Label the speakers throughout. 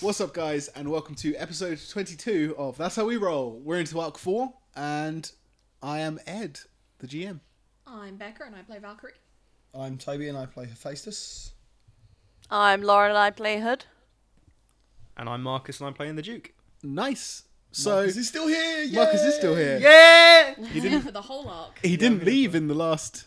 Speaker 1: What's up, guys, and welcome to episode 22 of That's How We Roll. We're into arc four, and I am Ed, the GM.
Speaker 2: I'm Becca and I play Valkyrie.
Speaker 3: I'm Toby and I play Hephaestus.
Speaker 4: I'm Lauren and I play Hood.
Speaker 5: And I'm Marcus and I'm playing the Duke.
Speaker 1: Nice. So
Speaker 3: Marcus is still here. Yay!
Speaker 1: Marcus is still here.
Speaker 5: Yeah!
Speaker 2: He did for the whole arc.
Speaker 1: He didn't
Speaker 3: uh,
Speaker 1: leave in the last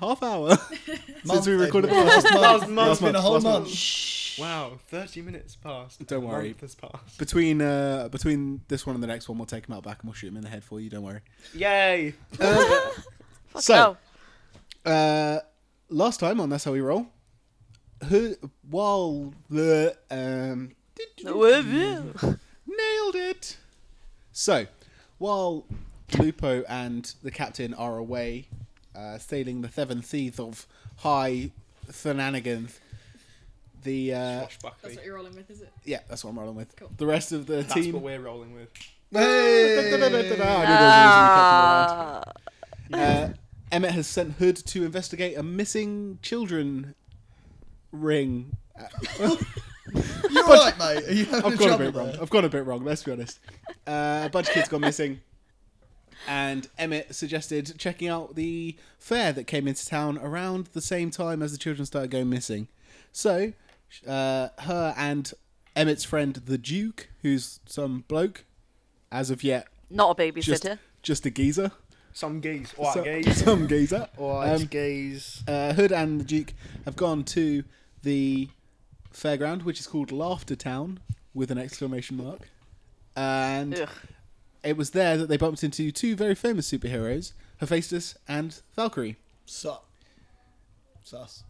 Speaker 1: half hour since
Speaker 3: Month,
Speaker 1: we
Speaker 3: Ed,
Speaker 1: recorded the
Speaker 3: month.
Speaker 1: last
Speaker 3: Last
Speaker 5: month.
Speaker 3: month. It's been a whole
Speaker 1: Last month.
Speaker 3: month.
Speaker 5: Wow, 30 minutes passed.
Speaker 1: Don't
Speaker 5: A
Speaker 1: worry.
Speaker 5: month has passed.
Speaker 1: between uh, between this one and the next one. We'll take him out back and we'll shoot him in the head for you. Don't worry.
Speaker 5: Yay!
Speaker 4: Fuck
Speaker 1: So-
Speaker 4: no.
Speaker 1: Uh, last time on That's How We Roll, who while the um Nailed it. So, while Lupo and the captain are away uh, sailing the seven seas of high shenanigans, the uh,
Speaker 5: Wash Buckley.
Speaker 2: That's what you're rolling with, is it?
Speaker 1: yeah, that's what I'm rolling with.
Speaker 2: Cool.
Speaker 1: The rest of the
Speaker 5: That's
Speaker 1: team.
Speaker 5: what we're rolling with.
Speaker 1: Da-da-da-da-da. I knew there was a reason you kept me around.
Speaker 4: Ah.
Speaker 1: Uh, Emmett has sent Hood to investigate a missing children ring.
Speaker 3: You're right, mate. Are you having
Speaker 1: I've gone a
Speaker 3: trouble
Speaker 1: bit
Speaker 3: there?
Speaker 1: wrong. I've gone a bit wrong. Let's be honest. Uh, a bunch of kids gone missing, and Emmett suggested checking out the fair that came into town around the same time as the children started going missing. So, uh, her and Emmett's friend, the Duke, who's some bloke, as of yet,
Speaker 4: Not a
Speaker 1: just
Speaker 4: babysitter.
Speaker 1: just a geezer,
Speaker 5: Some geese. White
Speaker 1: So-
Speaker 5: geese.
Speaker 1: some geezer.
Speaker 5: White
Speaker 1: Um,
Speaker 5: geese.
Speaker 1: uh, Hood and the Duke have gone to the fairground, which is called Laughter Town, with an exclamation mark. And
Speaker 4: Ugh.
Speaker 1: it was there that they bumped into two very famous superheroes, Hephaestus and Valkyrie.
Speaker 3: Sup. Sus.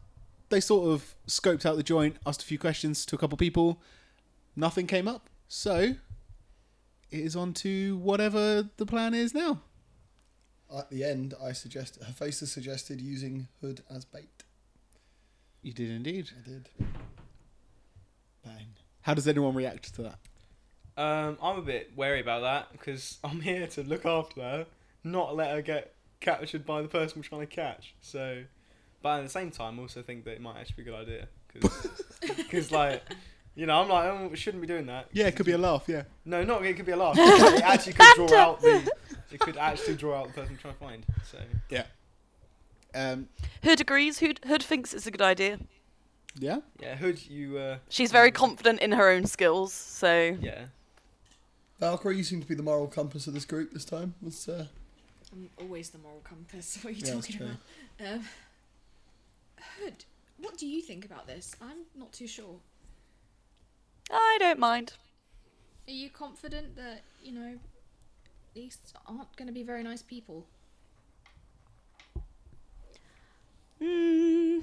Speaker 1: They sort of scoped out the joint, asked a few questions to a couple people. Nothing came up. So it is on to whatever the plan is now.
Speaker 3: At the end, I suggest Hephaestus suggested using Hood as bait.
Speaker 1: You did indeed.
Speaker 3: I did. Bang.
Speaker 1: How does anyone react to that?
Speaker 5: Um, I'm a bit wary about that because I'm here to look after her, not let her get captured by the person we're trying to catch. So, but at the same time, I also think that it might actually be a good idea because, like, you know, I'm like, oh, we shouldn't be doing that.
Speaker 1: Yeah, it could be a laugh, yeah.
Speaker 5: No, not it could be a laugh. it actually could draw out the. It could actually draw out the person we're trying to find. So
Speaker 1: Yeah. Um,
Speaker 4: Hood agrees. Hood, Hood thinks it's a good idea.
Speaker 1: yeah?
Speaker 5: yeah, Hood, you. Uh,
Speaker 4: She's very confident in her own skills, so
Speaker 5: yeah,
Speaker 3: Valkyrie, you seem to be the moral compass of this group this time. Was, uh,
Speaker 2: I'm always the moral compass. What are you
Speaker 3: Yeah, that's
Speaker 2: talking about? Um, Hood, what do you think about this? I'm not too sure.
Speaker 4: I don't mind.
Speaker 2: Are you confident that, you know, these aren't going to be very nice people?
Speaker 4: Mm.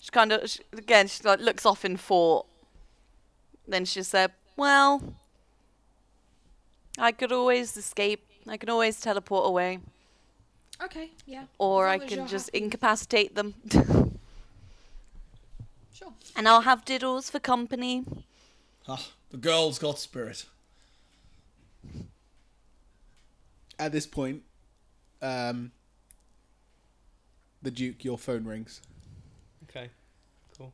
Speaker 4: She kind of she, again. She like looks off in thought. Then she said, "Well, I could always escape. I can always teleport away,
Speaker 2: Okay, yeah.
Speaker 4: or
Speaker 2: As
Speaker 4: I
Speaker 2: long as you're
Speaker 4: can just
Speaker 2: happy.
Speaker 4: incapacitate them."
Speaker 2: Sure.
Speaker 4: And I'll have Diddles for company.
Speaker 3: ah, the girl's got spirit.
Speaker 1: at this point, um, the Duke, your phone rings.
Speaker 5: okay, cool.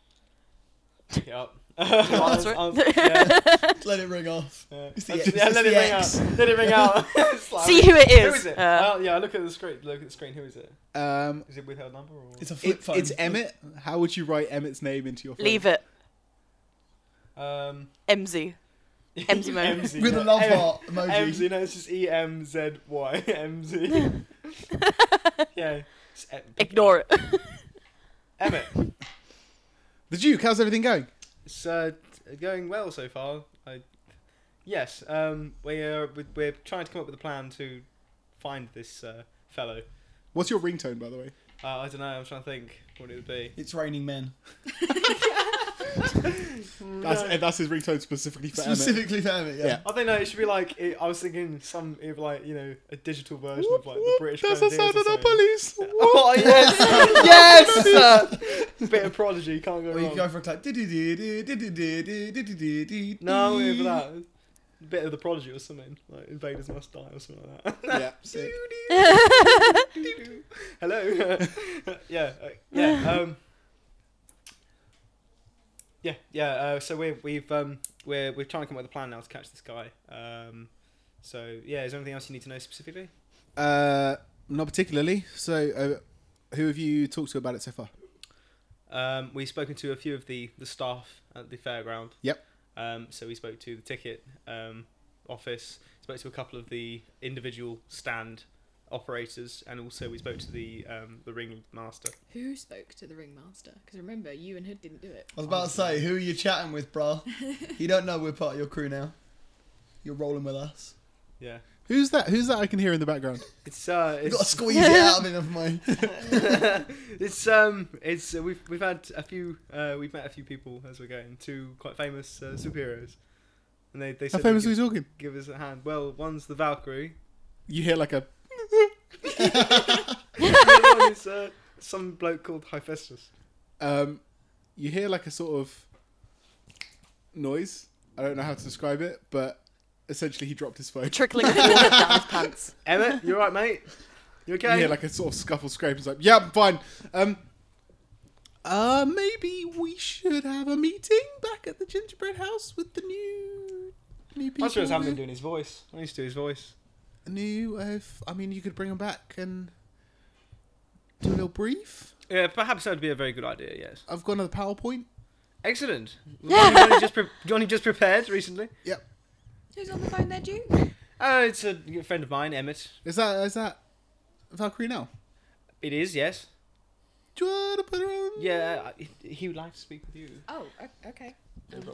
Speaker 5: Pick it up.
Speaker 4: answer it?
Speaker 5: I'll- yeah,
Speaker 3: Let it ring off.
Speaker 5: yeah.
Speaker 3: It's the
Speaker 5: That's-
Speaker 3: X,
Speaker 5: yeah,
Speaker 3: it's
Speaker 5: let
Speaker 3: the
Speaker 5: it ring
Speaker 3: X.
Speaker 5: out. Let it ring out. It's like,
Speaker 4: See who it is.
Speaker 5: Who is it?
Speaker 4: Uh,
Speaker 5: Well, yeah, look at the screen. Look at the screen. Who is it?
Speaker 1: Um,
Speaker 5: Is it withheld number or?
Speaker 3: It's a flip
Speaker 1: it,
Speaker 3: phone.
Speaker 1: it's Emmett. How would you write Emmett's name into your phone?
Speaker 4: leave it.
Speaker 5: um,
Speaker 4: MZ. Emzy mode.
Speaker 5: Emzy,
Speaker 3: With a
Speaker 5: no,
Speaker 3: love
Speaker 5: em-
Speaker 3: heart emoji.
Speaker 5: Emzy, no, it's just E M Z Y M Z. E Yeah. it's Em-
Speaker 4: Ignore it.
Speaker 5: Emmett.
Speaker 1: The Duke, how's everything going?
Speaker 5: It's uh, going well so far. I, yes, um, we are we- we're trying to come up with a plan to find this uh, fellow.
Speaker 1: What's your ringtone, by the way?
Speaker 5: Uh, I don't know. I'm trying to think what it would be.
Speaker 3: It's raining men.
Speaker 1: That's, eh, that's his ringtone specifically for Emmett.
Speaker 3: Specifically for Emmett, yeah.
Speaker 1: Yeah.
Speaker 5: I think no, it should be like it, I was thinking some it would be like you know a digital version
Speaker 1: Whoop,
Speaker 5: of like the
Speaker 1: whoop,
Speaker 5: British.
Speaker 1: that's the sound
Speaker 5: Grenadiers or
Speaker 1: of the police.
Speaker 5: something.
Speaker 1: Whoop.
Speaker 5: Oh yes, yes. Bit of prodigy, can't go
Speaker 3: Or you
Speaker 5: wrong.
Speaker 3: can go for a clap. No,
Speaker 5: no, we for that. Bit of the prodigy or something like invaders must die or something like that.
Speaker 1: yeah.
Speaker 3: Sick.
Speaker 5: Hello. yeah. Uh, yeah. Um, Yeah, yeah. Uh, so we're, we've um, we're we're trying to come up with a plan now to catch this guy. Um, so yeah, is there anything else you need to know specifically?
Speaker 1: Uh, not particularly. So, uh, who have you talked to about it so far?
Speaker 5: Um, we've spoken to a few of the the staff at the fairground.
Speaker 1: Yep.
Speaker 5: Um, so we spoke to the ticket um, office, spoke to a couple of the individual stand operators, and also we spoke to the um, the ringmaster.
Speaker 6: Who spoke to the ringmaster? Because remember, you and Hood didn't do it.
Speaker 3: I was about to say, who are you chatting with, bruh? you don't know we're part of your crew now. You're rolling with us.
Speaker 5: Yeah,
Speaker 1: Who's that? Who's that I can hear in the background?
Speaker 5: it's uh,
Speaker 3: I've got to
Speaker 5: it's
Speaker 3: squeeze it out of him, of my.
Speaker 5: it's um, it's uh, we've we've had a few uh, we've met a few people as we're going. Two quite famous uh, superheroes, and they they
Speaker 1: How
Speaker 5: said
Speaker 1: famous are
Speaker 5: they
Speaker 1: we
Speaker 5: could
Speaker 1: talking?
Speaker 5: give us a hand. Well, one's the Valkyrie.
Speaker 1: You hear like a
Speaker 5: the other one is uh, some bloke called Hephaestus.
Speaker 1: um, you hear like a sort of noise. I don't know how to describe it, but essentially he dropped his phone.
Speaker 4: Trickling water down his pants.
Speaker 5: Emmett, you alright, mate? You
Speaker 1: Yeah,
Speaker 5: okay?
Speaker 1: like a sort of scuffle scrape. It's like, yeah, I'm fine. Um, uh, maybe we should have a meeting back at the gingerbread house with the new new people.
Speaker 5: I just haven't been
Speaker 1: with-
Speaker 5: doing his voice. I used to do his voice.
Speaker 1: new. Uh, f- I mean, you could bring them back and do a little brief.
Speaker 5: Yeah, perhaps that would be a very good idea. Yes.
Speaker 1: I've got another PowerPoint.
Speaker 5: Excellent. Johnny just, pre- Johnny just prepared recently.
Speaker 1: Yep.
Speaker 2: Who's on the phone there, Duke?
Speaker 5: Uh, it's a friend of mine, Emmett.
Speaker 1: Is that is that Valkyrie now?
Speaker 5: It is, yes.
Speaker 1: Do you want to put her on?
Speaker 5: Yeah, I- he would like to speak with you.
Speaker 2: Oh, o- okay.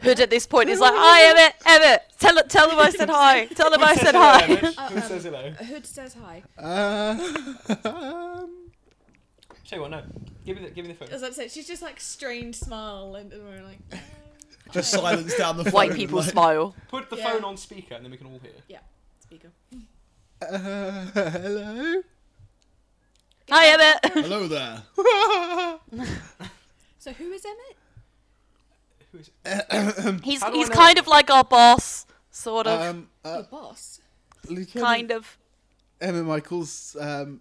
Speaker 4: Hood at this point is like, "Hi, Emmett, Emmett, tell tell them I said hi. Tell them I said hi."
Speaker 5: Who says hello?
Speaker 2: Hood says hi.
Speaker 1: Uh, um,
Speaker 5: Tell you what, no. Give me the, give me the
Speaker 6: I
Speaker 5: phone.
Speaker 6: was about to say, she's just like strained smile, and, and we're like,
Speaker 3: Just silence down the phone.
Speaker 4: White people
Speaker 3: like,
Speaker 4: smile.
Speaker 5: Put the
Speaker 6: Yeah.
Speaker 5: phone on speaker and then we can all hear.
Speaker 6: speaker.
Speaker 1: uh, hello.
Speaker 4: Hi, Emmett.
Speaker 3: Hello there.
Speaker 2: So who is Emmett?
Speaker 5: Who is
Speaker 4: He's
Speaker 5: How do I
Speaker 4: he's
Speaker 5: know?
Speaker 4: kind of like our boss, sort of,
Speaker 1: Um, uh,
Speaker 2: Your boss.
Speaker 1: Lieutenant
Speaker 4: kind of.
Speaker 1: Emma Michaels, um,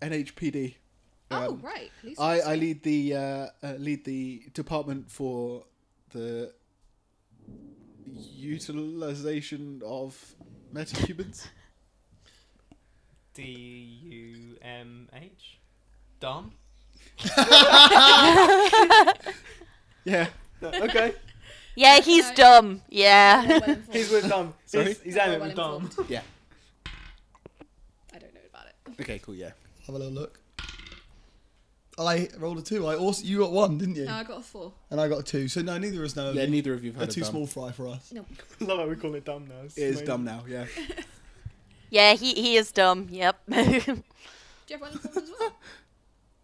Speaker 1: NHPD.
Speaker 2: Oh
Speaker 1: Um,
Speaker 2: right, police
Speaker 1: I,
Speaker 2: officer.
Speaker 1: I lead the uh, uh, lead the department for the utilization of metahumans.
Speaker 5: D U M H? Dumb?
Speaker 1: yeah,
Speaker 5: Okay.
Speaker 4: Yeah, he's
Speaker 2: Okay.
Speaker 4: dumb. Yeah.
Speaker 6: Well informed.
Speaker 5: He's with dumb.
Speaker 1: Sorry?
Speaker 5: He's, he's Emmett
Speaker 6: Well
Speaker 5: with dumb.
Speaker 6: informed.
Speaker 1: yeah.
Speaker 6: I don't know about it.
Speaker 1: Okay, cool. Yeah.
Speaker 3: Have a little look. I rolled a two. I also you got one, didn't you?
Speaker 2: No, I got a four.
Speaker 3: And I got a two. So no, neither of us know.
Speaker 1: Yeah. Neither of you have
Speaker 3: They're
Speaker 1: had
Speaker 3: too
Speaker 1: Um, a dumb.
Speaker 3: small fry for us.
Speaker 5: Love how we call it dumb now.
Speaker 1: It is dumb now. Yeah.
Speaker 4: Yeah, he, he is dumb. Yep.
Speaker 2: Do you have well informed as well?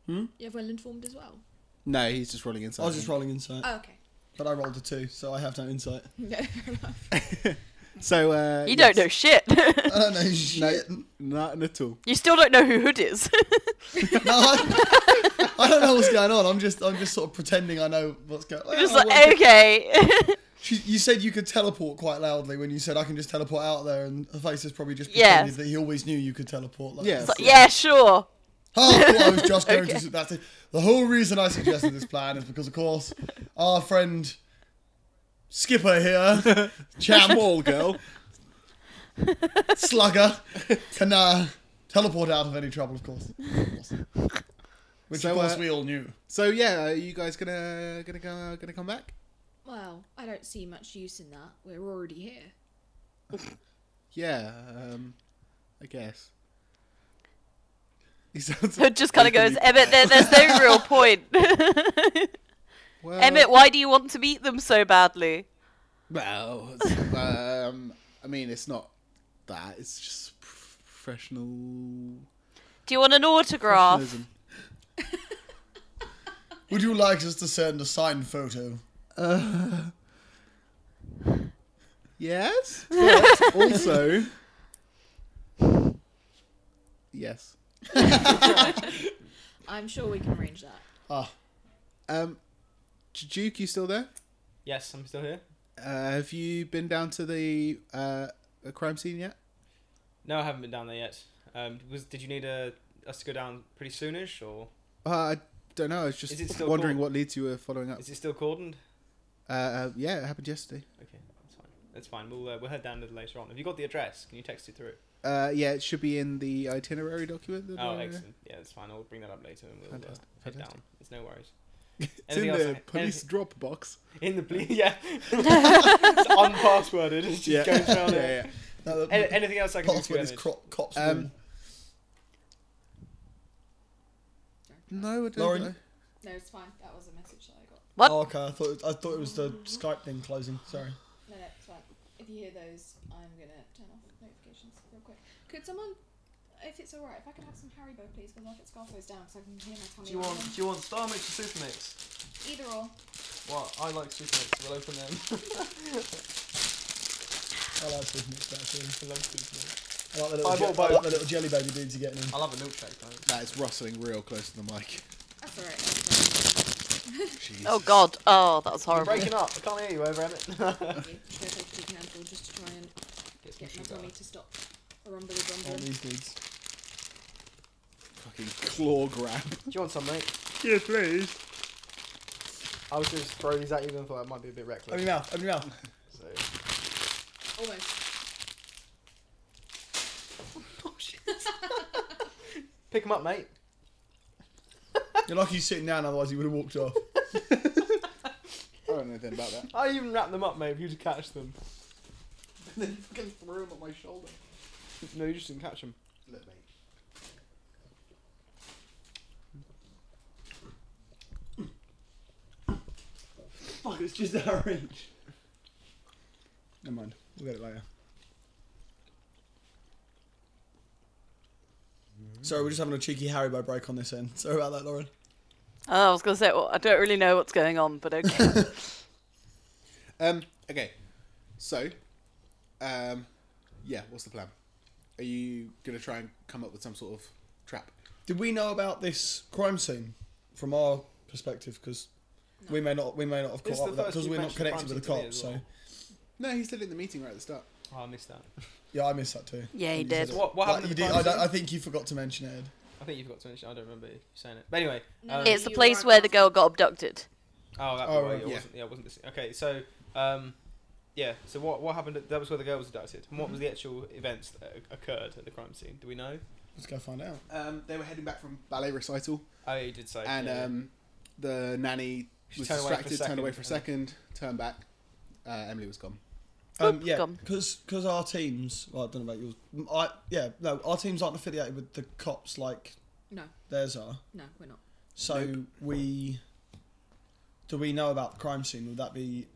Speaker 2: hmm? You have well informed as well.
Speaker 1: No, he's just rolling inside.
Speaker 3: I was just rolling insight,
Speaker 2: Oh, okay.
Speaker 3: but I rolled a two, so I have no insight.
Speaker 6: No, fair enough.
Speaker 1: So uh,
Speaker 4: you don't know
Speaker 1: yes.
Speaker 4: shit.
Speaker 3: I don't know shit. No,
Speaker 1: nothing at all.
Speaker 4: you still don't know who Hood is.
Speaker 3: I, I don't know what's going on. I'm just, I'm just sort of pretending I know what's going. on.
Speaker 4: Just like, okay.
Speaker 3: She, you said you could teleport quite loudly when you said I can just teleport out there, and her face is probably just
Speaker 4: Yeah.
Speaker 3: pretended that he always knew you could teleport. Like,
Speaker 1: Yeah.
Speaker 4: So, yeah, sure.
Speaker 3: Oh, well, I was just going to that. thing. The whole reason I suggested this plan is because, of course, our friend Skipper here,
Speaker 1: Damn
Speaker 3: Champ
Speaker 1: all girl.
Speaker 3: Slugger, can uh, teleport out of any trouble, of course. Of course. Which,
Speaker 1: So,
Speaker 3: of course,
Speaker 1: uh,
Speaker 3: we all knew.
Speaker 1: So yeah, are you guys gonna gonna go gonna come back?
Speaker 2: Well, I don't see much use in that. We're already here.
Speaker 1: Yeah. Um, I guess. He sounds.
Speaker 4: Hood just kind of goes, Emmett, there, there's no real point.
Speaker 1: Well,
Speaker 4: Emmett, why do you want to meet them so badly?
Speaker 1: Well, it's- um, I mean, it's not that. It's just pr- professional.
Speaker 4: Do you want an autograph?
Speaker 1: professionalism.
Speaker 3: Would you like us to send a signed photo?
Speaker 1: Yes. But also. Yes.
Speaker 6: I'm sure we can arrange that.
Speaker 3: Ah,
Speaker 1: Um, Duke, you still there?
Speaker 5: Yes, I'm still here.
Speaker 1: Uh, have you been down to the uh, crime scene yet?
Speaker 5: No, I haven't been down there yet. Um, was did you need uh us to go down pretty soonish, or
Speaker 1: Uh, I don't know. I was just
Speaker 5: Is it still
Speaker 1: wondering
Speaker 5: called-
Speaker 1: what leads you were following up.
Speaker 5: is it still cordoned?
Speaker 1: Uh, uh, yeah, it happened yesterday.
Speaker 5: Okay, that's fine. That's fine. We'll uh, we'll head down a little later on. Have you got the address? Can you text it through?
Speaker 1: Uh, yeah, it should be in the itinerary document. that,
Speaker 5: Oh,
Speaker 1: uh,
Speaker 5: excellent. Yeah, that's fine. I'll bring that up later and we'll uh,
Speaker 1: Fantastic,
Speaker 5: head
Speaker 1: fantastic.
Speaker 5: down. It's no worries.
Speaker 1: It's in
Speaker 5: Anything else I-
Speaker 1: the
Speaker 5: anything-
Speaker 1: police drop box.
Speaker 5: In the police, yeah. it's unpassworded. It's just
Speaker 1: Yeah.
Speaker 5: going down
Speaker 1: yeah,
Speaker 5: there.
Speaker 1: yeah.
Speaker 3: No,
Speaker 5: Any-
Speaker 3: the
Speaker 5: anything else I can do for
Speaker 3: password
Speaker 5: you,
Speaker 3: is
Speaker 5: Emma?
Speaker 3: cro- cops.
Speaker 1: Um,
Speaker 3: rule.
Speaker 1: No, I don't
Speaker 3: Lauren?
Speaker 1: know.
Speaker 6: No, it's fine. That was a message that I got.
Speaker 4: What?
Speaker 3: Oh, okay. I thought it, I thought it was the Skype thing closing. Sorry.
Speaker 6: No, no, it's fine. If you hear those, I'm gonna turn off notifications real quick. Could someone, if it's alright, if I could have some Haribo, please, because I'll get Scarface down, because I can hear my tummy.
Speaker 5: Do you want do you want Star Mix or Super Mix?
Speaker 6: Either or.
Speaker 5: Well, I like Super Mix. We'll open them.
Speaker 3: I like Super Mix actually.
Speaker 5: I love Super Mix.
Speaker 3: I like the little,
Speaker 5: I
Speaker 3: je-
Speaker 5: bought
Speaker 3: I
Speaker 5: both.
Speaker 3: like the little jelly baby dudes you're getting in.
Speaker 5: I love a milkshake though.
Speaker 1: That is rustling real close to the mic.
Speaker 6: That's alright. That's
Speaker 1: Jeez.
Speaker 4: Oh God! Oh, that was horrible.
Speaker 5: Breaking up. I can't hear you over Emmett.
Speaker 6: all right. Thank you. Go take a big handful just to try and
Speaker 5: Get some
Speaker 6: get my
Speaker 5: sugar.
Speaker 6: tummy to stop rumbly
Speaker 3: All
Speaker 6: grumbling.
Speaker 3: these dudes.
Speaker 1: Fucking claw grab.
Speaker 5: Do you want some, mate?
Speaker 1: yeah, please.
Speaker 5: I was just throwing these at you and thought that might be a bit reckless.
Speaker 3: Open your mouth. Open your mouth.
Speaker 5: So
Speaker 6: Almost.
Speaker 5: pick them up, mate.
Speaker 3: You're lucky you're sitting down, otherwise you would have walked off.
Speaker 1: I don't know anything about that.
Speaker 5: I even wrapped them up, mate. If you to catch them.
Speaker 1: then fucking threw him on my shoulder.
Speaker 5: No, you just didn't catch them.
Speaker 1: Look, mate.
Speaker 3: Fuck, it's just our reach.
Speaker 1: Never mind.
Speaker 3: We'll get it later. Sorry, we're just having a cheeky Haribo break on this end. Sorry about that, Lauren.
Speaker 4: Oh, I was gonna say well, I don't really know what's going on, but okay.
Speaker 1: Um, okay. So, um, yeah, what's the plan? Are you going to try and come up with some sort of trap?
Speaker 3: Did we know about this crime scene from our perspective? Because we may not, we may not have
Speaker 5: This
Speaker 3: caught up
Speaker 5: is the
Speaker 3: with that
Speaker 5: first
Speaker 3: because
Speaker 5: you've
Speaker 3: we're not
Speaker 5: mentioned
Speaker 3: connected
Speaker 5: crime
Speaker 3: with the
Speaker 5: scene to me
Speaker 3: cops.
Speaker 5: as
Speaker 3: So
Speaker 5: well.
Speaker 1: No, he still in the meeting right at the start.
Speaker 5: Oh, I missed that.
Speaker 3: yeah, I missed that too.
Speaker 4: yeah, he
Speaker 3: You said
Speaker 4: did.
Speaker 3: it.
Speaker 5: What- what
Speaker 3: Like,
Speaker 5: happened
Speaker 3: you
Speaker 5: at the
Speaker 3: did-
Speaker 5: crime
Speaker 3: I, don't-
Speaker 5: scene?
Speaker 3: I think you forgot to mention it. Ed.
Speaker 5: I think you've got to mention. I don't remember you saying it. But anyway,
Speaker 6: No,
Speaker 5: um,
Speaker 6: no,
Speaker 4: It's the
Speaker 6: you
Speaker 4: place
Speaker 6: are
Speaker 4: where the
Speaker 6: crossing.
Speaker 4: girl got abducted.
Speaker 5: Oh, that
Speaker 3: Oh,
Speaker 5: oh,
Speaker 3: right,
Speaker 5: yeah.
Speaker 1: yeah.
Speaker 5: Wasn't, yeah, it wasn't this. Okay, so um, yeah. So what what happened? At, that was where the girl was abducted. And what
Speaker 3: Mm-hmm.
Speaker 5: was the actual events that o- occurred at the crime scene? Do we know?
Speaker 3: Let's go find out.
Speaker 1: Um, they were heading back from ballet recital,
Speaker 5: Oh, you did say.
Speaker 1: and
Speaker 5: yeah.
Speaker 1: um, the nanny
Speaker 5: She
Speaker 1: was
Speaker 5: turned away for a
Speaker 1: distracted, turned away for a
Speaker 5: second,
Speaker 1: second, turned back. Uh, Emily was gone.
Speaker 3: Um,
Speaker 4: Oop,
Speaker 3: yeah,
Speaker 4: gone.
Speaker 3: because our teams. Well, I don't know about yours. m- I yeah no, our teams aren't affiliated with the cops like
Speaker 6: No,
Speaker 3: theirs are.
Speaker 6: no, we're not.
Speaker 3: So we do we know about the crime scene? Would that be?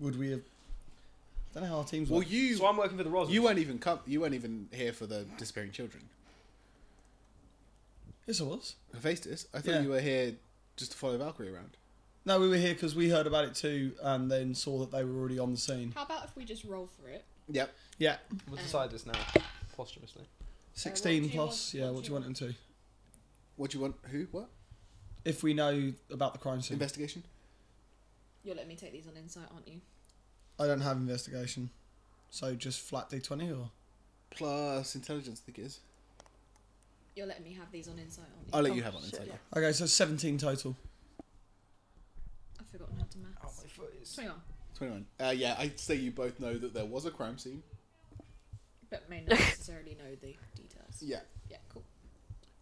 Speaker 3: Would we have? I don't know how our teams.
Speaker 1: Well,
Speaker 3: work.
Speaker 1: you
Speaker 5: so I'm working for the Roswell.
Speaker 1: you weren't even come, you weren't even here for the disappearing children.
Speaker 3: yes, it was.
Speaker 1: Hephaestus, I thought
Speaker 3: Yeah.
Speaker 1: you were here just to follow Valkyrie around.
Speaker 3: No, we were here because we heard about it too, and then saw that they were already on the scene.
Speaker 6: How about if we just roll for it?
Speaker 1: Yep.
Speaker 3: Yeah,
Speaker 5: We'll decide this now, posthumously.
Speaker 3: sixteen
Speaker 6: do you
Speaker 3: plus.
Speaker 6: want-
Speaker 3: yeah,
Speaker 6: Uh, what
Speaker 3: what do you want them to?
Speaker 1: What do you want? Who? What?
Speaker 3: If we know about the
Speaker 5: Hmm.
Speaker 3: crime scene,
Speaker 1: Investigation.
Speaker 6: You're letting me take these on insight, aren't you?
Speaker 3: I don't have investigation, so just flat d twenty or
Speaker 1: plus intelligence, I think it is.
Speaker 6: You're letting me have these on insight, aren't you?
Speaker 1: I'll let
Speaker 4: Oh,
Speaker 1: you have one
Speaker 4: shit,
Speaker 1: inside.
Speaker 4: yeah.
Speaker 3: okay, so seventeen total.
Speaker 6: I've forgotten how to
Speaker 5: Oh,
Speaker 6: maths.
Speaker 5: my foot is.
Speaker 6: 21.
Speaker 1: 21. Uh, yeah, I'd say you both know that there was a crime scene.
Speaker 6: But may not necessarily know the details.
Speaker 1: Yeah.
Speaker 6: Yeah, cool.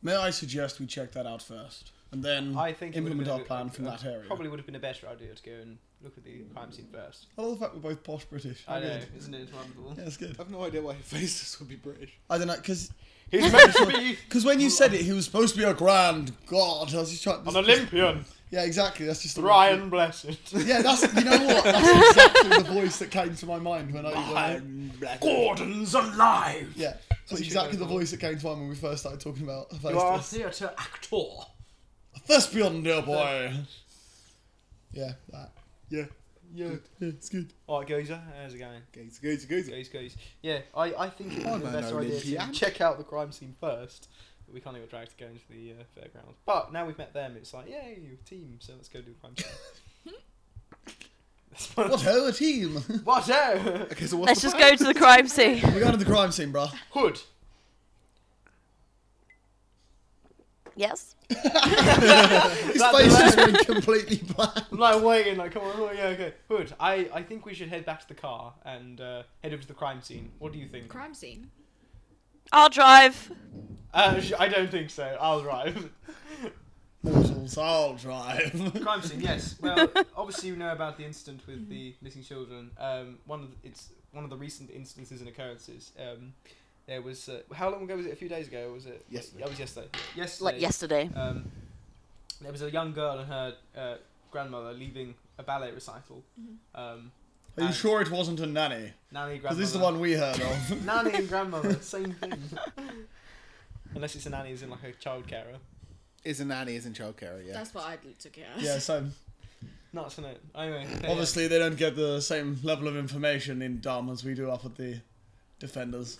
Speaker 3: May I suggest we check that out first, and then
Speaker 5: I think it would've
Speaker 3: implement
Speaker 5: been a
Speaker 3: our
Speaker 5: good-
Speaker 3: plan from that area.
Speaker 5: Probably would have been a better idea to go and look at the crime scene first.
Speaker 3: I love the fact we're both posh British.
Speaker 5: I know,
Speaker 3: Good.
Speaker 5: isn't it? It's wonderful.
Speaker 3: Yeah, that's good.
Speaker 1: I have no idea why Hephaestus would be British.
Speaker 3: I don't know, because
Speaker 5: He's meant to be
Speaker 3: when you said it, he was supposed to be a grand god. I was just trying.
Speaker 5: an Olympian,
Speaker 3: Yeah, exactly. That's just the-
Speaker 5: Ryan Blessed.
Speaker 3: Yeah, that's you know what? That's exactly the voice that came to my mind when I. When I
Speaker 5: Gordon's alive.
Speaker 3: yeah, that's
Speaker 5: you
Speaker 3: exactly
Speaker 5: go
Speaker 3: the
Speaker 5: for.
Speaker 3: voice that came to mind when we first started talking about
Speaker 5: You are a
Speaker 3: Hephaestus.
Speaker 5: theatre actor.
Speaker 3: First beyond, dear boy. Yeah, that.
Speaker 1: Yeah. Yeah.
Speaker 3: Yeah, it's good.
Speaker 5: Alright, Gozer, how's it going?
Speaker 1: Gaze, gaze, gaze.
Speaker 5: Goes, goes. Yeah, I, I think it
Speaker 1: Oh,
Speaker 5: would be the
Speaker 1: man,
Speaker 5: best
Speaker 1: no,
Speaker 5: idea
Speaker 1: Olympian.
Speaker 5: to check out the crime scene first. But we kind of got dragged to go into the uh, fairground. But now we've met them, it's like, yay, you're a team, so let's go do the crime scene. That's one
Speaker 3: What
Speaker 5: of-
Speaker 3: hell, a team?
Speaker 5: What? hell?
Speaker 1: Okay, so what's
Speaker 4: Let's
Speaker 1: the
Speaker 4: just
Speaker 1: plan?
Speaker 4: go to the crime scene.
Speaker 3: We're going to the crime scene, bruh.
Speaker 5: Hood.
Speaker 4: Yes.
Speaker 3: His
Speaker 5: That
Speaker 3: face
Speaker 5: delay.
Speaker 3: has been completely blank.
Speaker 5: I'm like waiting, like, come on, oh, yeah, okay. Hood, I, I think we should head back to the car and uh, head over to the crime scene. What do you think?
Speaker 2: Crime scene.
Speaker 4: I'll drive.
Speaker 5: Uh, sh- I don't think so. I'll drive.
Speaker 3: Mortals, I'll drive.
Speaker 5: crime scene, yes. Well, obviously you know about the incident with the
Speaker 3: Mm-hmm.
Speaker 5: missing children. Um, one of the, it's one of the recent instances and occurrences. Um, there was uh, how long ago was it? A few days ago was it?
Speaker 1: Yesterday.
Speaker 5: That was yesterday. Yesterday.
Speaker 4: Like yesterday.
Speaker 5: um, there was a young girl and her uh, grandmother leaving a ballet recital. Um,
Speaker 3: Mm-hmm. Are you
Speaker 5: and
Speaker 3: sure it wasn't a nanny?
Speaker 5: Nanny
Speaker 3: Because
Speaker 5: grandmother.
Speaker 3: this is the one we heard of.
Speaker 5: nanny and grandmother, same thing. Unless it's a nanny, is in like a child carer.
Speaker 1: Is a nanny, is in childcare, yeah.
Speaker 6: That's what I took it as.
Speaker 3: yeah, so
Speaker 5: Nuts, isn't it? Anyway. okay, yeah.
Speaker 3: obviously they don't get the same level of information in Dom as we do up at the Defenders.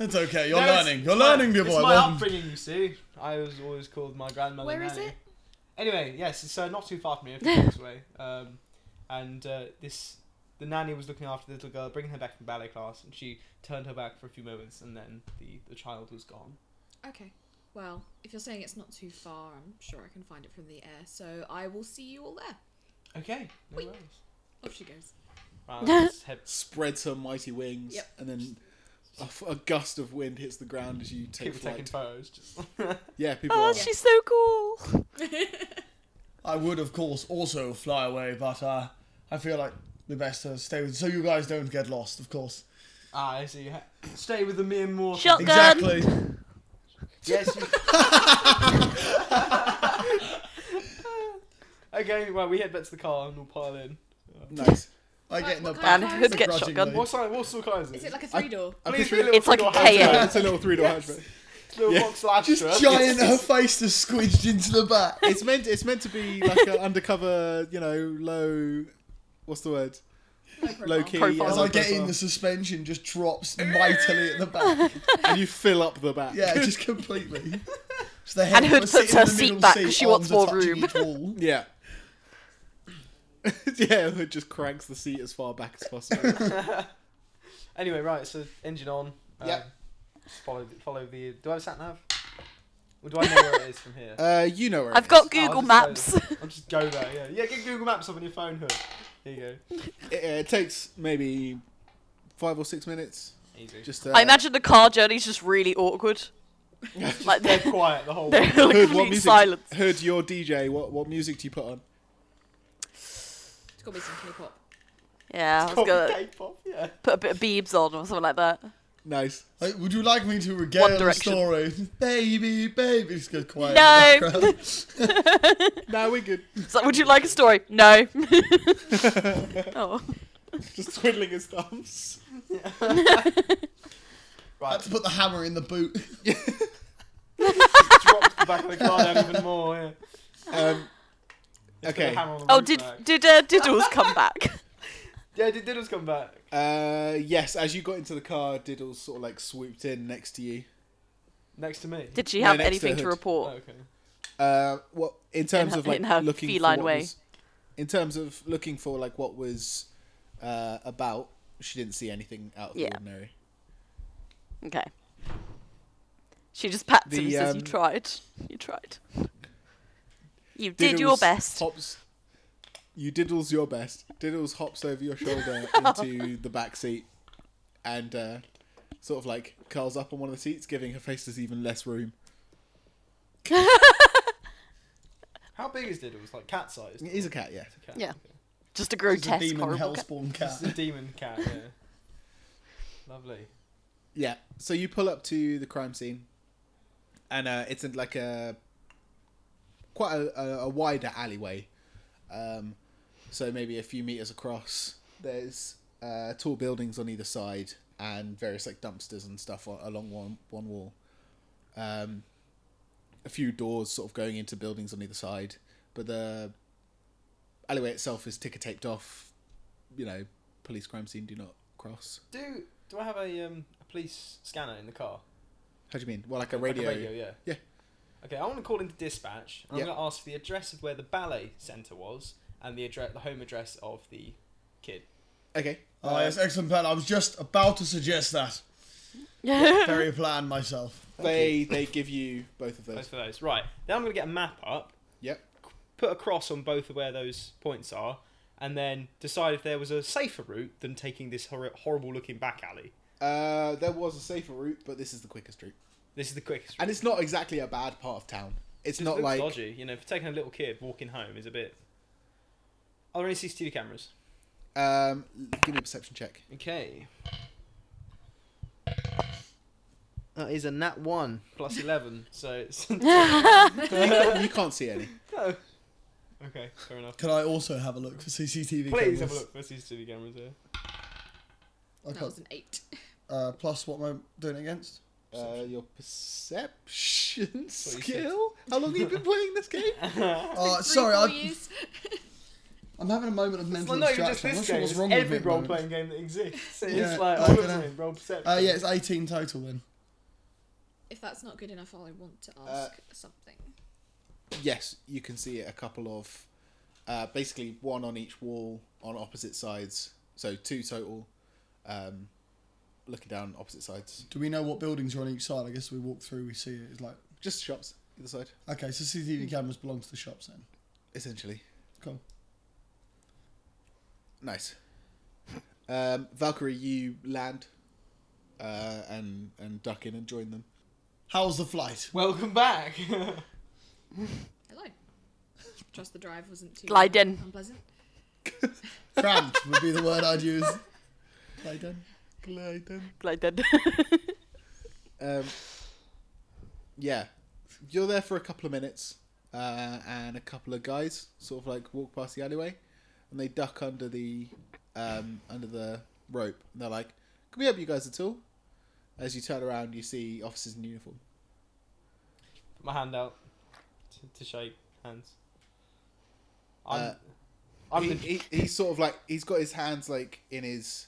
Speaker 3: it's okay, you're
Speaker 5: No, it's-
Speaker 3: learning.
Speaker 5: it's
Speaker 3: You're
Speaker 5: my-
Speaker 3: learning, dear
Speaker 5: It's
Speaker 3: boy.
Speaker 5: my
Speaker 3: Welcome-
Speaker 5: upbringing, you see. I was always called my grandmother.
Speaker 2: Where is
Speaker 5: nanny.
Speaker 2: it?
Speaker 5: Anyway, yes, it's uh, not too far from here, a few minutes away. Um, and uh, this, the nanny was looking after the little girl, bringing her back from ballet class, and she turned her back for a few moments, and then the, the child was gone.
Speaker 6: Okay. Well, if you're saying it's not too far, I'm sure I can find it from the air. So I will see you all there.
Speaker 5: Okay, no
Speaker 6: Wait.
Speaker 5: worries. Ah,
Speaker 6: Off she goes.
Speaker 5: Right, let's head.
Speaker 1: Spreads her mighty wings,
Speaker 6: Yep.
Speaker 1: and then a, f- a gust of wind hits the ground as you take
Speaker 5: People taking
Speaker 1: flight.
Speaker 5: photos. Just
Speaker 1: Yeah, people
Speaker 4: Oh,
Speaker 1: are.
Speaker 4: she's so cool.
Speaker 3: I would, of course, also fly away, but uh, I feel like the best to stay with, so you guys don't get lost, of course.
Speaker 5: ah, I see. Ha- Stay with the mere mortal.
Speaker 4: Shotgun.
Speaker 3: Exactly.
Speaker 5: Yes. You... okay, well, we head back to the car and we'll pile in.
Speaker 1: Nice.
Speaker 3: I get in the
Speaker 6: What kind
Speaker 3: back.
Speaker 6: of
Speaker 4: And who'd get
Speaker 3: begrudgingly.
Speaker 4: shotgun?
Speaker 5: What size? What sort of car is it?
Speaker 6: Is it like a
Speaker 1: I-
Speaker 6: three door?
Speaker 1: I'm
Speaker 5: Please,
Speaker 1: picturing-
Speaker 5: little
Speaker 4: It's like a
Speaker 5: little
Speaker 4: KO.
Speaker 5: hatchback.
Speaker 1: It's a little three door hatchback.
Speaker 5: Little
Speaker 1: Yeah.
Speaker 5: box lash.
Speaker 3: Just giant, her face just squidged into the back.
Speaker 1: It's meant. It's meant to be like an undercover, you know, low. What's the word? Low key.
Speaker 4: Profile.
Speaker 3: As
Speaker 1: low
Speaker 3: I get in,
Speaker 1: profile.
Speaker 3: the suspension just drops mightily at the back.
Speaker 1: and you fill up the back.
Speaker 3: Yeah, just completely. So the
Speaker 4: And
Speaker 3: head
Speaker 4: Hood
Speaker 3: was sitting
Speaker 4: puts
Speaker 3: in
Speaker 4: her
Speaker 3: the
Speaker 4: seat
Speaker 3: middle
Speaker 4: back 'cause she wants
Speaker 3: arms are
Speaker 4: more
Speaker 3: touching
Speaker 4: room.
Speaker 3: each wall.
Speaker 1: Yeah. yeah, it just cranks the seat as far back as possible.
Speaker 5: Anyway, right. So engine on. Uh,
Speaker 1: Yep.
Speaker 5: just Follow, the- follow the. Do I have a sat nav? Or do I know where it is from here?
Speaker 1: uh, you know where it
Speaker 4: I've
Speaker 1: is.
Speaker 4: got
Speaker 5: Oh, I'll
Speaker 4: Google
Speaker 5: just
Speaker 4: Maps.
Speaker 5: go there. I'll just go there. Yeah, yeah. Get Google Maps up on your phone. Hood. Here you go.
Speaker 1: It, it takes maybe five or six minutes.
Speaker 5: Easy. Just
Speaker 1: Just to,
Speaker 4: I imagine the car journey's just really awkward. like
Speaker 5: dead
Speaker 4: they're,
Speaker 5: quiet the whole
Speaker 4: they're
Speaker 5: way.
Speaker 4: like
Speaker 1: Heard what
Speaker 4: complete
Speaker 1: music?
Speaker 4: silence.
Speaker 1: Heard your DJ. What what music do you put on?
Speaker 6: It's got to be some K-pop.
Speaker 4: Yeah, I was gonna
Speaker 5: Okay, Bob, Yeah.
Speaker 4: put a bit of Beebs on or something like that.
Speaker 1: Nice.
Speaker 3: Like, would you like me to regale the
Speaker 4: Direction.
Speaker 3: story? Baby, baby. Just go quiet.
Speaker 4: No.
Speaker 1: Now we're good.
Speaker 4: It's like, would you like a story? No. oh.
Speaker 1: Just twiddling his thumbs.
Speaker 3: I had
Speaker 5: Right.
Speaker 3: to put the hammer in the boot.
Speaker 5: dropped the back of the car down even more. Yeah.
Speaker 1: Um,
Speaker 5: Just put the
Speaker 1: okay.
Speaker 5: hammer on the
Speaker 4: Oh,
Speaker 5: roof
Speaker 4: did
Speaker 5: back.
Speaker 4: did uh, Diddles come back?
Speaker 5: yeah? Did Diddles come back?
Speaker 1: Uh, yes. As you got into the car, Diddles sort of like swooped in next to you.
Speaker 5: Next to me.
Speaker 4: Did she
Speaker 1: No,
Speaker 4: have
Speaker 1: next to
Speaker 4: anything
Speaker 1: the
Speaker 4: to,
Speaker 1: hood.
Speaker 5: Oh,
Speaker 4: report?
Speaker 5: okay.
Speaker 1: Uh, what in terms
Speaker 4: her-
Speaker 1: of like
Speaker 4: in her
Speaker 1: looking
Speaker 4: feline
Speaker 1: for what
Speaker 4: way.
Speaker 1: was- in terms of looking for like what was uh, about, she didn't see anything out of
Speaker 4: Yeah.
Speaker 1: the ordinary.
Speaker 4: Okay. She just pats him and
Speaker 1: The,
Speaker 4: says, "You
Speaker 1: um,
Speaker 4: tried. You tried. You did your
Speaker 1: Diddles
Speaker 4: best."
Speaker 1: Hops. You diddles your best. Diddles hops over your shoulder into the back seat, and uh, sort of like curls up on one of the seats, giving her faces even less room.
Speaker 5: How big is Diddles? Like cat sized.
Speaker 1: He's a cat, yeah.
Speaker 5: cat.
Speaker 4: Yeah.
Speaker 5: okay.
Speaker 4: Just
Speaker 3: It's
Speaker 4: a
Speaker 3: a
Speaker 4: grotesque,
Speaker 3: demon
Speaker 4: horrible. Cat.
Speaker 3: hellspawn
Speaker 5: This is a
Speaker 3: cat.
Speaker 5: demon cat. Yeah. Lovely.
Speaker 1: Yeah. So you pull up to the crime scene, and uh, it's in like a quite a, a, a wider alleyway. Um, so maybe a few meters across. There's uh, tall buildings on either side, and various like dumpsters and stuff on, along one one wall. Um, a few doors sort of going into buildings on either side, but the alleyway itself is ticker taped off. You know, police crime scene do not cross.
Speaker 5: Do do I have a um a police scanner in the car?
Speaker 1: How do you mean? Well, like a
Speaker 5: Like a
Speaker 1: radio.
Speaker 5: radio, yeah.
Speaker 1: Yeah.
Speaker 5: Okay, I want to call into dispatch. And
Speaker 1: Yeah.
Speaker 5: I'm going to ask for the address of where the ballet center was and the address, the home address of the kid.
Speaker 1: Okay.
Speaker 3: Oh, Ah, yes, excellent plan. I was just about to suggest that. Very planned myself.
Speaker 1: They they give you both of
Speaker 5: Both
Speaker 1: those.
Speaker 5: of those. Right. Then I'm going to get a map up,
Speaker 1: Yep.
Speaker 5: put a cross on both of where those points are, and then decide if there was a safer route than taking this hor- horrible looking back alley.
Speaker 1: Uh, there was a safer route, but this is the quickest route,
Speaker 5: This is the quickest route.
Speaker 1: and it's not exactly a bad part of town. It's
Speaker 5: It
Speaker 1: not
Speaker 5: looks
Speaker 1: like
Speaker 5: dodgy. You know, for taking a little kid walking home is a bit. Are there any CCTV cameras?
Speaker 1: um. Give me a perception check.
Speaker 5: Okay. That is a nat one plus eleven, so it's
Speaker 1: you can't see any.
Speaker 5: No. Okay, fair enough.
Speaker 3: Can I also have a look for CCTV? cameras?
Speaker 5: Please have a look for CCTV cameras here.
Speaker 3: I
Speaker 2: That
Speaker 3: can't-
Speaker 2: was an eight.
Speaker 3: Uh, plus, what am I doing it against?
Speaker 1: Uh, your perception
Speaker 5: said.
Speaker 1: skill. How long have you been playing this game?
Speaker 3: Uh,
Speaker 2: Three,
Speaker 3: sorry,
Speaker 2: four
Speaker 3: I,
Speaker 2: years.
Speaker 3: I'm having a moment of mental
Speaker 5: Well, not even just
Speaker 3: distraction. I'm
Speaker 5: this
Speaker 3: not sure
Speaker 5: game.
Speaker 3: what's wrong
Speaker 5: It's every
Speaker 3: with me. at the
Speaker 5: role
Speaker 3: moment.
Speaker 5: playing game that exists. It's
Speaker 3: Yeah,
Speaker 5: like,
Speaker 3: I
Speaker 5: oh,
Speaker 3: dunno.
Speaker 5: what's it, role perception.
Speaker 3: Uh, yeah, it's 18 total then.
Speaker 2: If that's not good enough, I want to
Speaker 1: Uh,
Speaker 2: ask something.
Speaker 1: yes, you can see a couple of, uh, basically one on each wall on opposite sides. So two total, um, looking down opposite sides.
Speaker 3: Do we know what buildings are on each side? I guess we walk through, we see it. It's like,
Speaker 1: Just shops either side,
Speaker 3: okay, so
Speaker 2: Hmm.
Speaker 3: CCTV cameras belong to the shops then.
Speaker 1: essentially.
Speaker 3: Cool.
Speaker 1: Nice. Um, Valkyrie, you land, uh, and and duck in and join them.
Speaker 3: How was the flight?
Speaker 5: Welcome back.
Speaker 2: Hello. Trust the drive wasn't too
Speaker 4: Glide in.
Speaker 2: unpleasant.
Speaker 3: Cramped would be the word I'd use. Play done.
Speaker 4: like that.
Speaker 1: Um, yeah, you're there for a couple of minutes, uh, and a couple of guys sort of like walk past the alleyway, and they duck under the um, under the rope, and they're like, "Can we help you guys at all?" As you turn around, you see officers in uniform.
Speaker 5: Put my hand out to, to shake hands. I'm,
Speaker 1: Uh,
Speaker 5: I'm
Speaker 1: he,
Speaker 5: the,
Speaker 1: he, he's sort of like he's got his hands like in his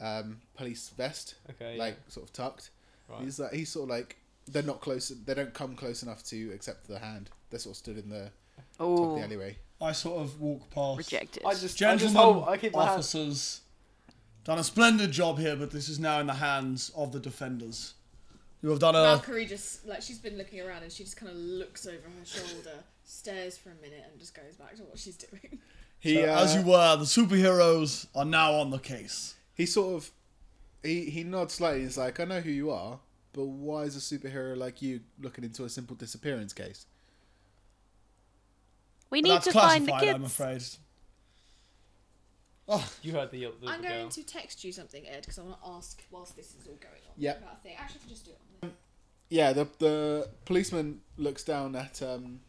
Speaker 1: um, police vest,
Speaker 5: okay.
Speaker 1: like sort of tucked.
Speaker 5: Right.
Speaker 1: He's like he's sort of like they're not close. They don't come close enough to accept the hand. They're sort of stood in the top of
Speaker 4: Oh,
Speaker 1: the alleyway.
Speaker 3: I sort of walk past.
Speaker 4: rejected.
Speaker 5: I just, I just
Speaker 3: Gentlemen,
Speaker 5: hold. I keep my hand.
Speaker 3: officers, done a splendid job here, but this is now in the hands of the defenders. You have done a.
Speaker 6: Valkyrie just like she's been looking around and she just kind of looks over her shoulder, stares for a minute, and just goes back to what she's doing.
Speaker 1: He
Speaker 3: so as
Speaker 1: uh,
Speaker 3: you were, the superheroes are now on the case.
Speaker 1: he sort of he he nods slightly. He's like, I know who you are, but why is a superhero like you looking into a simple disappearance case?
Speaker 4: we
Speaker 3: But
Speaker 4: need
Speaker 3: that's
Speaker 4: to find
Speaker 3: classified,
Speaker 4: the kids.
Speaker 3: I'm afraid.
Speaker 5: You heard the, the, the
Speaker 6: I'm going
Speaker 5: girl.
Speaker 6: to text you something, Ed, because I want to ask whilst this is all going on
Speaker 1: Yep.
Speaker 6: about a thing. Actually, I can just do it on the
Speaker 1: Yeah, the the policeman looks down at um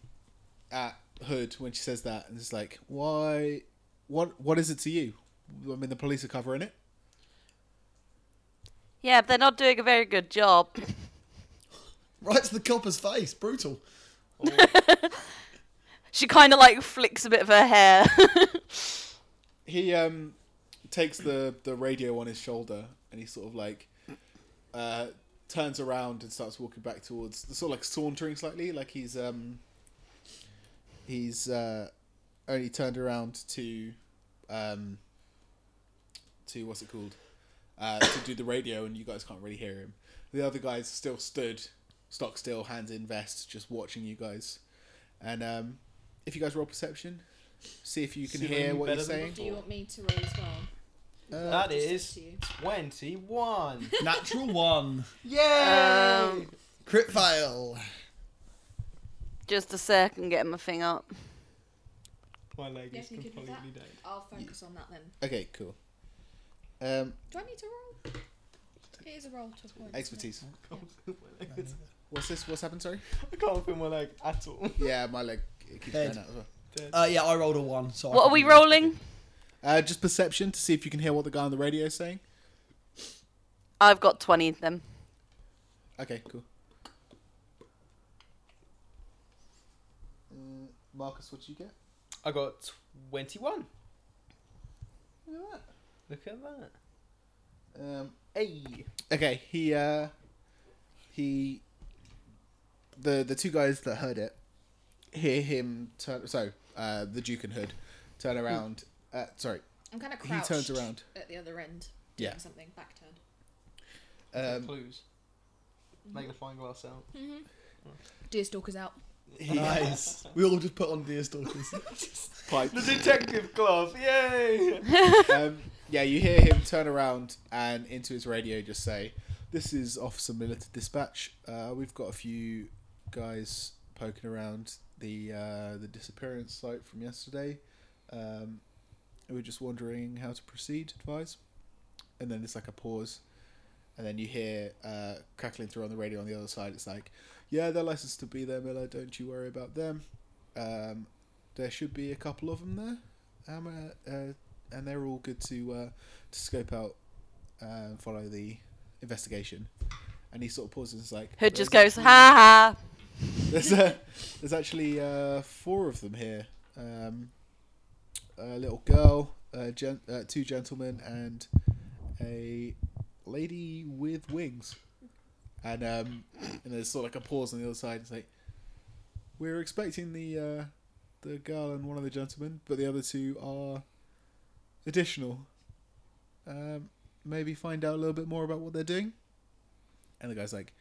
Speaker 1: at Hood when she says that, and is like, why? What what is it to you? I mean, the police are covering it.
Speaker 4: Yeah, but they're not doing a very good job.
Speaker 3: Right to the copper's face. Brutal.
Speaker 4: She kind of like flicks a bit of her hair.
Speaker 1: he um takes the the radio on his shoulder and he sort of like uh turns around and starts walking back towards sort of like sauntering slightly like he's um he's uh only turned around to um to what's it called uh to do the radio and you guys can't really hear him the other guys still stood stock still hands in vest just watching you guys and um if you guys roll perception see if you can
Speaker 5: See if I
Speaker 1: hear
Speaker 5: can
Speaker 1: what you're
Speaker 5: better than
Speaker 1: saying
Speaker 6: Do you want me to roll as well?
Speaker 5: that
Speaker 6: Just
Speaker 5: is
Speaker 6: to you.
Speaker 5: twenty-one.
Speaker 3: Natural one.
Speaker 5: Yeah.
Speaker 4: Um,
Speaker 3: Crit fail.
Speaker 4: just a sec and getting my thing up.
Speaker 5: my leg
Speaker 6: Yeah,
Speaker 5: is
Speaker 6: you could do
Speaker 5: completely
Speaker 6: that.
Speaker 5: dead.
Speaker 6: I'll focus on that then.
Speaker 1: Okay, cool. Um,
Speaker 6: Do I need to roll?
Speaker 2: It is a roll to a point.
Speaker 1: expertise.
Speaker 5: I can't feel my leg.
Speaker 1: What's this? What's happened? Sorry.
Speaker 5: I can't feel my leg at all.
Speaker 1: Yeah, my leg it keeps
Speaker 3: Dead.
Speaker 1: going out as well.
Speaker 5: Dead.
Speaker 3: Uh, yeah, I rolled a one. So I
Speaker 4: What are
Speaker 3: can
Speaker 4: we
Speaker 3: do it.
Speaker 4: rolling?
Speaker 1: Uh, just perception to see if you can hear what the guy on the radio is saying.
Speaker 4: I've got 20 of them.
Speaker 1: Okay, cool. Mm, Marcus, what did you get?
Speaker 5: I got twenty-one.
Speaker 1: Look at
Speaker 5: Look at that.
Speaker 1: that. Um, hey. Okay, he uh, he. The the two guys that heard it hear him turn. So uh, the Duke and Hood turn around. Uh, sorry,
Speaker 6: I'm kind of
Speaker 1: he
Speaker 6: crouched.
Speaker 1: turns around.
Speaker 6: at the other end.
Speaker 1: Yeah.
Speaker 6: doing Something back turn.
Speaker 3: Um,
Speaker 5: Clues. Make the fine glass out.
Speaker 2: Deerstalker's out.
Speaker 3: Nice. We all just put on deer stalkers.
Speaker 1: Quite.
Speaker 5: The detective glove, yay!
Speaker 1: um, yeah, you hear him turn around and into his radio just say, "This is Officer Miller to dispatch. Uh, we've got a few guys poking around the uh, the disappearance site from yesterday. Um, and we're just wondering how to proceed. Advise." And then there's like a pause, and then you hear uh, crackling through on the radio on the other side. It's like, "Yeah, they're licensed to be there, Miller. Don't you worry about them. Um, there should be a couple of them there." Um, uh, uh, and they're all good to uh, to scope out uh, and follow the investigation. And he sort of pauses and is like,
Speaker 4: Hood just
Speaker 1: "There's
Speaker 4: goes, ha ha.
Speaker 1: there's, a, there's actually uh, four of them here. Um, a little girl, a gen- uh, two gentlemen, and a lady with wings. And um, and there's sort of like a pause on the other side. It's like we we're expecting the uh, the girl and one of the gentlemen, but the other two are additional. Um, maybe find out a little bit more about what they're doing. And the guy's like,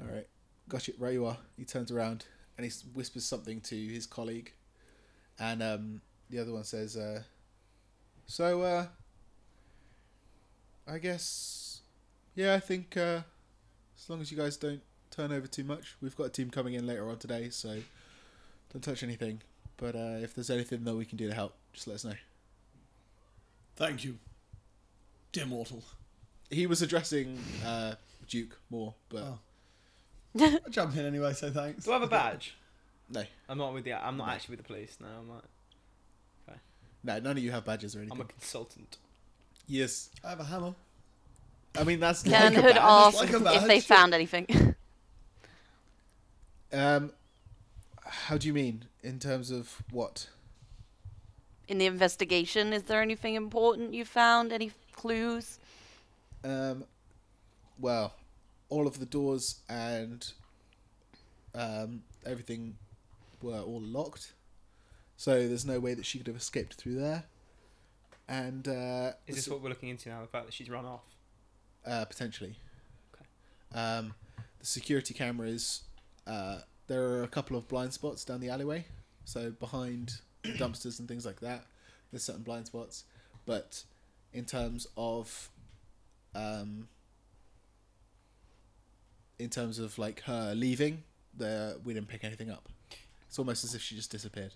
Speaker 1: "All right." got it, right you are. He turns around and he s- whispers something to his colleague. And um, the other one says, uh, So, uh, I guess, yeah, I think uh, as long as you guys don't turn over too much, we've got a team coming in later on today, so don't touch anything. But uh, if there's anything that we can do to help, just let us know.
Speaker 3: Thank you, dear mortal.
Speaker 1: He was addressing uh, Duke more, but
Speaker 3: Oh. I jump in anyway, so thanks.
Speaker 5: Do I have a badge?
Speaker 1: no,
Speaker 5: I'm not with the. I'm not actually with the police. No, I'm not.
Speaker 1: no, none of you have badges or anything.
Speaker 5: I'm a consultant.
Speaker 1: yes,
Speaker 3: I have a hammer.
Speaker 1: I mean that's
Speaker 4: Can
Speaker 1: like a
Speaker 4: Hood
Speaker 1: badge.
Speaker 4: ask
Speaker 3: like a
Speaker 4: if they
Speaker 3: badge.
Speaker 4: found anything?
Speaker 1: Um, how do you mean in terms of what?
Speaker 4: In the investigation, is there anything important you found? Any clues?
Speaker 1: Um, well, all of the doors and um, everything were all locked, so there's no way that she could have escaped through there. And uh,
Speaker 5: Is this
Speaker 1: so-
Speaker 5: what we're looking into now? The fact that she's run off.
Speaker 1: Uh, potentially.
Speaker 5: Okay.
Speaker 1: Um, the security cameras. Uh, there are a couple of blind spots down the alleyway, so behind dumpsters and things like that. There's certain blind spots, but in terms of, um, in terms of like her leaving, there we didn't pick anything up. It's almost as if she just disappeared.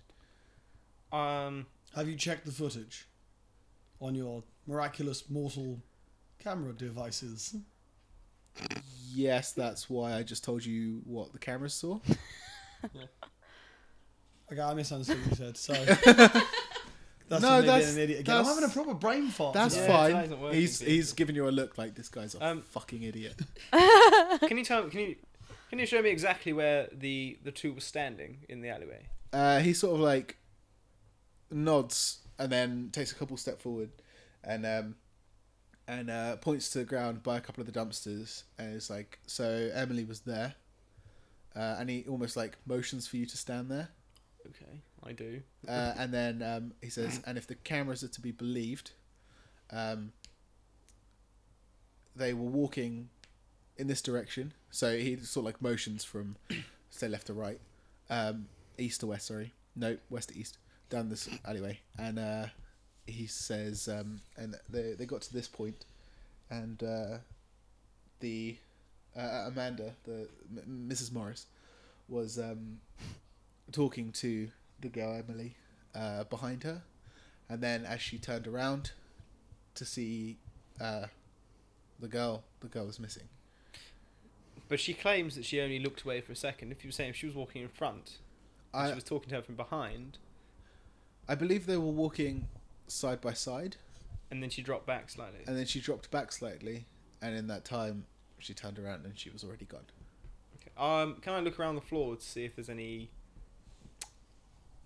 Speaker 5: Um,
Speaker 3: Have you checked the footage on your miraculous mortal camera devices?
Speaker 1: Yes, that's why I just told you what the cameras saw.
Speaker 3: Okay, I misunderstood what you said. Sorry. That's
Speaker 1: No,
Speaker 3: no, that's,
Speaker 1: that's-
Speaker 3: an idiot again. I'm
Speaker 1: that's-
Speaker 3: having a proper brain fart.
Speaker 1: That's
Speaker 3: today.
Speaker 5: Yeah, that isn't
Speaker 1: fine.
Speaker 5: working
Speaker 1: He's
Speaker 5: for you.
Speaker 1: he's giving you a look like this guy's a
Speaker 5: Um,
Speaker 1: fucking idiot.
Speaker 5: can you tell? Can you? Can you show me exactly where the the two were standing in the alleyway?
Speaker 1: Uh, he sort of like nods and then takes a couple step forward, and um, and uh, points to the ground by a couple of the dumpsters, and it's like, so Emily was there, uh, and he almost like motions for you to stand there,
Speaker 5: Okay, I do.
Speaker 1: uh, and then um, he says, and if the cameras are to be believed, um, they were walking in this direction. So he sort of like motions from, say, left to right, um, east to west. Sorry, no, west to east, down this alleyway. And uh, he says, um, and they they got to this point, and uh, the uh, Amanda, the M- Mrs. Morris, was um, talking to the girl Emily uh, behind her, and then as she turned around to see uh, the girl, the girl was missing.
Speaker 5: But she claims that she only looked away for a second. If you were saying if she was walking in front, and she
Speaker 1: I
Speaker 5: was talking to her from behind,
Speaker 1: I believe they were walking side by side,
Speaker 5: and then she dropped back slightly.
Speaker 1: and then she dropped back slightly, and in that time she turned around and she was already gone.
Speaker 5: Okay. Um, can I look around the floor to see if there's any?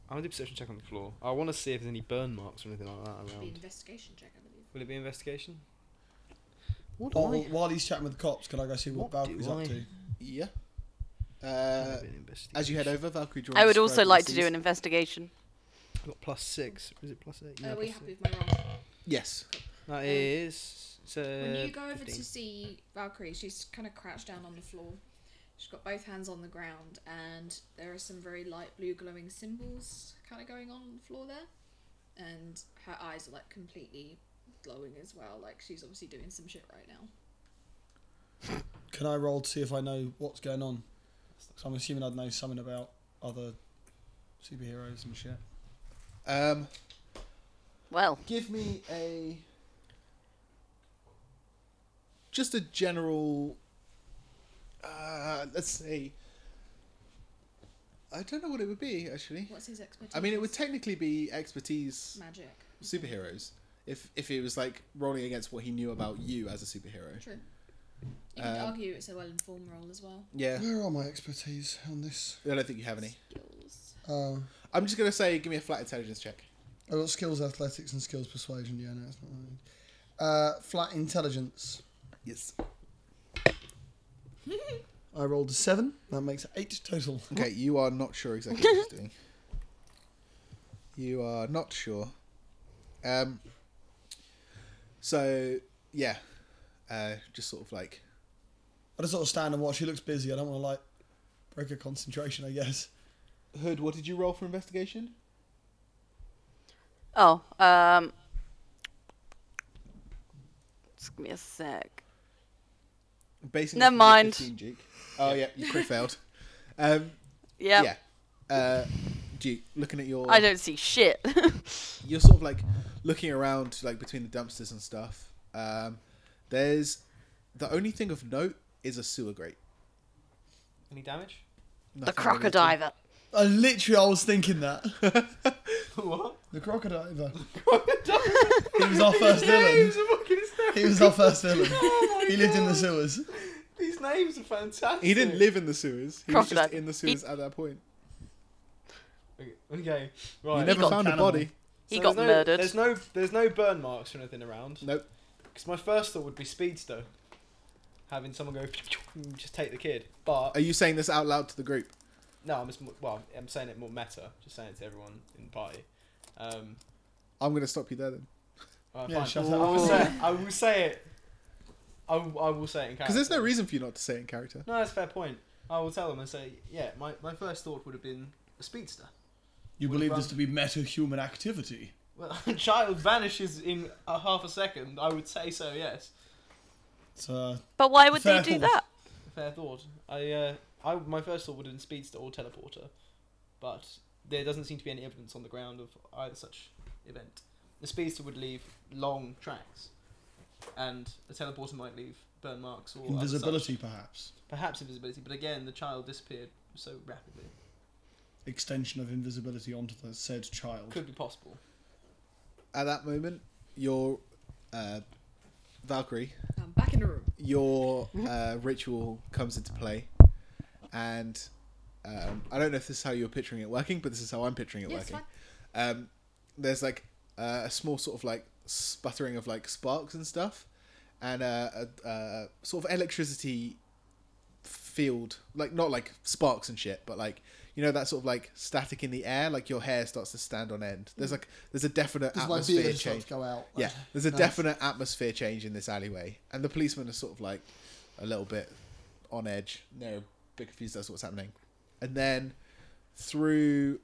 Speaker 5: I want to do a perception check on the floor. I want to see if there's any burn marks or anything like that
Speaker 6: Should be
Speaker 5: around.
Speaker 6: investigation check, I believe.
Speaker 5: Will it be investigation?
Speaker 3: What while, while he's chatting with the cops, can I go see what,
Speaker 5: What do
Speaker 3: Valkyrie's up
Speaker 5: I-
Speaker 3: to?
Speaker 1: Yeah.
Speaker 5: Might
Speaker 1: Uh,
Speaker 5: be an investigation.
Speaker 1: as you head over, Valkyrie draws.
Speaker 4: I would also like to do an investigation.
Speaker 5: I've got plus six. Is it plus eight?
Speaker 2: Uh,
Speaker 6: Are
Speaker 5: Yeah,
Speaker 6: we
Speaker 5: plus
Speaker 6: happy
Speaker 5: six.
Speaker 6: with my roll?
Speaker 1: Yes.
Speaker 5: That is So
Speaker 2: um, When
Speaker 1: Uh,
Speaker 2: you go over
Speaker 5: 15.
Speaker 2: to see Valkyrie, she's kind of crouched down on the floor. She's got both hands on the ground, and there are some very light blue glowing symbols kind of going on on the floor there. And her eyes are like completely glowing as well. Like she's obviously doing some shit right now.
Speaker 3: Can I roll to see if I know what's going on? So I'm assuming I'd know something about other superheroes and shit.
Speaker 1: Um,
Speaker 4: Well,
Speaker 1: give me a just a general. Uh, let's see. I don't know what it would be actually.
Speaker 2: What's his expertise?
Speaker 1: I mean, it would technically be expertise
Speaker 2: magic.
Speaker 1: superheroes if if it was like rolling against what he knew about you as a superhero.
Speaker 2: True. You could
Speaker 1: Um,
Speaker 2: argue it's a well informed role as well.
Speaker 1: Yeah,
Speaker 3: Where are my expertise on this?
Speaker 1: I don't think you have any.
Speaker 2: Skills.
Speaker 3: Oh,
Speaker 1: I'm just gonna say, give me a flat intelligence check.
Speaker 3: I got skills athletics and skills persuasion. Yeah, no, it's not what I need. Uh, flat intelligence.
Speaker 1: Yes.
Speaker 3: I rolled a seven. That makes eight total.
Speaker 1: Okay, you are not sure exactly what he's doing. You are not sure. Um. So yeah, uh, just sort of like
Speaker 3: I just sort of stand and watch. He looks busy. I don't want to like break her concentration. I guess.
Speaker 1: Hood. What did you roll for investigation?
Speaker 4: oh, um, just give me a sec.
Speaker 1: Basically,
Speaker 4: Never mind.
Speaker 1: Oh yeah, you crit failed. Um.
Speaker 4: Yep.
Speaker 1: Yeah. Uh, Duke, looking at your,
Speaker 4: I don't see shit.
Speaker 1: you're sort of like looking around, like between the dumpsters and stuff. Um, there's the only thing of note is a sewer grate.
Speaker 5: Any damage?
Speaker 4: the
Speaker 1: Nothing really at all.
Speaker 4: crocodile.
Speaker 3: I literally, I was thinking that
Speaker 5: what?
Speaker 3: the crocodile. He
Speaker 5: Crocodile?
Speaker 3: was our first villain.
Speaker 5: Names are fucking
Speaker 3: He
Speaker 5: hysterical.
Speaker 3: was our first villain.
Speaker 5: Oh my
Speaker 3: He lived in the
Speaker 5: God.
Speaker 3: sewers.
Speaker 5: These names are fantastic.
Speaker 1: He didn't live in the sewers. He was just
Speaker 4: Crocodile.
Speaker 1: in the
Speaker 4: He-
Speaker 1: sewers at that point.
Speaker 5: Okay, okay,
Speaker 1: You
Speaker 5: right.
Speaker 1: never
Speaker 4: got
Speaker 1: found
Speaker 3: cannibal.
Speaker 1: a body.
Speaker 4: He
Speaker 5: So
Speaker 4: got
Speaker 5: there's no-
Speaker 4: murdered.
Speaker 5: There's no, there's no burn marks or anything around.
Speaker 1: Nope.
Speaker 5: Because my first thought would be speedster, having someone go and just take the kid. But
Speaker 1: Are you saying this out loud to the group?
Speaker 5: no, I'm just mo- well, I'm saying it more meta, just saying it to everyone in the party. Um,
Speaker 1: I'm going to stop you there then.
Speaker 5: uh,
Speaker 3: Yeah,
Speaker 5: fine.
Speaker 3: shut
Speaker 5: I will
Speaker 3: up.
Speaker 5: say, I will say it. I, w- I will say it in character.
Speaker 1: Because there's no
Speaker 4: Uh,
Speaker 1: reason for you not to say it in character.
Speaker 5: No, that's a fair point. I will tell them and say, yeah, my, my first thought would have been a speedster.
Speaker 3: You
Speaker 5: What
Speaker 3: believe
Speaker 5: about-
Speaker 3: this to be meta-human activity?
Speaker 5: Well, a child vanishes in a half a second. I would say so. Yes,
Speaker 3: So
Speaker 4: But why would they
Speaker 3: Fair
Speaker 4: do
Speaker 3: thought.
Speaker 4: that?
Speaker 5: fair thought. I, uh, I my first thought would have been speedster or teleporter, but there doesn't seem to be any evidence on the ground of either such event. The speedster would leave long tracks, and a teleporter might leave burn marks or other such-
Speaker 3: invisibility, perhaps
Speaker 5: perhaps invisibility. But again, the child disappeared so rapidly.
Speaker 3: extension of invisibility onto the said child.
Speaker 5: Could be possible.
Speaker 1: At that moment, your uh, Valkyrie,
Speaker 2: I'm Um, back in the room.
Speaker 1: your uh, ritual comes into play. And um, I don't know if this is how you're picturing it working, but this is how I'm picturing it
Speaker 2: Yeah, it's
Speaker 1: working. Um, there's like uh, a small sort of like sputtering of like sparks and stuff, and uh, a, a sort of electricity field, like not like sparks and shit, but like you know that sort of like static in the air, like your hair starts to stand on end. There's like there's a definite atmosphere change.
Speaker 3: go out.
Speaker 1: Yeah, there's a
Speaker 3: Nice.
Speaker 1: definite atmosphere change in this alleyway, and the policemen are sort of like a little bit on edge. They're a bit confused as to what's happening, and then through,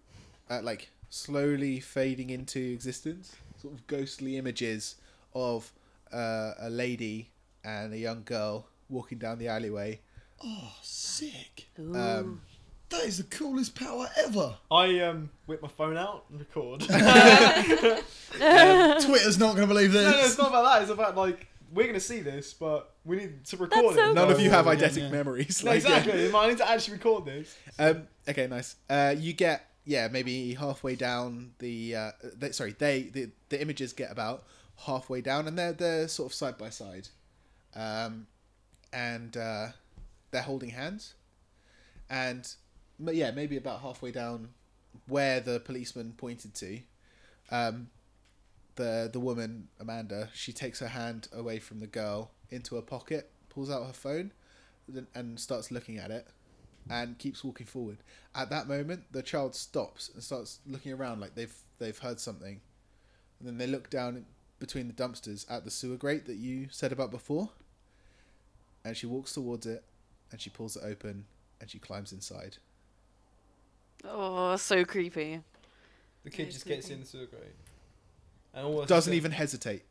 Speaker 1: uh, like slowly fading into existence, sort of ghostly images of uh, a lady and a young girl walking down the alleyway.
Speaker 3: Oh, sick!
Speaker 1: Um,
Speaker 3: That is the coolest power ever.
Speaker 5: I um whip my phone out and record.
Speaker 3: Twitter's not going to believe this.
Speaker 5: No, no, it's not about that. It's about like we're gonna see this, but we need to record
Speaker 4: That's
Speaker 5: it.
Speaker 4: so
Speaker 1: none of you have
Speaker 3: yeah,
Speaker 1: eidetic
Speaker 3: yeah.
Speaker 1: memories.
Speaker 5: No,
Speaker 1: like, Oh. yeah.
Speaker 5: exactly. I need to actually record this.
Speaker 1: Um, okay, nice. Uh, you get yeah, maybe halfway down the. Uh, they, sorry, they the, the images get about halfway down, and they're they're sort of side by side, um, and uh, they're holding hands, and m- yeah, maybe about halfway down where the policeman pointed to, um, the the woman Amanda she takes her hand away from the girl into her pocket, pulls out her phone, then- and starts looking at it and keeps walking forward. At that moment, the child stops and starts looking around like they've they've heard something, and then they look down between the dumpsters at the sewer grate that you said about before. And she walks towards it and she pulls it open and she climbs inside.
Speaker 4: Oh, so creepy.
Speaker 5: The kid
Speaker 2: Yeah,
Speaker 5: just gets
Speaker 2: creepy.
Speaker 5: in the sewer grate. And all while this is
Speaker 1: Doesn't
Speaker 5: go-
Speaker 1: even hesitate.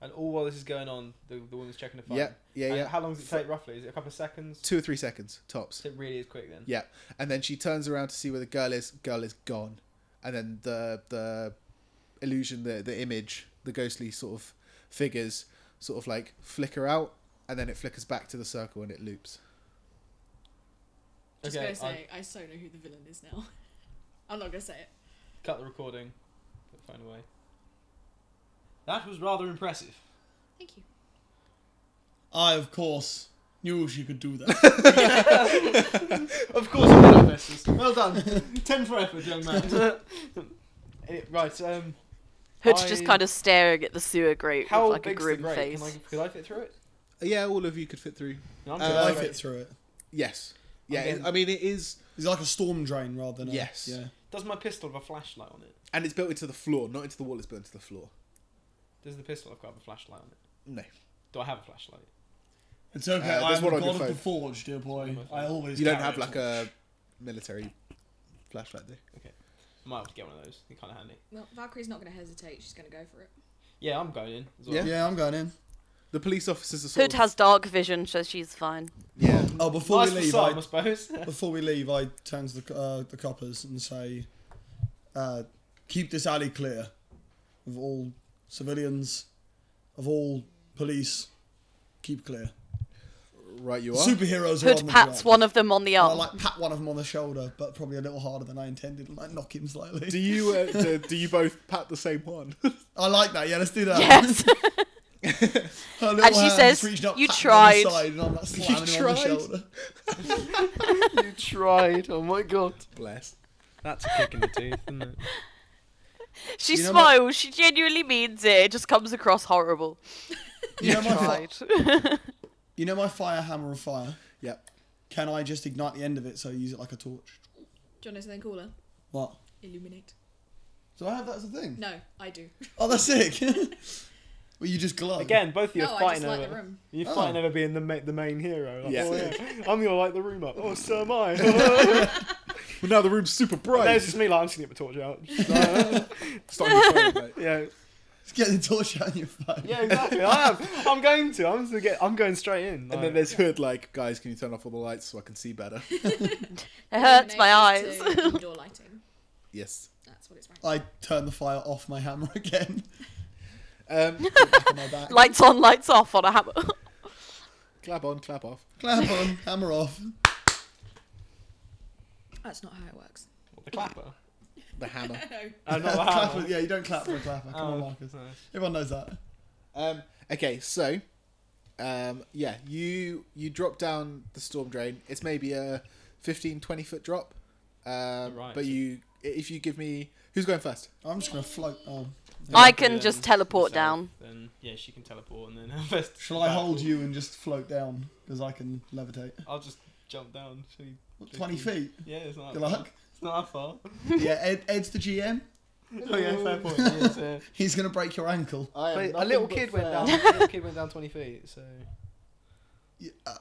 Speaker 5: And all while this is going on, the, the woman's checking the phone.
Speaker 1: Yeah, yeah,
Speaker 5: And
Speaker 1: yeah.
Speaker 5: How long does it take roughly? Is it a couple of seconds?
Speaker 1: Two or three seconds, tops.
Speaker 5: So it really is quick then.
Speaker 1: Yeah, and then she turns around to see where the girl is. Girl is gone, and then the the illusion, the the image, the ghostly sort of figures, sort of like flicker out, and then it flickers back to the circle and it loops.
Speaker 2: Just
Speaker 5: Okay,
Speaker 2: gonna say, I... so know who the villain is now. I'm not gonna say it.
Speaker 5: Cut the recording. Put the phone away. That was rather impressive.
Speaker 2: Thank you.
Speaker 3: I, of course, knew she could do that.
Speaker 5: Of course, you did, Festus. Well done. Ten for effort, young man. Eh, right. Um,
Speaker 4: Hood's just
Speaker 5: I-
Speaker 4: kind of staring at the sewer grate
Speaker 5: how
Speaker 4: with like a
Speaker 5: big's
Speaker 4: grim
Speaker 5: the grate?
Speaker 4: face.
Speaker 5: Can I, could I fit through it?
Speaker 1: Yeah, all of you could fit through.
Speaker 5: No, I'm
Speaker 1: Uh,
Speaker 5: good.
Speaker 3: I
Speaker 5: Right.
Speaker 3: fit through it.
Speaker 1: Yes. Yeah,
Speaker 5: Okay.
Speaker 1: it- I mean it is,
Speaker 3: It's like a storm drain rather than a,
Speaker 1: Yes.
Speaker 3: Yeah.
Speaker 5: Does my pistol have a flashlight on it?
Speaker 1: and it's built into the floor, not into the wall. It's built into the floor.
Speaker 5: Does the pistol have a flashlight on it?
Speaker 1: No,
Speaker 5: Do I have a flashlight?
Speaker 3: It's okay.
Speaker 1: Uh,
Speaker 3: I
Speaker 1: there's
Speaker 3: am
Speaker 1: one
Speaker 3: the
Speaker 1: on your
Speaker 3: god of the
Speaker 1: phone.
Speaker 3: forge, dear boy.
Speaker 5: One on my
Speaker 3: I always.
Speaker 1: you don't
Speaker 3: carry
Speaker 1: have
Speaker 3: a
Speaker 1: like
Speaker 3: torch.
Speaker 1: a military flashlight, do? you?
Speaker 5: I might have to get one of those. They're kind of handy.
Speaker 2: Well, Valkyrie's not gonna hesitate. She's gonna go for it.
Speaker 5: Yeah, I'm going in. As well.
Speaker 1: Yeah.
Speaker 3: Yeah, I'm going in.
Speaker 1: The police officers are sort
Speaker 4: Hood
Speaker 1: of,
Speaker 4: has dark vision, so she's fine.
Speaker 1: yeah.
Speaker 3: Oh, before
Speaker 5: Mm. nice
Speaker 3: we leave,
Speaker 5: facade,
Speaker 3: I
Speaker 5: I suppose.
Speaker 3: Before we leave, I turn to the, uh, the coppers and say, uh, keep this alley clear of all civilians, of all police. Keep clear.
Speaker 1: Right, you are.
Speaker 3: Superheroes are on
Speaker 4: Hood
Speaker 3: the
Speaker 4: pats
Speaker 3: job.
Speaker 4: one of them on the
Speaker 3: And I
Speaker 4: arm.
Speaker 3: like pat one of them on the shoulder, but probably a little harder than I intended, and like knock him slightly.
Speaker 1: Do you uh, do, do you both pat the same one?
Speaker 3: I like that. Yeah, let's do that.
Speaker 4: Yes.
Speaker 3: Her little
Speaker 4: And she
Speaker 3: hand
Speaker 4: says,
Speaker 3: reaching up,
Speaker 4: "You
Speaker 3: patting him on the
Speaker 4: tried."
Speaker 3: side, and I'm like slamming him on the
Speaker 1: tried.
Speaker 3: shoulder.
Speaker 5: you tried. Oh my god.
Speaker 1: Bless.
Speaker 5: That's a kick in the teeth, isn't it?
Speaker 4: she
Speaker 3: You know what-
Speaker 4: smiles. She genuinely means it. It just comes across horrible.
Speaker 3: You know, my fi-
Speaker 4: Tried.
Speaker 3: you know my fire hammer of fire?
Speaker 1: Yep.
Speaker 3: Can I just ignite the end of it so I use it like a torch?
Speaker 2: Do you know something cooler?
Speaker 3: What?
Speaker 2: Illuminate.
Speaker 3: Do I have that as a thing?
Speaker 2: No, I do.
Speaker 3: Oh, that's sick. well, you just glow.
Speaker 5: Again, both of you
Speaker 2: no, I
Speaker 5: are
Speaker 2: just
Speaker 5: fighting
Speaker 2: light
Speaker 5: over.
Speaker 2: the room.
Speaker 5: You're
Speaker 3: Oh.
Speaker 5: fighting over being the, ma- the main hero. Like,
Speaker 1: Yeah.
Speaker 5: Oh, yeah. I'm gonna light the room up. Oh, so am I.
Speaker 1: Well, now the room's super bright.
Speaker 5: There's just me like I'm just gonna get my torch out.
Speaker 1: Stop your phone, mate.
Speaker 5: yeah,
Speaker 3: Just get the torch out of your phone.
Speaker 5: yeah, exactly. I am. I'm going to. I'm gonna get. I'm going straight in.
Speaker 1: And then
Speaker 5: like-
Speaker 1: there's Hood like, guys, can you turn off all the lights so I can see better?
Speaker 4: it hurts my eyes.
Speaker 2: Illuminate to indoor lighting.
Speaker 1: yes.
Speaker 2: That's what it's right.
Speaker 3: I turn the fire off my hammer again.
Speaker 1: Um,
Speaker 3: Back on my back.
Speaker 4: lights on, lights off on a hammer.
Speaker 1: clap on, clap off.
Speaker 3: Clap on, hammer off.
Speaker 2: That's not how it works.
Speaker 5: What, the clapper.
Speaker 1: The hammer.
Speaker 2: no.
Speaker 5: I'm Uh, not the
Speaker 3: Clap
Speaker 5: hammer.
Speaker 3: with- yeah, you don't clap for a clapper. Come on,
Speaker 5: Oh,
Speaker 3: Marcus.
Speaker 5: nice.
Speaker 3: Everyone knows that.
Speaker 1: Um, okay, so um, yeah, you you drop down the storm drain. It's maybe a 15, 20 foot drop. Um,
Speaker 5: Right.
Speaker 1: But you, if you give me, who's going first?
Speaker 3: I'm just gonna float. Oh.
Speaker 4: I
Speaker 5: Yeah,
Speaker 4: can
Speaker 5: then
Speaker 4: just teleport
Speaker 5: myself,
Speaker 4: down.
Speaker 5: Then yeah, she can teleport, and then Festus-
Speaker 3: Shall I hold you and just float down? Because I can levitate.
Speaker 5: I'll just jump down. Shall you-
Speaker 3: What, 20 feet?
Speaker 5: Yeah, it's not.
Speaker 3: Good
Speaker 5: that
Speaker 3: luck.
Speaker 5: far. It's not that far.
Speaker 3: yeah, Ed, Ed's the GM.
Speaker 5: oh yeah, fair point. yes, yeah.
Speaker 3: He's gonna break your ankle.
Speaker 1: I
Speaker 5: But a little kid went down. A little kid went down 20 feet. So
Speaker 3: Yeah, uh,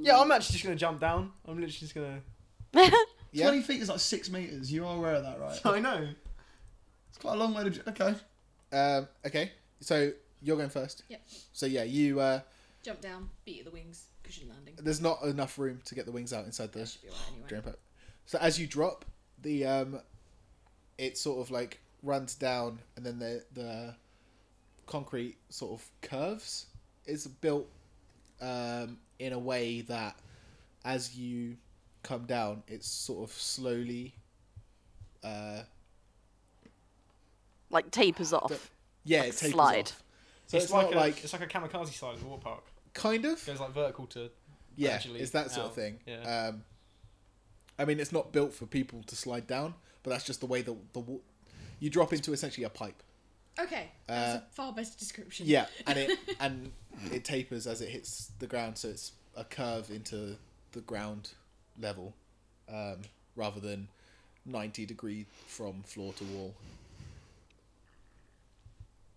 Speaker 5: yeah, I'm actually just gonna jump down. I'm literally just gonna.
Speaker 1: Yeah.
Speaker 3: 20 feet is like six meters. You are aware of that, right?
Speaker 5: I know.
Speaker 3: It's quite a long way to. j- Okay.
Speaker 1: Um, okay, so you're going first.
Speaker 2: Yep.
Speaker 1: So yeah, you. Uh,
Speaker 2: Jump down, beat at the wings, cushion landing.
Speaker 1: there's not enough room to get the wings out inside the
Speaker 2: That should be alright anyway.
Speaker 1: drain pipe. So as you drop, the um, it sort of like runs down, and then the the concrete sort of curves. It's built um, in a way that as you come down, it's sort of slowly. Uh,
Speaker 4: Like tapers
Speaker 1: Don't-
Speaker 4: off.
Speaker 1: yeah,
Speaker 4: Like
Speaker 1: it tapers
Speaker 4: slide.
Speaker 1: off. So it's,
Speaker 5: like
Speaker 1: not
Speaker 5: a,
Speaker 1: like
Speaker 5: it's like a kamikaze side of the water park.
Speaker 1: kind of
Speaker 5: It goes like vertical to
Speaker 1: yeah,
Speaker 5: gradually
Speaker 1: it's that sort of
Speaker 5: out.
Speaker 1: thing.
Speaker 5: Yeah.
Speaker 1: Um, I mean, it's not built for people to slide down, but that's just the way the the wa- you drop into essentially a pipe.
Speaker 2: Okay, that's a far better description.
Speaker 1: Yeah, and it and it tapers as it hits the ground, so it's a curve into the ground level, um, rather than ninety degree from floor to wall.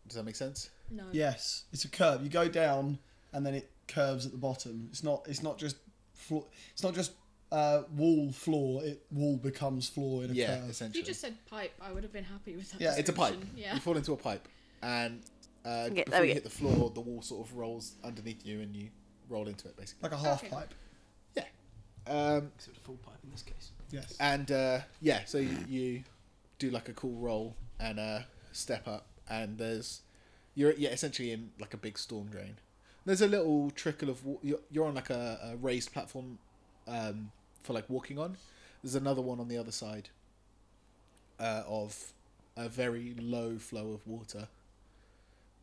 Speaker 1: Does that make sense?
Speaker 2: No.
Speaker 3: Yes, it's a curve. You go down, and then it curves at the bottom. It's not. It's not just. Floor, it's not just uh, wall floor. It wall becomes floor in a
Speaker 1: Yeah,
Speaker 3: curve.
Speaker 2: If
Speaker 1: essentially.
Speaker 2: you just said pipe, I would have been happy with that.
Speaker 3: Yeah,
Speaker 1: it's a pipe.
Speaker 2: description.
Speaker 1: You
Speaker 2: Yeah.
Speaker 1: fall into a pipe, and uh,
Speaker 4: Okay, there
Speaker 1: before
Speaker 4: we
Speaker 1: you
Speaker 4: go.
Speaker 1: hit the floor, the wall sort of rolls underneath you, and you roll into it basically.
Speaker 3: Like a half
Speaker 2: Okay.
Speaker 3: pipe.
Speaker 1: Um,
Speaker 5: Except a full pipe in this case.
Speaker 3: Yes.
Speaker 1: and uh, yeah, so you, you do like a cool roll and uh, step up, and there's you're yeah essentially in like a big storm drain. There's a little trickle of wa- you're, you're on like a, a raised platform um, for like walking on. There's another one on the other side uh, of a very low flow of water,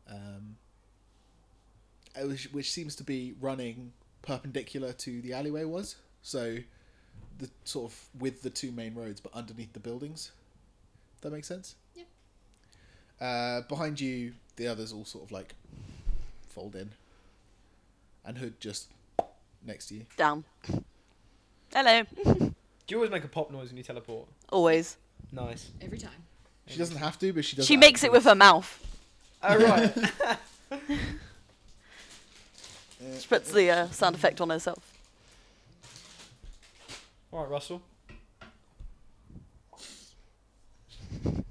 Speaker 1: um, uh, which, which seems to be running perpendicular to the alleyway was. So the sort of with the two main roads, but underneath the buildings. That makes sense.
Speaker 2: Yep.
Speaker 1: Uh, behind you, the others all sort of like fold in, and Hood just next to you.
Speaker 4: Down. Hello.
Speaker 5: Do you always make a pop noise when you teleport?
Speaker 4: Always.
Speaker 5: Nice.
Speaker 2: Every time.
Speaker 1: She doesn't have to, but she does.
Speaker 4: she makes it with her mouth.
Speaker 5: Oh right.
Speaker 4: She puts the uh, sound effect on herself.
Speaker 5: All right, Russell. You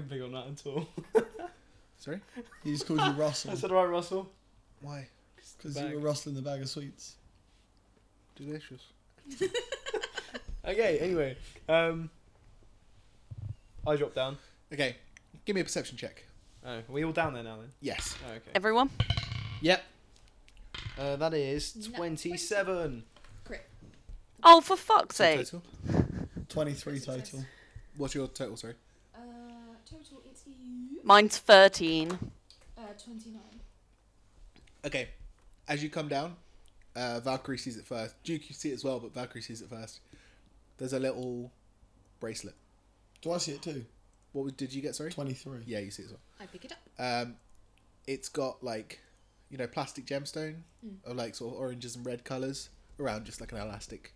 Speaker 5: didn't pick on that at all.
Speaker 1: Sorry.
Speaker 3: He just called you
Speaker 5: I
Speaker 3: Russell
Speaker 5: said, all right, Russell.
Speaker 1: Why?
Speaker 3: because
Speaker 5: Bag.
Speaker 3: you were rustling the bag of sweets.
Speaker 1: Delicious.
Speaker 5: Okay. Anyway, um, I dropped down.
Speaker 1: Okay, give me a perception check.
Speaker 5: Oh, are we all down there now then?
Speaker 1: Yes.
Speaker 5: Oh, okay.
Speaker 4: Everyone?
Speaker 5: Yep. Uh, that is
Speaker 2: No,
Speaker 5: 27.
Speaker 2: Crit.
Speaker 4: Oh, for fuck's
Speaker 1: So
Speaker 4: sake.
Speaker 1: total.
Speaker 3: Twenty-three
Speaker 2: What's it
Speaker 3: total.
Speaker 2: says?
Speaker 1: What's your total? Sorry.
Speaker 2: Uh, total it is
Speaker 4: Mine's 13.
Speaker 2: uh, 29.
Speaker 1: Okay, as you come down, uh, Valkyrie sees it first. Duke, you see it as well, but Valkyrie sees it first. There's a little bracelet.
Speaker 3: Do I see it too?
Speaker 1: What was- did you get? Sorry.
Speaker 3: Twenty-three.
Speaker 1: Yeah, you see it as well.
Speaker 2: I pick it up.
Speaker 1: Um, it's got like, you know, plastic gemstone of like sort of oranges and red colors around just like an elastic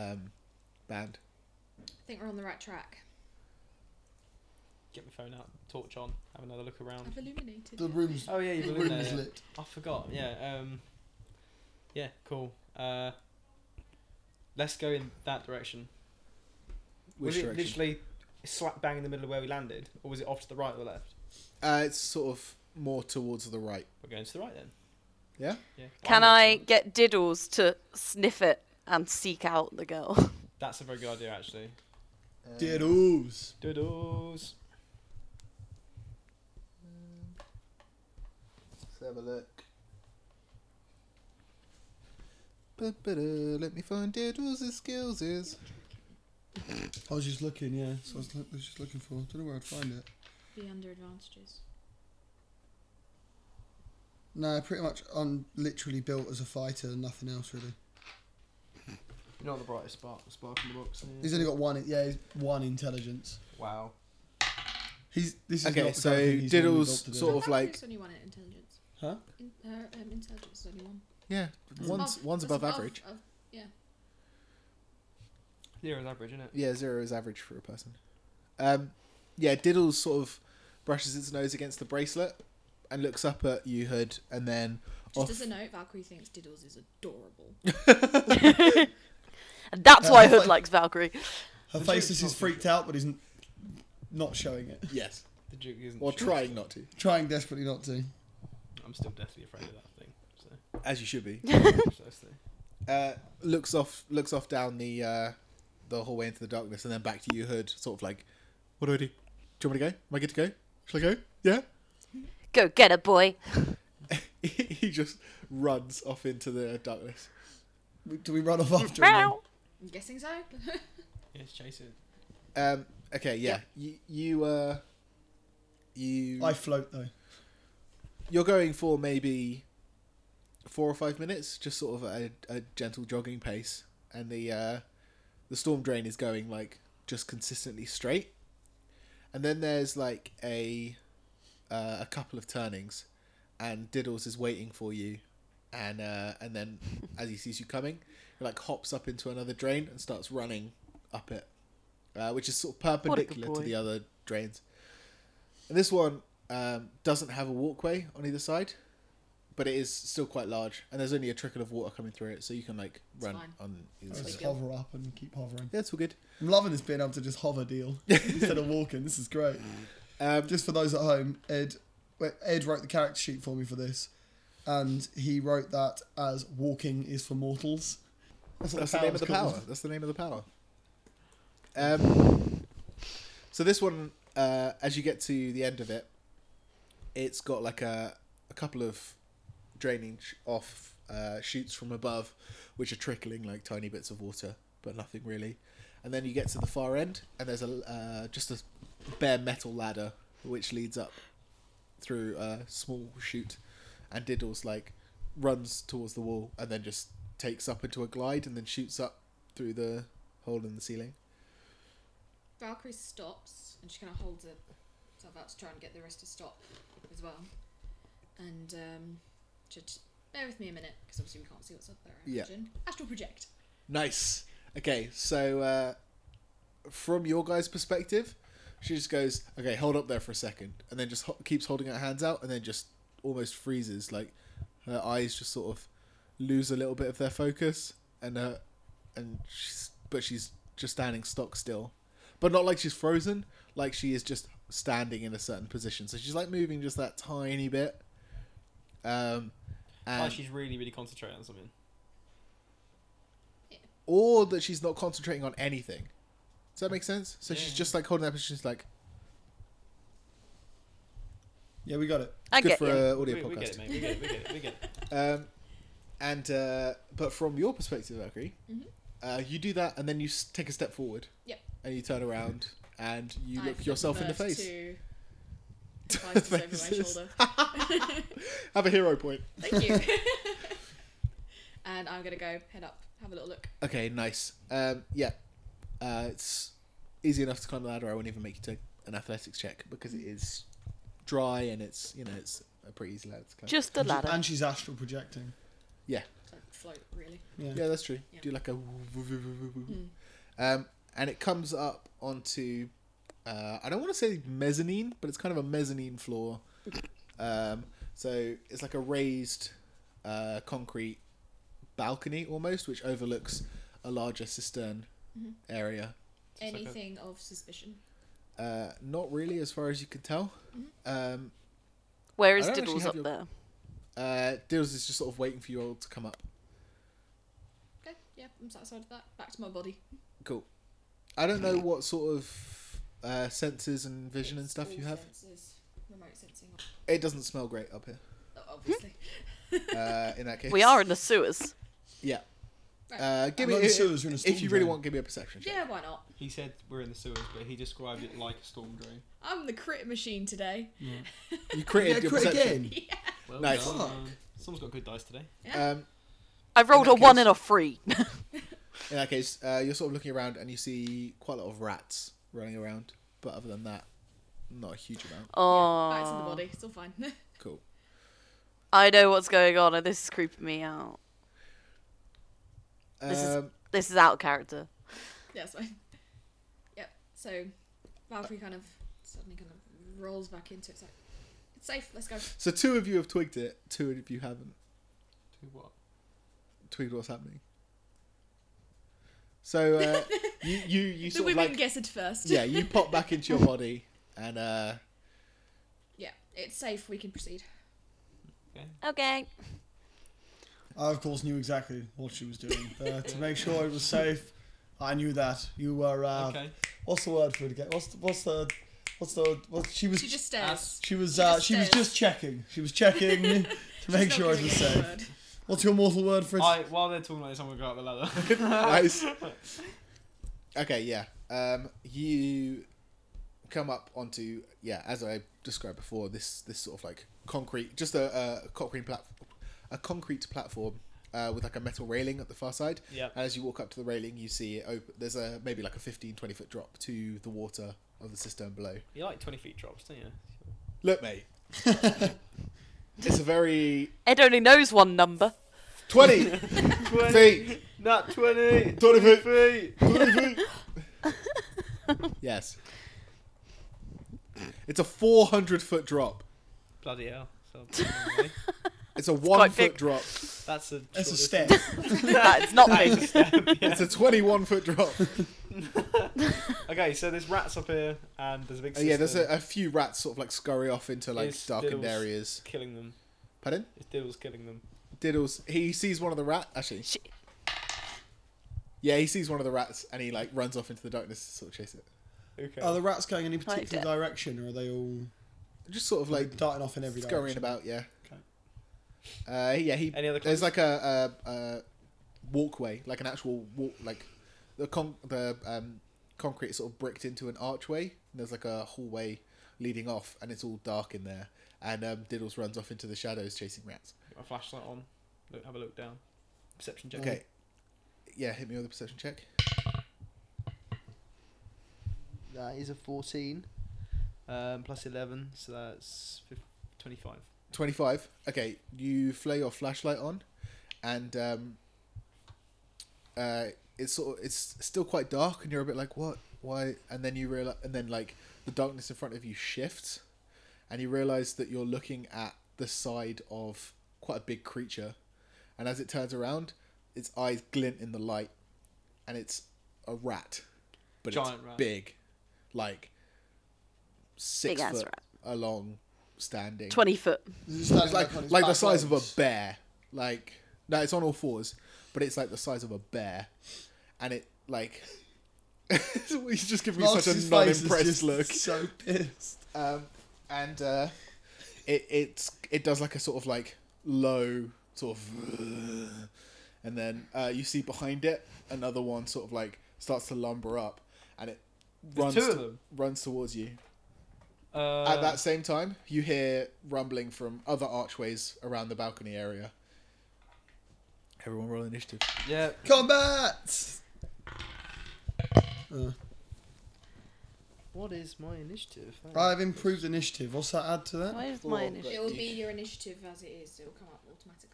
Speaker 1: um, band.
Speaker 2: I think we're on the right track.
Speaker 5: Get my phone out, torch on, have another look around.
Speaker 2: I've illuminated.
Speaker 3: The
Speaker 2: it.
Speaker 3: room's
Speaker 5: Oh yeah,
Speaker 3: the
Speaker 5: you were in
Speaker 3: room
Speaker 5: there.
Speaker 3: is
Speaker 5: yeah.
Speaker 3: lit.
Speaker 5: I forgot. Yeah. Um, yeah. Cool. Uh, let's go in that direction.
Speaker 1: Which
Speaker 5: was it
Speaker 1: direction?
Speaker 5: literally slap bang in the middle of where we landed, or was it off to the right or left?
Speaker 1: Uh, it's sort of more towards the right.
Speaker 5: We're going to the right then.
Speaker 1: Yeah.
Speaker 5: Yeah.
Speaker 4: Can
Speaker 5: I'm
Speaker 4: I
Speaker 5: gonna-
Speaker 4: get Diddles to sniff it and seek out the girl?
Speaker 5: That's a very good idea, actually.
Speaker 1: Uh,
Speaker 3: Diddles.
Speaker 5: Doodles.
Speaker 1: Let's have a look. Ba-ba-da, Let me find Diddles' skills is.
Speaker 3: I was just looking. Yeah. So I was, look, I was just looking for. I don't know where I'd find it.
Speaker 2: Be under advantages.
Speaker 3: No, pretty much. I'm literally built as a fighter. Nothing else really.
Speaker 5: You're not the brightest spark, spark in the box.
Speaker 3: He's only got one. Yeah, he's one intelligence.
Speaker 5: Wow.
Speaker 3: He's this is
Speaker 1: Okay,
Speaker 3: not the
Speaker 1: so
Speaker 3: kind of thing he's normally
Speaker 1: Diddles
Speaker 3: built to do.
Speaker 1: sort of
Speaker 2: Valkyrie's
Speaker 1: like-
Speaker 2: only one at intelligence.
Speaker 3: Huh?
Speaker 2: In, her um, intelligence is only one.
Speaker 1: Yeah,
Speaker 2: It's
Speaker 1: one's one's
Speaker 2: it's
Speaker 1: above average.
Speaker 2: of-
Speaker 5: Zero is average, isn't it?
Speaker 1: Yeah, zero is average for a person. Um, yeah, Diddles sort of brushes its nose against the bracelet and looks up at you, Hood, and then
Speaker 2: Just
Speaker 1: off.
Speaker 2: as a note, Valkyrie thinks Diddles is adorable.
Speaker 4: And that's why
Speaker 3: Uh,
Speaker 4: Hood
Speaker 3: like-
Speaker 4: likes Valkyrie.
Speaker 3: Her
Speaker 5: The
Speaker 3: face
Speaker 5: dude's
Speaker 3: is
Speaker 5: not
Speaker 3: he's freaked out, but he's n- not showing it.
Speaker 1: Yes,
Speaker 5: The Duke isn't.
Speaker 1: or
Speaker 5: sure.
Speaker 1: trying not to,
Speaker 3: Trying desperately not to.
Speaker 5: I'm still deathly afraid of that thing. So
Speaker 1: as you should be.
Speaker 5: precisely.
Speaker 1: Uh, looks off, looks off down the uh, the hallway into the darkness, and then back to you, Hood. Sort of like, what do I do? Do you want me to go? Am I good to go? Shall I go? Yeah.
Speaker 4: Go get her, boy.
Speaker 1: he just runs off into the darkness.
Speaker 3: We- Do we run off after him?
Speaker 4: Meow.
Speaker 2: I'm guessing so.
Speaker 5: Yeah, it's chasing.
Speaker 1: Um, okay, yeah, you you uh, you
Speaker 3: then? I float though.
Speaker 1: you're going for maybe four or five minutes, just sort of at a, a gentle jogging pace, and the uh, the storm drain is going like just consistently straight, and then there's like a uh, a couple of turnings, and Diddles is waiting for you, and uh, and then as he sees you coming, he like hops up into another drain and starts running up it, uh, which is sort of
Speaker 4: good
Speaker 1: perpendicular to
Speaker 4: boy.
Speaker 1: the other drains, and this one. um, doesn't have a walkway on either side, but it is still quite large, and there's only a trickle of water coming through it, so you can like
Speaker 2: It's
Speaker 1: run
Speaker 2: fine.
Speaker 1: on either
Speaker 3: Just
Speaker 1: side.
Speaker 2: Sleeping.
Speaker 3: hover up and keep hovering.
Speaker 1: Yeah, it's all good.
Speaker 3: I'm loving this being able to just hover deal instead of walking. This is great.
Speaker 1: Um,
Speaker 3: Just for those at home, Ed wait, Ed wrote the character sheet for me for this, and he wrote that as walking is for mortals. That's, what
Speaker 1: That's the name of the
Speaker 3: power's
Speaker 1: power.
Speaker 3: called.
Speaker 1: That's the name of the power. Um, so this one, uh, as you get to the end of it, it's got like a a couple of drainage off uh, shoots from above, which are trickling like tiny bits of water, but nothing really. And then you get to the far end, and there's a uh, just a bare metal ladder which leads up through a small chute, and Diddles like runs towards the wall and then just takes up into a glide and then shoots up through the hole in the ceiling.
Speaker 2: Valkyrie stops and she kind of holds herself out to try and get the rest to stop as well. And um, just bear with me a minute because obviously we can't see what's up there. I
Speaker 1: Yeah.
Speaker 2: imagine. Astral project.
Speaker 1: Nice. Okay, so uh, from your guys' perspective, she just goes, "Okay, hold up there for a second. and then just ho- keeps holding her hands out, and then just almost freezes. Like her eyes just sort of lose a little bit of their focus, and her, and she's, but she's just standing stock still, but not like she's frozen. Like she is just standing in a certain position. So she's like moving just that tiny bit. Um, and
Speaker 5: Like she's really, really concentrating on something.
Speaker 1: or that she's not concentrating on anything. Does that make sense? So she's
Speaker 5: Yeah.
Speaker 1: just like holding that position. She's like,
Speaker 3: Yeah, we got it.
Speaker 4: I
Speaker 1: good
Speaker 4: get
Speaker 1: for
Speaker 4: you.
Speaker 1: uh,
Speaker 5: We,
Speaker 1: audio
Speaker 5: we get
Speaker 1: podcast.
Speaker 5: it, mate. We get it. We get it. We get it.
Speaker 1: Um, and uh, but from your perspective, Valkyrie,
Speaker 2: Mhm.
Speaker 1: uh, you do that, and then you s- take a step forward.
Speaker 2: Yep.
Speaker 1: And you turn around, and you
Speaker 2: I
Speaker 1: look
Speaker 2: flip
Speaker 1: yourself in the
Speaker 2: reverse
Speaker 1: face.
Speaker 2: to Five over my
Speaker 1: Faces.
Speaker 2: shoulder.
Speaker 1: Have a hero point.
Speaker 2: Thank you. and I'm gonna go head up, have a little look.
Speaker 1: Okay, nice. Um, yeah, uh, it's easy enough to climb the ladder. I won't even make you take an athletics check because it is dry and it's you know it's a pretty easy ladder to climb.
Speaker 4: Just a
Speaker 3: And she-
Speaker 4: ladder.
Speaker 3: And she's astral projecting.
Speaker 2: Like float really.
Speaker 3: Yeah.
Speaker 1: Yeah, that's true.
Speaker 2: Yeah.
Speaker 1: Do like a woo- woo- woo- woo- woo- woo. um, and it comes up onto uh, I don't want to say mezzanine, but it's kind of a mezzanine floor. Um, so it's like a raised uh, concrete balcony almost, which overlooks a larger cistern area.
Speaker 5: like a-
Speaker 2: Anything of suspicion.
Speaker 1: Uh, not really, as far as you can tell.
Speaker 3: Mm-hmm.
Speaker 1: Um,
Speaker 4: Where
Speaker 1: I
Speaker 4: is
Speaker 1: don't actually
Speaker 4: Diddles
Speaker 1: have
Speaker 4: up
Speaker 1: your-
Speaker 4: there?
Speaker 1: uh, Dills is just sort of waiting for you all to come up.
Speaker 2: Okay, yeah, I'm satisfied with that. Back to my body.
Speaker 1: Cool. I don't know what sort of uh, senses and vision and stuff you have.
Speaker 2: Senses, remote sensing,
Speaker 1: It doesn't smell great up here.
Speaker 2: obviously.
Speaker 1: Hmm? Uh, in that case,
Speaker 4: We are in the sewers.
Speaker 1: Yeah. Uh, give me
Speaker 3: Not in
Speaker 1: if,
Speaker 3: sewers, we're in a storm
Speaker 1: if you really
Speaker 3: drain.
Speaker 1: want. Give me a perception check.
Speaker 2: yeah, why not?
Speaker 5: He said we're in the sewers, but he described it like a storm drain.
Speaker 2: I'm the crit machine today.
Speaker 1: You created
Speaker 3: Yeah,
Speaker 1: your
Speaker 3: crit
Speaker 1: perception.
Speaker 3: again.
Speaker 5: Well
Speaker 1: Nice.
Speaker 5: done.
Speaker 3: Fuck.
Speaker 5: Someone's got good dice today.
Speaker 1: Um,
Speaker 4: I rolled a
Speaker 1: that
Speaker 4: one
Speaker 1: case-
Speaker 4: and a three.
Speaker 1: in that case, uh, you're sort of looking around and you see quite a lot of rats running around. But other than that, not a huge amount.
Speaker 2: Back to the
Speaker 4: oh,
Speaker 2: body, it's all fine.
Speaker 1: Cool.
Speaker 4: I know what's going on, and this is creeping me out.
Speaker 1: Um,
Speaker 4: This is- This is out of character.
Speaker 2: yeah, it's fine. Yep. So Valkyrie kind of suddenly kind of rolls back into it. It's like it's safe. Let's go.
Speaker 1: So two of you have twigged it. Two of you haven't
Speaker 5: Do what?
Speaker 1: twigged what's happening. So uh, you you you
Speaker 2: The
Speaker 1: sort of
Speaker 2: women
Speaker 1: like
Speaker 2: guess it first.
Speaker 1: yeah you pop back into your body and uh,
Speaker 2: Yeah, it's safe. We can proceed.
Speaker 4: Okay.
Speaker 3: I, of course, knew exactly what she was doing uh, to make sure it was safe. I knew that you were. Uh,
Speaker 5: okay.
Speaker 3: What's the word for it again? What's the, what's the what's the what? She was
Speaker 2: She just stares.
Speaker 3: she was
Speaker 2: she
Speaker 3: uh,
Speaker 2: just
Speaker 3: she was
Speaker 2: stares.
Speaker 3: just checking. She was checking to make
Speaker 2: She's not
Speaker 3: sure it
Speaker 2: giving
Speaker 3: was
Speaker 2: it a
Speaker 3: safe.
Speaker 2: word.
Speaker 3: What's your mortal word for it?
Speaker 5: I, while they're talking like this, I'm gonna go up the ladder.
Speaker 1: nice. Okay, yeah. Um, you come up onto yeah, as I described before, this this sort of like concrete, just a, a concrete platform, a concrete platform uh, with like a metal railing at the far side.
Speaker 5: Yep.
Speaker 1: And as you walk up to the railing, you see it open. There's a maybe like a 15, 20 foot drop to the water of the cistern below.
Speaker 5: you like 20 feet drops, don't you?
Speaker 1: Look, mate. it's a very
Speaker 4: Ed only knows one number.
Speaker 1: 20 feet.
Speaker 5: Not 20!
Speaker 1: 20 feet.
Speaker 5: feet!
Speaker 1: yes. It's a 400 foot drop.
Speaker 5: Bloody hell. So- anyway,
Speaker 1: It's a one
Speaker 4: big.
Speaker 1: foot drop.
Speaker 5: That's a.
Speaker 3: That's a
Speaker 5: short
Speaker 3: step.
Speaker 5: distance.
Speaker 4: that is not
Speaker 5: That is
Speaker 4: big.
Speaker 5: a step. yeah.
Speaker 1: It's a 21 foot drop.
Speaker 5: Okay, so there's rats up here, and there's a big.
Speaker 1: Uh, yeah, there's a,
Speaker 5: sister
Speaker 1: a few rats sort of like scurry off into like
Speaker 5: Is
Speaker 1: darkened
Speaker 5: Diddles-
Speaker 1: areas.
Speaker 5: killing them.
Speaker 1: Pardon?
Speaker 5: It's Diddles killing them.
Speaker 1: Diddles. He sees one of the rat. Actually,
Speaker 4: She-
Speaker 1: yeah, he sees one of the rats and he like runs off into the darkness to sort of chase it.
Speaker 5: Okay.
Speaker 3: Are the rats going in any
Speaker 4: Like
Speaker 3: particular
Speaker 4: that.
Speaker 3: direction, or are they all
Speaker 1: Just sort of
Speaker 3: like
Speaker 1: like
Speaker 3: darting off in every
Speaker 1: scurrying
Speaker 3: direction?
Speaker 1: about. Yeah.
Speaker 3: Okay.
Speaker 1: Uh, yeah. He.
Speaker 5: Any other
Speaker 1: There's
Speaker 5: clues?
Speaker 1: like a, a, a walkway, like an actual walk, like the con- the um, concrete is sort of bricked into an archway. And there's like a hallway leading off, and it's all dark in there. And um, Diddles runs off into the shadows chasing rats.
Speaker 5: a flashlight on. Look, have a look down. Perception check.
Speaker 1: Okay. Yeah, hit me with a perception check.
Speaker 5: That is a 14. Um, plus 11, so that's fif- 25.
Speaker 1: 25. Okay, you flare your flashlight on, and um, uh, it's sort of, it's still quite dark, and you're a bit like, what? Why? And then you realize, and then like the darkness in front of you shifts, and you realize that you're looking at the side of quite a big creature, and as it turns around, its eyes glint in the light, and it's a rat, but
Speaker 5: Giant
Speaker 1: it's
Speaker 5: rat.
Speaker 1: big, like six
Speaker 4: Big-ass
Speaker 1: foot
Speaker 4: rat.
Speaker 1: along, standing
Speaker 4: Twenty foot.
Speaker 3: Is it standing
Speaker 1: it's like
Speaker 3: up on its
Speaker 1: like the
Speaker 3: back
Speaker 1: size of a
Speaker 3: legs?
Speaker 1: bear. Like no, it's on all fours, but it's like the size of a bear, and it like he's just giving me such
Speaker 3: Marcus's
Speaker 1: a
Speaker 3: face is
Speaker 1: non-impressed
Speaker 3: just
Speaker 1: look.
Speaker 3: So pissed.
Speaker 1: Um, and uh, it it's it does like a sort of like low sort of, and then uh, you see behind it another one sort of like starts to lumber up, and it runs
Speaker 5: There's two
Speaker 1: to-
Speaker 5: of them.
Speaker 1: runs towards you.
Speaker 5: Uh,
Speaker 1: At that same time, you hear rumbling from other archways around the balcony area. Everyone roll initiative.
Speaker 5: Yeah.
Speaker 3: Combat. Uh,
Speaker 5: What is my initiative? That
Speaker 3: I've improved initiative. What's that add to that?
Speaker 4: Where's my
Speaker 1: Four,
Speaker 4: initiative?
Speaker 1: but
Speaker 2: It will
Speaker 1: you-
Speaker 2: be your initiative as it is. It will come up automatically.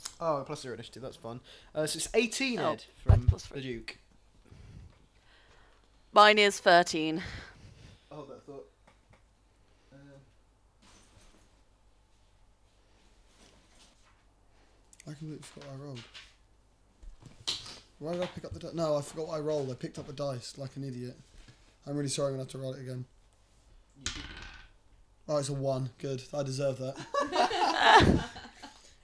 Speaker 5: is- Oh, plus zero initiative. That's fun. Uh, so it's 18, Ed,
Speaker 4: Oh, that's
Speaker 5: from
Speaker 4: plus
Speaker 5: the
Speaker 4: three.
Speaker 5: Duke.
Speaker 4: Mine is thirteen.
Speaker 1: Oh, that thought.
Speaker 3: Uh, I completely forgot what I rolled. Why did I pick up the dice? No, I forgot what I rolled. I picked up the dice like an idiot. I'm really sorry. I'm gonna have to roll it again. Oh, it's a one. Good. I deserve that.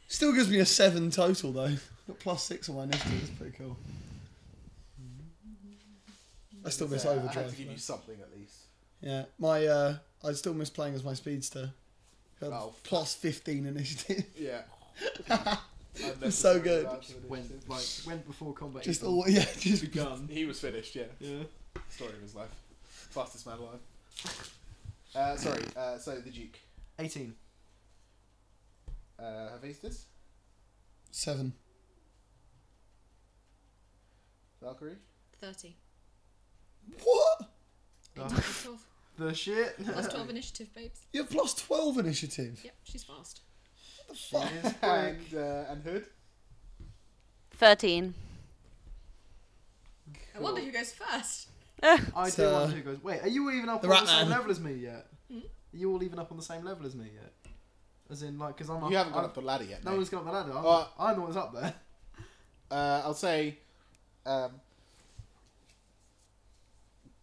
Speaker 3: Still gives me a seven total though. Got plus six on my initiative. That's pretty cool. I still miss overdrive. though.
Speaker 1: something at least.
Speaker 3: Yeah, my uh, I still miss playing as my speedster. Got
Speaker 1: Oh, fuck.
Speaker 3: plus fifteen initiative.
Speaker 1: Yeah.
Speaker 3: It's so good.
Speaker 5: like, when before combat.
Speaker 3: just all yeah, just
Speaker 1: He was finished, yeah.
Speaker 5: Yeah.
Speaker 1: Story of his life. Fastest man alive. Uh, sorry, uh, so the Duke.
Speaker 5: 18.
Speaker 1: Uh, Hephaestus?
Speaker 3: seven.
Speaker 1: Valkyrie?
Speaker 2: 30.
Speaker 3: What?
Speaker 5: Oh.
Speaker 2: 12.
Speaker 5: The shit.
Speaker 2: Plus 12 initiative, babes.
Speaker 3: You have plus twelve initiative.
Speaker 2: Yep, she's fast.
Speaker 3: What the fuck?
Speaker 5: It is quick.
Speaker 1: And, uh, and Hood?
Speaker 4: Thirteen.
Speaker 2: I wonder who goes first.
Speaker 5: I do
Speaker 3: So-
Speaker 5: wonder who goes. Wait, are you even up
Speaker 3: uh, The
Speaker 5: on the
Speaker 3: Rat
Speaker 5: same
Speaker 3: Man.
Speaker 5: level as me yet?
Speaker 2: Hmm?
Speaker 5: Are you all even up on the same level as me yet? As in, like, because I'm up.
Speaker 1: You haven't gone
Speaker 5: I'm,
Speaker 1: up the ladder yet.
Speaker 5: No
Speaker 1: mate.
Speaker 5: one's got the ladder. I'm,
Speaker 1: Uh,
Speaker 5: I'm the one that's up there.
Speaker 1: uh, I'll say um,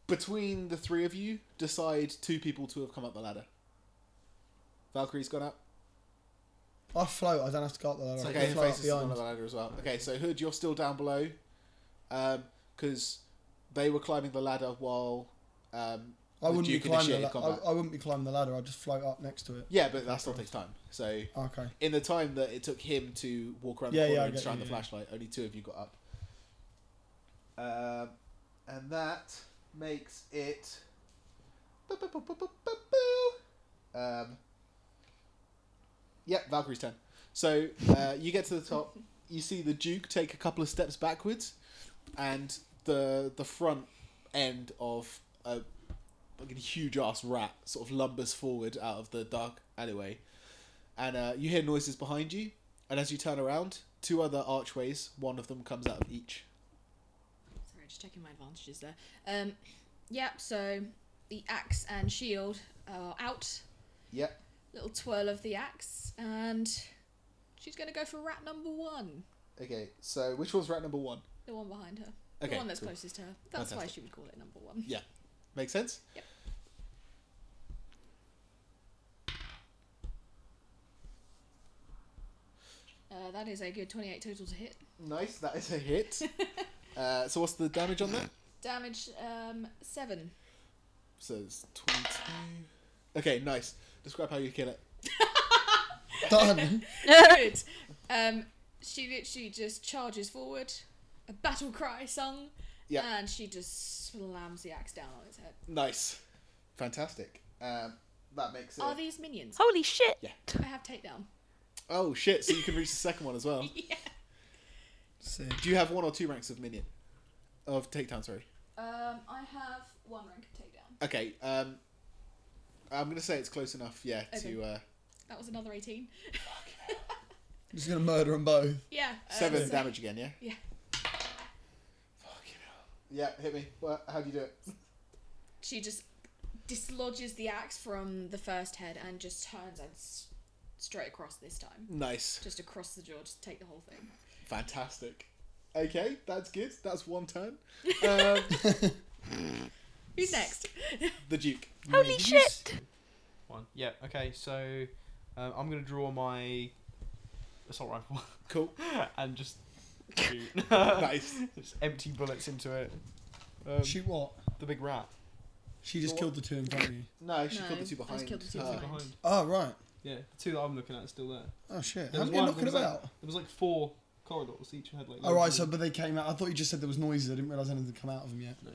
Speaker 1: between the three of you, decide two people to have come up the ladder. Valkyrie's gone up.
Speaker 3: I float. I don't have to go up the ladder. I
Speaker 1: Okay,
Speaker 3: can float
Speaker 1: Faces is gone
Speaker 3: up behind.
Speaker 1: up the ladder as well. Okay, so Hood, you're still down below because they were climbing the ladder while. Um,
Speaker 3: I
Speaker 1: the
Speaker 3: wouldn't be
Speaker 1: Duke
Speaker 3: climbing the
Speaker 1: initiated
Speaker 3: ladder.
Speaker 1: combat.
Speaker 3: I, I wouldn't be climbing the ladder. I'd just float up next to it.
Speaker 1: yeah, but that still takes time. So
Speaker 3: Okay.
Speaker 1: in the time that it took him to walk around
Speaker 3: Yeah,
Speaker 1: the corner
Speaker 3: yeah, I
Speaker 1: and
Speaker 3: get
Speaker 1: shine the
Speaker 3: you, yeah.
Speaker 1: flashlight, only two of you got up. Um, and that makes it. boop, boop, boop, boop, boop, boop, boo. Um, yeah, Valkyrie's turn. So uh, you get to the top, you see the Duke take a couple of steps backwards, and the the front end of a fucking huge ass rat sort of lumbers forward out of the dark alleyway and uh, you hear noises behind you. And as you turn around, two other archways, one of them comes out of each.
Speaker 2: Sorry, just checking my advantages there. Um, yep, so the axe and shield are out.
Speaker 1: Yep.
Speaker 2: Little twirl of the axe, and she's going to go for rat number one.
Speaker 1: Okay, so which one's rat number one?
Speaker 2: The one behind her. The
Speaker 1: Okay,
Speaker 2: one that's
Speaker 1: cool.
Speaker 2: closest to her. That's why
Speaker 1: Fantastic.
Speaker 2: she would call it number one.
Speaker 1: Yeah. Make sense?
Speaker 2: Yep. Uh, that is a good 28 total to hit.
Speaker 1: Nice, that is a hit. uh, so what's the damage on that?
Speaker 2: Damage um, 7.
Speaker 1: So it's 22. Okay, nice. Describe how you kill it.
Speaker 3: Done.
Speaker 2: Good. Um, she literally just charges forward, a battle cry sung,
Speaker 1: Yeah.
Speaker 2: and she just slams the axe down on its head.
Speaker 1: Nice. Fantastic. Um, that makes it.
Speaker 2: Are these minions?
Speaker 4: Holy shit!
Speaker 1: Yeah.
Speaker 2: I have takedown.
Speaker 1: Oh shit, so you can reach the second one as well.
Speaker 2: Yeah.
Speaker 3: Sick.
Speaker 1: Do you have one or two ranks of minion? Of takedown, sorry.
Speaker 2: Um, I have one rank of takedown.
Speaker 1: Okay, um, I'm going to say it's close enough, yeah,
Speaker 2: Okay.
Speaker 1: to uh,
Speaker 2: That was another 18.
Speaker 3: Just gonna murder them both.
Speaker 2: Yeah. uh,
Speaker 1: 7
Speaker 2: so-
Speaker 1: damage again, yeah?
Speaker 2: Yeah.
Speaker 1: Fucking hell. Yeah, hit me. Well, how do you do it?
Speaker 2: She just dislodges the axe from the first head and just turns and s- straight across this time.
Speaker 1: Nice.
Speaker 2: Just across the jaw, just take the whole thing.
Speaker 1: Fantastic. Okay, that's good. That's one turn. Um,
Speaker 2: Who's next?
Speaker 1: the Duke.
Speaker 4: Holy shit!
Speaker 5: One. Yeah. Okay. So um, I'm gonna draw my assault rifle
Speaker 1: Cool.
Speaker 5: and just shoot.
Speaker 2: Oh.
Speaker 5: nice.
Speaker 1: Nice.
Speaker 5: Just empty bullets into it. Um,
Speaker 3: Shoot what?
Speaker 5: the big rat.
Speaker 3: She just killed the two in front of you.
Speaker 1: No, she killed
Speaker 2: No,
Speaker 1: the two
Speaker 2: I just
Speaker 1: behind.
Speaker 2: killed the two
Speaker 1: her.
Speaker 2: behind.
Speaker 5: Behind.
Speaker 3: Oh right.
Speaker 5: Yeah. The two that I'm looking at are still there.
Speaker 3: Oh shit. How
Speaker 5: There was
Speaker 3: did you
Speaker 5: one-
Speaker 3: knock
Speaker 5: there
Speaker 3: it
Speaker 5: was like-
Speaker 3: about?
Speaker 5: There was like four corridors. Each had like.
Speaker 3: All right.
Speaker 5: loads
Speaker 3: So,
Speaker 5: of-
Speaker 3: but they came out. I thought you just said there was noises. I didn't realize anything had come out of them yet.
Speaker 5: No.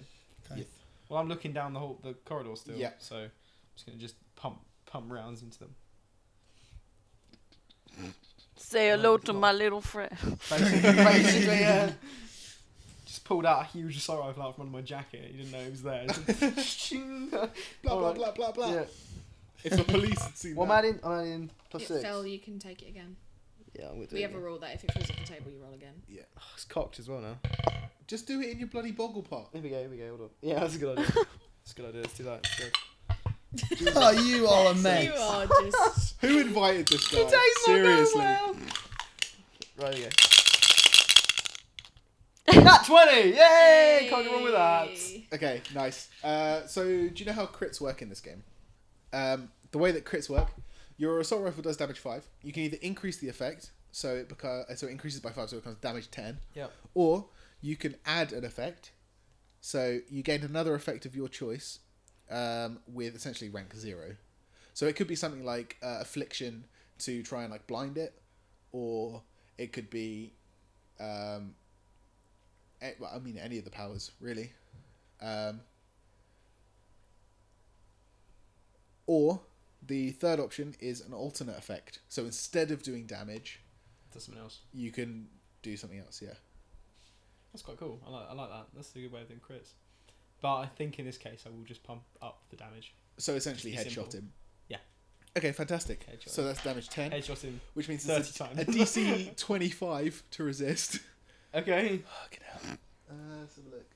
Speaker 3: Okay.
Speaker 5: Well, I'm looking down the whole the corridor still.
Speaker 1: Yeah.
Speaker 5: So I'm just gonna just pump pump rounds into them.
Speaker 4: Say
Speaker 5: No,
Speaker 4: hello
Speaker 5: it's
Speaker 4: to
Speaker 5: not.
Speaker 4: my little friend.
Speaker 5: Basically, basically, yeah. Just pulled out a huge assault rifle out from under my jacket. You didn't know it was there.
Speaker 1: Blah, blah,
Speaker 5: Alright.
Speaker 1: blah, blah, blah.
Speaker 5: yeah.
Speaker 1: If the police had seen
Speaker 5: Well, I'm
Speaker 1: that.
Speaker 5: adding. I'm adding plus
Speaker 2: it
Speaker 5: six.
Speaker 2: fell, you can take it again.
Speaker 5: Yeah, I'm gonna do
Speaker 2: We
Speaker 5: it.
Speaker 2: have a rule that if it falls off the table, you roll again.
Speaker 5: It's cocked as well now.
Speaker 1: Just do it in your bloody boggle pot.
Speaker 5: Here we go. Here we go. Hold on. Yeah, that's a good idea. that's a good idea. Let's do that. Let's go.
Speaker 3: Oh, you are a mess.
Speaker 2: You are just.
Speaker 1: Who invited this guy? Seriously.
Speaker 5: Right, here we go. Nat twenty. Yay! Can't go wrong with that.
Speaker 2: Hey.
Speaker 1: Okay, nice. Uh, so, do you know how crits work in this game? Um, the way that crits work, your assault rifle does damage five. You can either increase the effect, so it becomes so it increases by five, so it becomes damage ten.
Speaker 5: Yep.
Speaker 1: Or you can add an effect, so you gain another effect of your choice um, with essentially rank zero. So it could be something like uh, affliction to try and like blind it, or it could be, um, eh, well, I mean any of the powers really, um, or the third option is an alternate effect. So instead of doing damage,
Speaker 5: Does something else.
Speaker 1: you can do something else. Yeah.
Speaker 5: That's quite cool. I like. I like that. That's a good way of doing crits. But I think in this case, I will just pump up the damage.
Speaker 1: So essentially,
Speaker 5: Just be
Speaker 1: headshot
Speaker 5: simple.
Speaker 1: him.
Speaker 5: Yeah.
Speaker 1: Okay, fantastic.
Speaker 5: Headshot.
Speaker 1: So that's damage ten,
Speaker 5: Headshot him
Speaker 1: which means
Speaker 5: thirty
Speaker 1: it's
Speaker 5: times.
Speaker 1: a DC twenty-five to resist.
Speaker 5: okay.
Speaker 1: Fucking hell. Uh, let's have a look.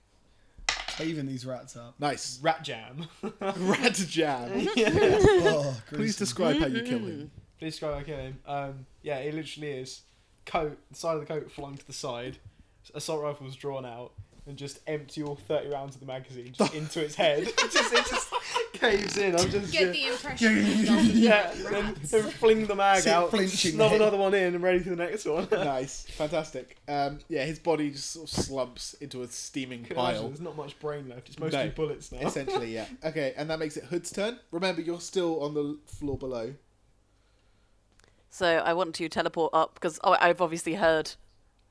Speaker 3: Caving these rats up.
Speaker 1: Nice.
Speaker 5: Rat jam.
Speaker 1: Rat jam.
Speaker 3: Oh,
Speaker 1: Please
Speaker 3: gruesome.
Speaker 1: describe how you kill him.
Speaker 5: Please describe how I kill him. Um, yeah, it literally is coat, the side of the coat flung to the side, assault rifle's drawn out, and just empty all 30 rounds of the magazine just into its head. it, just, it just caves in. I'm just.
Speaker 2: Get the impression that you love
Speaker 5: yeah,
Speaker 2: the
Speaker 5: then,
Speaker 2: rats.
Speaker 5: then fling the mag
Speaker 3: See it
Speaker 5: out,
Speaker 3: flinching
Speaker 5: snub
Speaker 3: then.
Speaker 5: another one in, and ready for the next one.
Speaker 1: nice, fantastic. Um, yeah, his body just sort of slumps into a steaming
Speaker 5: Can you imagine?
Speaker 1: pile.
Speaker 5: There's not much brain left. It's mostly
Speaker 1: No.
Speaker 5: bullets now.
Speaker 1: Essentially, yeah. Okay, and that makes it Hood's turn. Remember, you're still on the floor below.
Speaker 4: So I want to teleport up because I've obviously heard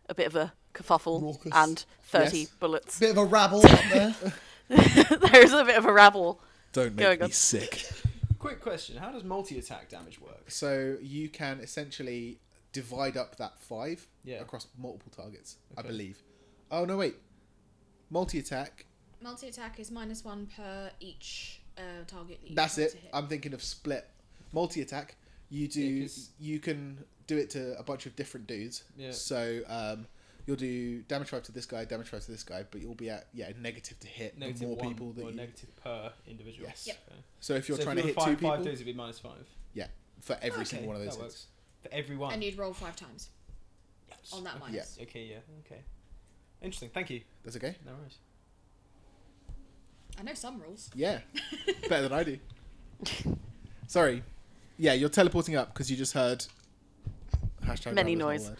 Speaker 4: a bit of a kerfuffle
Speaker 3: Raucous.
Speaker 4: and 30
Speaker 1: Yes.
Speaker 4: bullets.
Speaker 3: Bit of a rabble up there.
Speaker 4: There's a bit of a rabble.
Speaker 1: Don't
Speaker 4: make Going me on.
Speaker 1: sick.
Speaker 5: Quick question: How does multi-attack damage work?
Speaker 1: So you can essentially divide up that five
Speaker 5: Yeah.
Speaker 1: across multiple targets, I
Speaker 5: Okay.
Speaker 1: believe. Oh no, wait. Multi attack.
Speaker 2: Multi attack is minus one per each uh, target. That you
Speaker 1: That's
Speaker 2: want
Speaker 1: it.
Speaker 2: to hit.
Speaker 1: I'm thinking of split. Multi attack. You do.
Speaker 5: Yeah, 'cause-
Speaker 1: you can do it to a bunch of different dudes.
Speaker 5: Yeah.
Speaker 1: So um, you'll do damage five to this guy, damage five to this guy, but you'll be at yeah negative to hit the
Speaker 5: Negative
Speaker 1: more
Speaker 5: one
Speaker 1: people that
Speaker 5: or
Speaker 1: you.
Speaker 5: negative per individual.
Speaker 1: Yes.
Speaker 6: Yep.
Speaker 5: Okay.
Speaker 1: so if you're
Speaker 5: So
Speaker 1: trying to
Speaker 5: you
Speaker 1: hit
Speaker 5: were
Speaker 1: two
Speaker 5: five,
Speaker 1: people
Speaker 5: five days would be minus five.
Speaker 1: for every
Speaker 5: Oh, Okay,
Speaker 1: single one of those
Speaker 5: that
Speaker 1: hits.
Speaker 5: works. For every one.
Speaker 2: And you'd roll five times
Speaker 5: Yes.
Speaker 2: on that
Speaker 5: okay.
Speaker 2: minus.
Speaker 5: Okay, yeah, okay. Interesting. Thank you.
Speaker 1: That's okay.
Speaker 5: No worries.
Speaker 2: I know some rules.
Speaker 1: Yeah, better than I do. Sorry. Yeah, you're teleporting up because you just heard. Hashtag
Speaker 4: Many
Speaker 1: that was
Speaker 4: noise.
Speaker 1: not a word.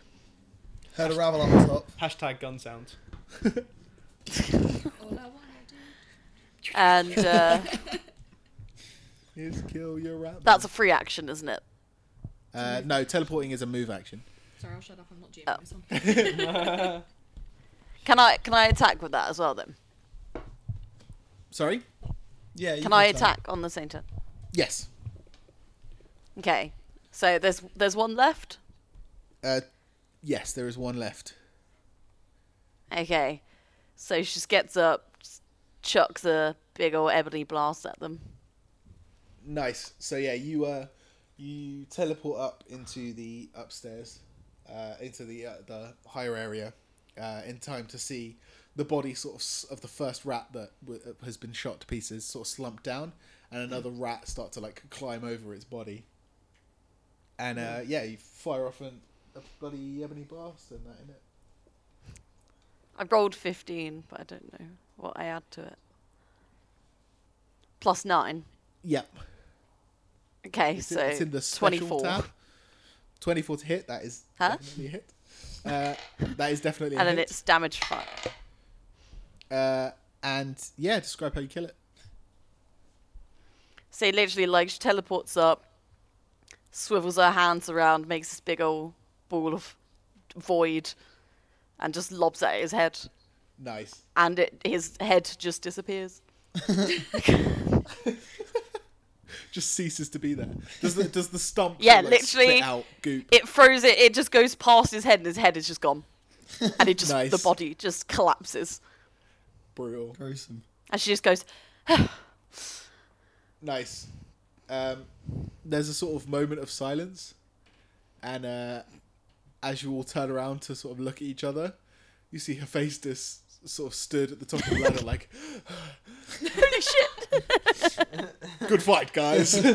Speaker 3: Head a ravel on top.
Speaker 5: Hashtag gun sounds.
Speaker 2: All I want to do.
Speaker 4: And uh,
Speaker 1: Is kill your rabbit.
Speaker 4: that's a free action, isn't it?
Speaker 1: Uh, no, teleporting is a move action.
Speaker 2: Sorry, I'll shut up. I'm not GMing
Speaker 4: Oh.
Speaker 2: this one.
Speaker 4: Can I can I attack with that as well then?
Speaker 1: Sorry.
Speaker 3: Yeah. You
Speaker 4: Can I attack on the same turn?
Speaker 1: Yes.
Speaker 4: Okay. So there's there's one left.
Speaker 1: Uh, yes, there is one left.
Speaker 4: Okay. So she just gets up, just chucks a big old ebony blast at them.
Speaker 1: Nice. So yeah, you uh, you teleport up into the upstairs, uh, into the uh, the higher area, uh, in time to see the body sort of s- of the first rat that w- uh, has been shot to pieces sort of slump down, and another rat start to like climb over its body. And uh, yeah, you fire off an, a bloody ebony blast and that in it.
Speaker 4: I rolled 15, but I don't know what I add to it. Plus 9.
Speaker 1: Yep.
Speaker 4: Okay,
Speaker 1: It's, in-
Speaker 4: so
Speaker 1: it's in the special
Speaker 4: 24.
Speaker 1: tab. Twenty-four to hit. That is
Speaker 4: Huh?
Speaker 1: definitely a hit. Uh, that is definitely.
Speaker 4: And
Speaker 1: a
Speaker 4: then
Speaker 1: hit.
Speaker 4: it's damage 5.
Speaker 1: Uh, and yeah, describe how you kill it.
Speaker 4: So literally, like, she teleports up, swivels her hands around, makes this big old ball of void, and just lobs it at his head.
Speaker 1: Nice.
Speaker 4: And it, his head just disappears.
Speaker 1: Just ceases to be there. Does the does the stump?
Speaker 4: Yeah,
Speaker 1: like, spit
Speaker 4: literally.
Speaker 1: out goop.
Speaker 4: It throws it, it just goes past his head, and his head is just gone. And it just, the
Speaker 1: Nice.
Speaker 4: body just collapses.
Speaker 1: Brutal.
Speaker 3: Gruesome.
Speaker 4: And she just goes,
Speaker 1: Nice. Um, there's a sort of moment of silence, and uh, as you all turn around to sort of look at each other, you see Hephaestus sort of stood at the top of the ladder, like,
Speaker 4: holy shit!
Speaker 1: "Good fight, guys."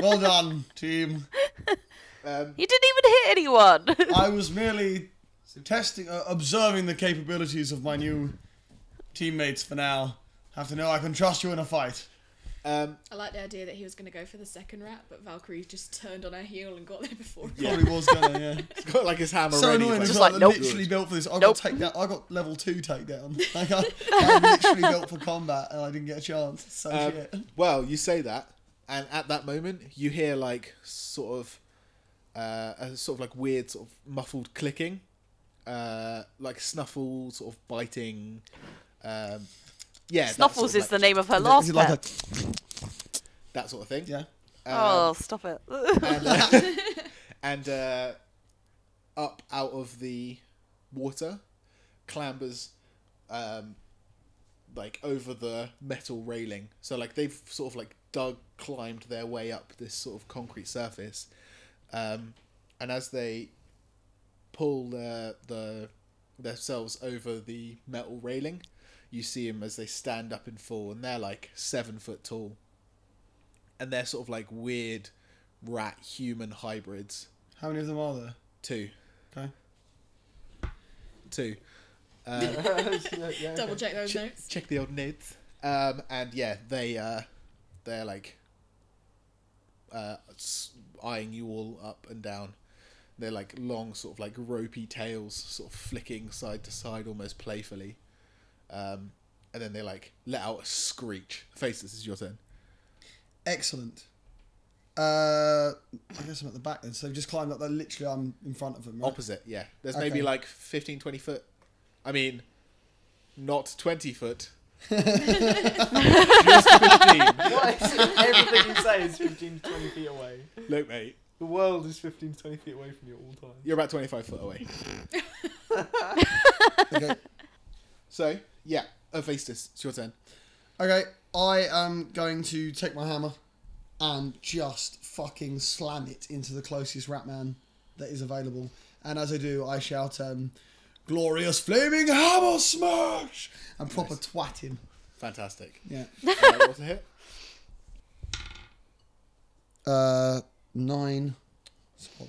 Speaker 3: Well done, team.
Speaker 1: um,
Speaker 4: You didn't even hit anyone.
Speaker 3: I was merely testing, uh, observing the capabilities of my new teammates. For now, have to know I can trust you in a fight.
Speaker 1: um,
Speaker 2: I like the idea that he was going to go for the second rat, but Valkyrie just turned on her heel and got there before him.
Speaker 1: yeah,
Speaker 3: Probably was gonna. Yeah.
Speaker 1: he's got like his hammer
Speaker 3: So
Speaker 1: ready.
Speaker 3: annoying.
Speaker 1: he's
Speaker 3: as
Speaker 4: Just
Speaker 1: like,
Speaker 3: well,
Speaker 4: like,
Speaker 3: they're
Speaker 4: nope.
Speaker 3: literally built for this. I got
Speaker 4: Nope.
Speaker 3: takedown. I got level two takedown. Like I, I'm literally built for combat, and I didn't get a chance. So
Speaker 1: Um,
Speaker 3: shit.
Speaker 1: Well, you say that, and at that moment, you hear like sort of uh, a sort of like weird, sort of muffled clicking, uh, like snuffle, sort of biting. Um, yeah, that sort
Speaker 4: Snuffles
Speaker 1: of,
Speaker 4: is
Speaker 1: like,
Speaker 4: the name of her
Speaker 3: Is it-
Speaker 4: last
Speaker 3: is it
Speaker 4: pet.
Speaker 3: like
Speaker 1: that sort of thing. Um,
Speaker 3: Yeah.
Speaker 1: uh,
Speaker 4: oh, stop it.
Speaker 1: and uh, and, uh, up out of the water clambers um, like over the metal railing so like they've sort of like dug climbed their way up this sort of concrete surface um, and as they pull the, the themselves over the metal railing you see them as they stand up and fall and they're like seven foot tall and they're sort of like weird rat human hybrids
Speaker 3: How many of them are there?
Speaker 1: two
Speaker 3: Okay.
Speaker 1: two
Speaker 2: Double check those
Speaker 1: Check-
Speaker 2: notes.
Speaker 1: check the old notes um and yeah they uh they're like uh s- eyeing you all up and down they're like long sort of like ropey tails sort of flicking side to side almost playfully um and then they like let out a screech face this is your turn
Speaker 3: Excellent. Uh, I guess I'm at the back then. So they've just climbed up there. Literally, I'm in front of them. Right?
Speaker 1: opposite yeah there's maybe
Speaker 3: Okay.
Speaker 1: like 15 20 foot i mean not 20 foot just 15
Speaker 5: What is Everything you say is 15 to 20 feet away.
Speaker 1: look mate
Speaker 5: The world is 15 to 20 feet away from you at all times.
Speaker 1: you're about 25 foot away
Speaker 3: Okay.
Speaker 1: So yeah, Hephaestus, it's your turn.
Speaker 3: Okay. I am going to take my hammer and just fucking slam it into the closest rat man that is available. And as I do, I shout, um, "Glorious flaming hammer smash!" and proper twat him.
Speaker 1: Fantastic.
Speaker 3: Yeah.
Speaker 1: uh, what's the hit?
Speaker 3: Uh, nine. It's odd.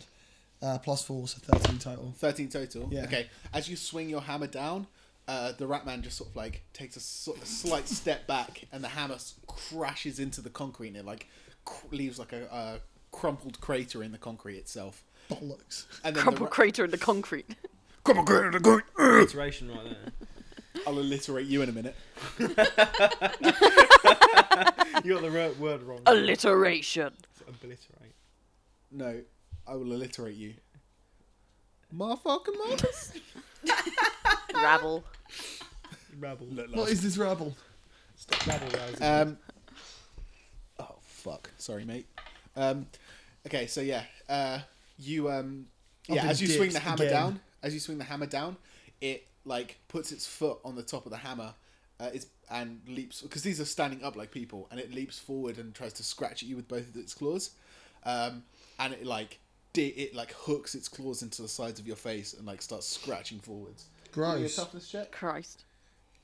Speaker 3: Uh, plus four, so thirteen total.
Speaker 1: 13 total.
Speaker 3: Yeah.
Speaker 1: Okay. As you swing your hammer down, uh, the rat man just sort of like takes a, sort of slight step back and the hammer s- crashes into the concrete and it like cr- leaves like a, uh crumpled crater in the concrete itself.
Speaker 3: Bollocks.
Speaker 1: And then
Speaker 4: Crumple
Speaker 1: the ra-
Speaker 4: crater in the concrete.
Speaker 1: crumpled crater in the concrete.
Speaker 5: Iteration right there.
Speaker 1: I'll alliterate you in a minute.
Speaker 5: You got the ro- word wrong.
Speaker 4: Alliteration.
Speaker 5: It's Obliterate.
Speaker 1: No, I will alliterate you. Motherfucking mothers.
Speaker 4: Rabble.
Speaker 5: Rabble.
Speaker 3: What is this rabble?
Speaker 5: Stop rabble rousing.
Speaker 1: Um. Oh fuck! Sorry, mate. Um. Okay, so yeah, uh, you um,
Speaker 3: I've
Speaker 1: yeah,
Speaker 3: been
Speaker 1: as you swing the
Speaker 3: dicked
Speaker 1: hammer
Speaker 3: again.
Speaker 1: down, as you swing the hammer down, it like puts its foot on the top of the hammer, uh, it's, and leaps because these are standing up like people, and it leaps forward and tries to scratch at you with both of its claws, um, and it like di- it like hooks its claws into the sides of your face and like starts scratching forwards. Give me a
Speaker 3: Gross.
Speaker 1: toughness check.
Speaker 4: Christ.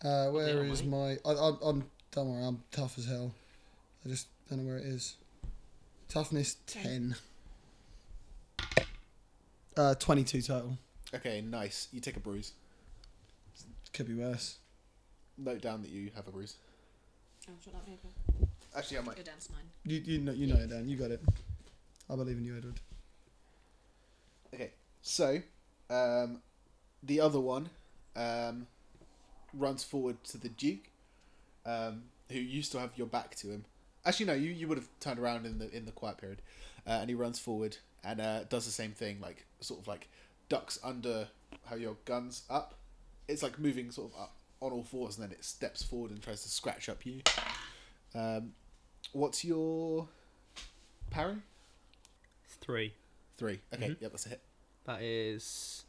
Speaker 3: Uh, where is my? I, I, I'm don't worry, I'm tough as hell. I just don't know where it is. Toughness ten. Uh, twenty-two total.
Speaker 1: Okay, nice. You take a bruise.
Speaker 3: Could be worse.
Speaker 1: Note down that you have a bruise.
Speaker 6: Oh, shut that paper.
Speaker 1: Actually, I might.
Speaker 6: Go down to nine.
Speaker 3: You you know you know it, Dan. You got it. I believe in you, Edward.
Speaker 1: Okay, so um, the other one um, runs forward to the Duke, um, who used to have your back to him. Actually, no, you, you would have turned around in the in the quiet period, uh, and he runs forward and uh, does the same thing, like sort of like ducks under how your guns up. It's like moving sort of up on all fours, and then it steps forward and tries to scratch up you. Um, what's your parry?
Speaker 5: Three.
Speaker 1: Three. Okay, yeah, that's a hit.
Speaker 5: Mm-hmm. That is.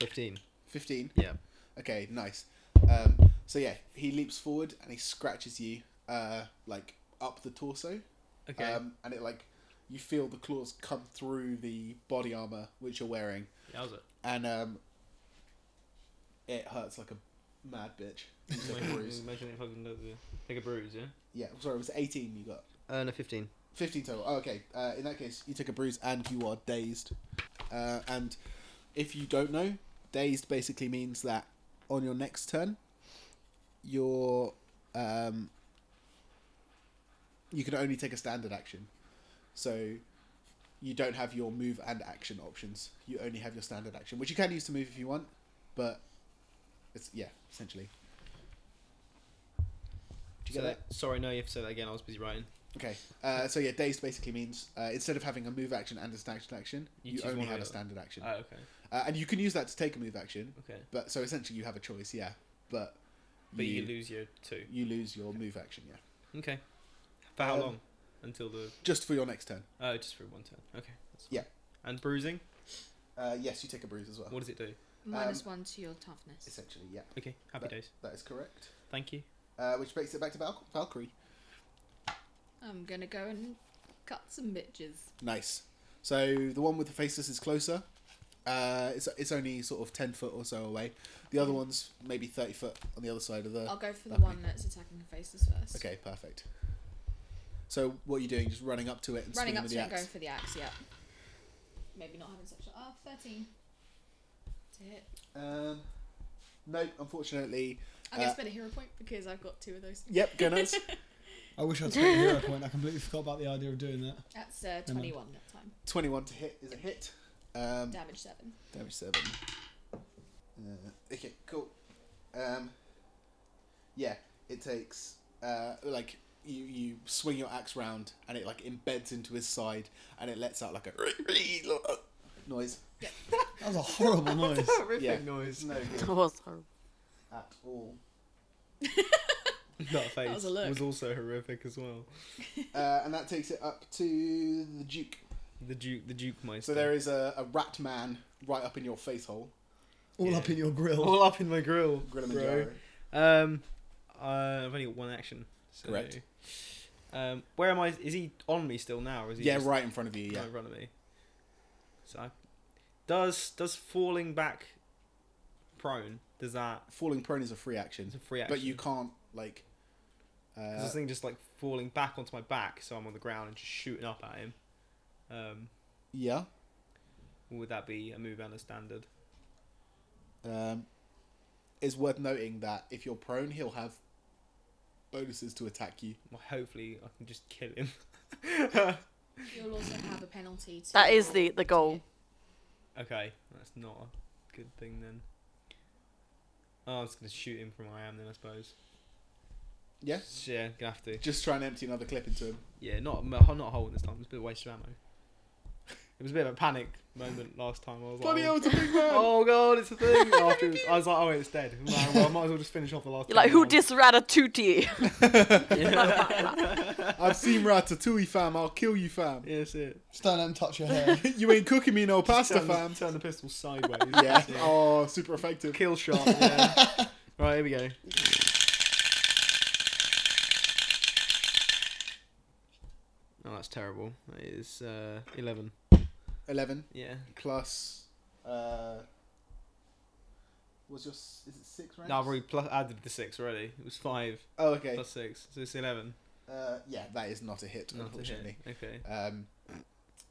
Speaker 5: 15.
Speaker 1: Fifteen.
Speaker 5: Yeah.
Speaker 1: Okay, nice. Um, so yeah, he leaps forward and he scratches you, uh, like up the torso.
Speaker 5: Okay.
Speaker 1: Um, and it like you feel the claws come through the body armor which you're wearing,
Speaker 5: that was it.
Speaker 1: and um, it hurts like a mad bitch. You took a bruise.
Speaker 5: Imagine if I can do the- take a bruise, yeah?
Speaker 1: Yeah, sorry, it was eighteen. You got
Speaker 5: Uh, no, 15.
Speaker 1: fifteen total. Oh, okay. Uh, in that case, you took a bruise and you are dazed. Uh, and if you don't know, dazed basically means that on your next turn, your um, you can only take a standard action. So you don't have your move and action options. You only have your standard action, which you can use to move if you want, but it's yeah, essentially. Do you
Speaker 5: So
Speaker 1: get that?
Speaker 5: that- Sorry, no, you have to say that again. I was busy writing.
Speaker 1: Okay. Uh, so yeah, dazed basically means uh, instead of having a move action and a standard action,
Speaker 5: You
Speaker 1: you,
Speaker 5: choose
Speaker 1: only
Speaker 5: one or
Speaker 1: have a
Speaker 5: the other.
Speaker 1: standard action,
Speaker 5: Oh, okay.
Speaker 1: uh, and you can use that to take a move action.
Speaker 5: Okay.
Speaker 1: But so essentially, you have a choice, yeah. But
Speaker 5: But you, lose your two.
Speaker 1: you lose your move action, yeah,
Speaker 5: Okay. For how
Speaker 1: Um,
Speaker 5: long? Until the.
Speaker 1: just for your next turn.
Speaker 5: Oh, just for one turn. Okay. That's fine.
Speaker 1: Yeah.
Speaker 5: And bruising?
Speaker 1: Uh, yes, you take a bruise as well.
Speaker 5: What does it do?
Speaker 1: Um,
Speaker 6: Minus one to your toughness.
Speaker 1: Essentially, yeah,
Speaker 5: Okay. Happy
Speaker 1: But-
Speaker 5: days.
Speaker 1: that is correct.
Speaker 5: Thank you.
Speaker 1: Uh, which makes it back to Val- Valkyrie.
Speaker 6: I'm gonna go and cut some bitches.
Speaker 1: Nice. So the one with the faceless is closer. Uh, it's it's only sort of ten foot or so away. The other one's maybe thirty foot on the other side of the.
Speaker 6: I'll go for the
Speaker 1: Lovely.
Speaker 6: one that's attacking the faces first.
Speaker 1: Okay, perfect. So what are you doing? Just running up to it and
Speaker 6: Running
Speaker 1: swinging
Speaker 6: up
Speaker 1: with
Speaker 6: to
Speaker 1: the
Speaker 6: it and
Speaker 1: axe.
Speaker 6: going for the axe, yeah. Maybe not having such a. Oh, 13. To hit.
Speaker 1: Um, nope, unfortunately.
Speaker 6: I'm gonna
Speaker 1: Uh,
Speaker 6: spend a hero point because I've got two of those.
Speaker 1: Yep, go nuts.
Speaker 3: I wish I'd spent a hero point. I completely forgot about the idea of doing that.
Speaker 6: That's uh, 21 that time.
Speaker 1: Twenty-one to hit is a hit. Um,
Speaker 6: Damage 7.
Speaker 1: damage seven. Uh, okay, cool. Um, yeah, it takes uh, like you you swing your axe round and it like embeds into his side and it lets out like a uh, noise.
Speaker 3: That was a horrible noise.
Speaker 5: Horrific
Speaker 1: Yeah.
Speaker 5: noise.
Speaker 1: No
Speaker 4: That
Speaker 1: good
Speaker 4: was horrible.
Speaker 1: at all.
Speaker 5: That face
Speaker 6: was a look.
Speaker 5: was also horrific as well.
Speaker 1: Uh, and that takes it up to the Duke.
Speaker 5: The Duke, the Duke Meister.
Speaker 1: So there is a, a rat man right up in your face hole.
Speaker 3: All
Speaker 5: Yeah.
Speaker 3: up in your grill.
Speaker 5: all up in my grill,
Speaker 1: Kilimanjaro.
Speaker 5: bro. Um, uh, I've only got one action. So.
Speaker 1: Correct.
Speaker 5: Um, where am I? Is he on me still now? Or is he
Speaker 1: Yeah,
Speaker 5: just
Speaker 1: right in front of you.
Speaker 5: right
Speaker 1: Yeah.
Speaker 5: in front of me? So I, Does does falling back prone? Does that
Speaker 1: Falling prone is a free action,
Speaker 5: it's a free action?
Speaker 1: but you can't like.
Speaker 5: 'Cause
Speaker 1: Uh,
Speaker 5: this thing just like falling back onto my back, so I'm on the ground and just shooting up at him. Um,
Speaker 1: yeah.
Speaker 5: would that be a move and a standard?
Speaker 1: Um, it's worth noting that if you're prone, he'll have bonuses to attack you.
Speaker 5: Well, hopefully I can just kill him.
Speaker 2: You'll also have a penalty. To
Speaker 4: That is the the goal.
Speaker 5: okay, that's not a good thing then. Oh, I'm just gonna shoot him from where I am then, I suppose.
Speaker 1: Yeah.
Speaker 5: Yeah, gonna have to.
Speaker 1: Just try and empty another clip into him.
Speaker 5: Yeah, not not holding this time. It was a bit of waste of ammo. It was a bit of a panic moment last time. I was
Speaker 1: Bloody
Speaker 5: like,
Speaker 1: hell, it's a big man!
Speaker 5: oh god, it's a thing. After I was like, oh, it's dead. Man, well, I might as well just finish off the last.
Speaker 4: You're like,
Speaker 5: time
Speaker 4: who
Speaker 5: round."
Speaker 4: dis Ratatouille?
Speaker 1: I've seen Ratatouille, fam. I'll kill you, fam.
Speaker 5: Yeah, that's it.
Speaker 3: Stand and touch your hair.
Speaker 1: you ain't cooking me no pasta,
Speaker 5: turn, the-
Speaker 1: fam.
Speaker 5: turn the pistol sideways.
Speaker 1: Yeah. Oh, super effective.
Speaker 5: Kill shot. Yeah. right, here we go. Oh, that's terrible. That is uh, 11.
Speaker 1: Eleven
Speaker 5: Yeah.
Speaker 1: plus. Uh, was your s- is it six ranks?
Speaker 5: No, I've already plus, added the 6 already. It was 5
Speaker 1: Oh, okay.
Speaker 5: plus 6. So it's 11.
Speaker 1: Uh, yeah, that is not a hit,
Speaker 5: Not a hit.
Speaker 1: unfortunately.
Speaker 5: Okay.
Speaker 1: Um,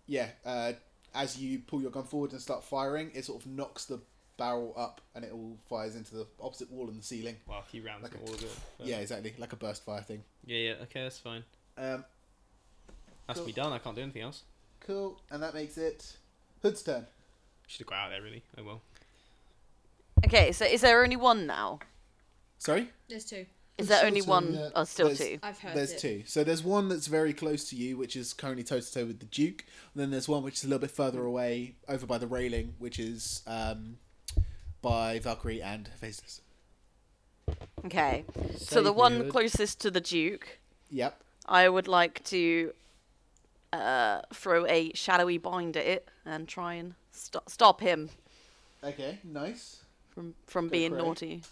Speaker 1: yeah, uh, as you pull your gun forward and start firing, it sort of knocks the barrel up and it all fires into the opposite wall and the ceiling.
Speaker 5: Well, he rounds
Speaker 1: Like
Speaker 5: it
Speaker 1: a-
Speaker 5: all of it. but-
Speaker 1: Yeah, exactly, like a burst fire thing.
Speaker 5: Yeah, yeah, okay, that's fine.
Speaker 1: Um,
Speaker 5: That's
Speaker 1: Cool.
Speaker 5: me done. I can't do anything else.
Speaker 1: cool, and that makes it Hood's turn.
Speaker 5: Should have got out there, really. Oh well.
Speaker 4: Okay, so is there only one now?
Speaker 1: Sorry,
Speaker 2: There's two.
Speaker 3: There's
Speaker 4: Is there
Speaker 3: still
Speaker 4: only
Speaker 3: two,
Speaker 4: one?
Speaker 3: yeah.
Speaker 4: Oh, still
Speaker 1: There's-
Speaker 4: two.
Speaker 2: I've heard
Speaker 1: there's
Speaker 2: it.
Speaker 1: two. So there's one that's very close to you, which is currently toe to toe with the Duke, and then there's one which is a little bit further away, over by the railing, which is um, by Valkyrie and Hephaestus.
Speaker 4: Okay. So the one closest to the Duke,
Speaker 1: Yep.
Speaker 4: I would like to uh, throw a shadowy bind at it and try and st- stop him
Speaker 1: Okay. Nice.
Speaker 4: from from
Speaker 1: Go
Speaker 4: being
Speaker 1: Craig.
Speaker 4: naughty.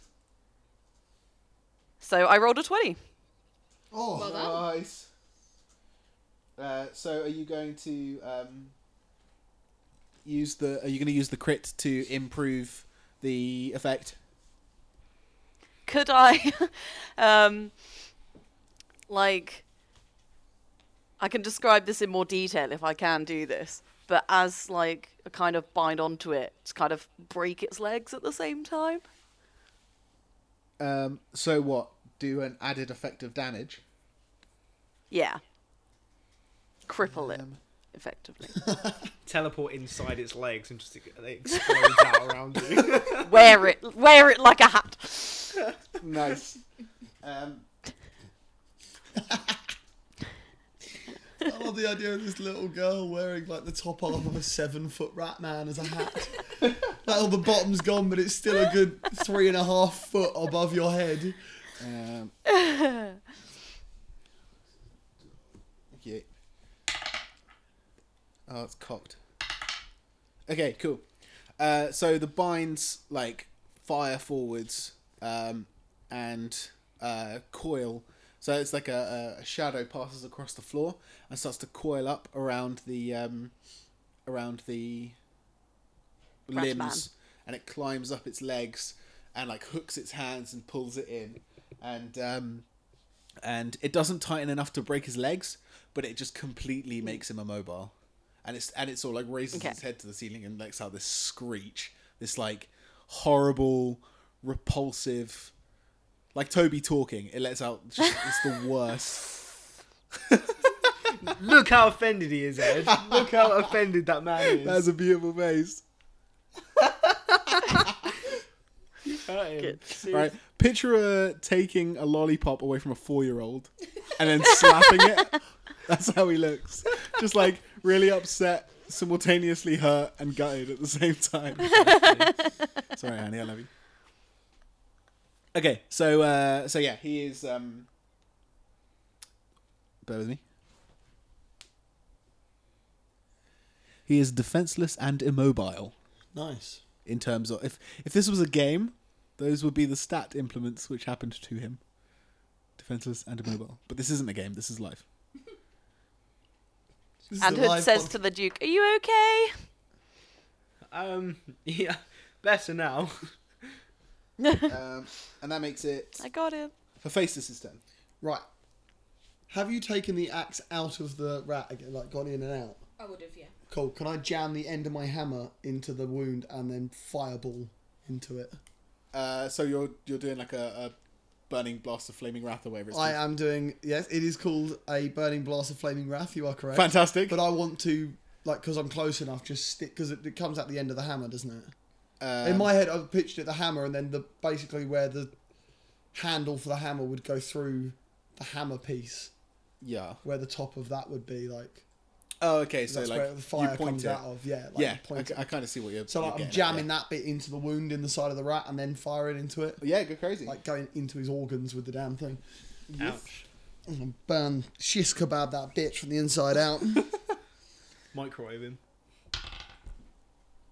Speaker 4: So I rolled a twenty.
Speaker 1: Oh,
Speaker 2: Well done.
Speaker 1: nice. Uh, so, are you going to um, use the? Are you going to use the crit to improve the effect?
Speaker 4: Could I, um, like, I can describe this in more detail if I can do this. But as like a kind of bind onto it, to kind of break its legs at the same time.
Speaker 1: Um, so what? Do an added effect of damage.
Speaker 4: Yeah. Cripple it
Speaker 1: Um,
Speaker 4: effectively.
Speaker 5: Teleport inside its legs and just it explodes out around you.
Speaker 4: wear it, wear it like a hat.
Speaker 1: nice. Um,
Speaker 3: I love the idea of this little girl wearing like the top half of a seven foot rat man as a hat. like all the bottom's gone, but it's still a good three and a half foot above your head.
Speaker 1: um, okay. Oh, it's cocked. Okay, cool. Uh, so the binds like fire forwards um, and uh, coil. So it's like a, a shadow passes across the floor and starts to coil up around the um, around the
Speaker 4: Rat
Speaker 1: limbs,
Speaker 4: man.
Speaker 1: and it climbs up its legs and like hooks its hands and pulls it in, and um, and it doesn't tighten enough to break his legs, but it just completely makes him immobile, and it's and it's all like raises
Speaker 4: Okay.
Speaker 1: his head to the ceiling and lets out this screech, this like horrible, repulsive, like Toby talking. It lets out just, it's the worst.
Speaker 5: Look how offended he is, Ed. Look how offended that man is.
Speaker 1: That's a beautiful face,
Speaker 5: Hurt him.
Speaker 4: Good.
Speaker 1: right? Picture uh, taking a lollipop away from a four-year-old and then slapping it. That's how he looks, just like really upset, simultaneously hurt and gutted at the same time. Sorry, honey, I love you. Okay, so uh, so yeah, he is. Um... Bear with me. He is defenseless and immobile
Speaker 3: Nice.
Speaker 1: in terms of if if this was a game, those would be the stat implements which happened to him. Defenseless and immobile. But this isn't a game, this is life.
Speaker 3: This is
Speaker 4: And
Speaker 3: the
Speaker 4: Hood
Speaker 3: live
Speaker 4: says
Speaker 3: pod-
Speaker 4: to the Duke, "Are you okay?"
Speaker 5: Um, yeah, better now.
Speaker 1: Um, and that makes it
Speaker 4: I got it.
Speaker 1: for Faceless's turn.
Speaker 3: Right. Have you taken the axe out of the rat again? Like, got in and out?
Speaker 2: I would have, yeah.
Speaker 3: Cool. Can I jam the end of my hammer into the wound and then fireball into it?
Speaker 1: Uh, so you're you're doing like a, a burning blast of flaming wrath or whatever it's
Speaker 3: I
Speaker 1: called.
Speaker 3: am doing. Yes, it is called a burning blast of flaming wrath. You are correct.
Speaker 1: Fantastic.
Speaker 3: uh, But I want to, like, because I'm close enough, just stick because it, it comes at the end of the hammer, doesn't it?
Speaker 1: Um,
Speaker 3: In my head, I've pitched it the hammer, and then the basically where the handle for the hammer would go through the hammer piece,
Speaker 1: yeah.
Speaker 3: where the top of that would be like.
Speaker 1: Oh, okay. So
Speaker 3: That's
Speaker 1: like
Speaker 3: where the fire
Speaker 1: you point
Speaker 3: comes
Speaker 1: it.
Speaker 3: out of. Yeah. Like,
Speaker 1: yeah,
Speaker 3: you Point
Speaker 1: I,
Speaker 3: it.
Speaker 1: kind of see what you're.
Speaker 3: So
Speaker 1: you're
Speaker 3: like, I'm
Speaker 1: getting at,
Speaker 3: jamming that bit into the wound in the side of the rat, and then firing into it,
Speaker 1: Yeah, Yeah, go crazy.
Speaker 3: like going into his organs with the damn thing.
Speaker 5: Ouch.
Speaker 3: I'm gonna burn shish kebab that bitch from the inside out.
Speaker 5: Microwave him.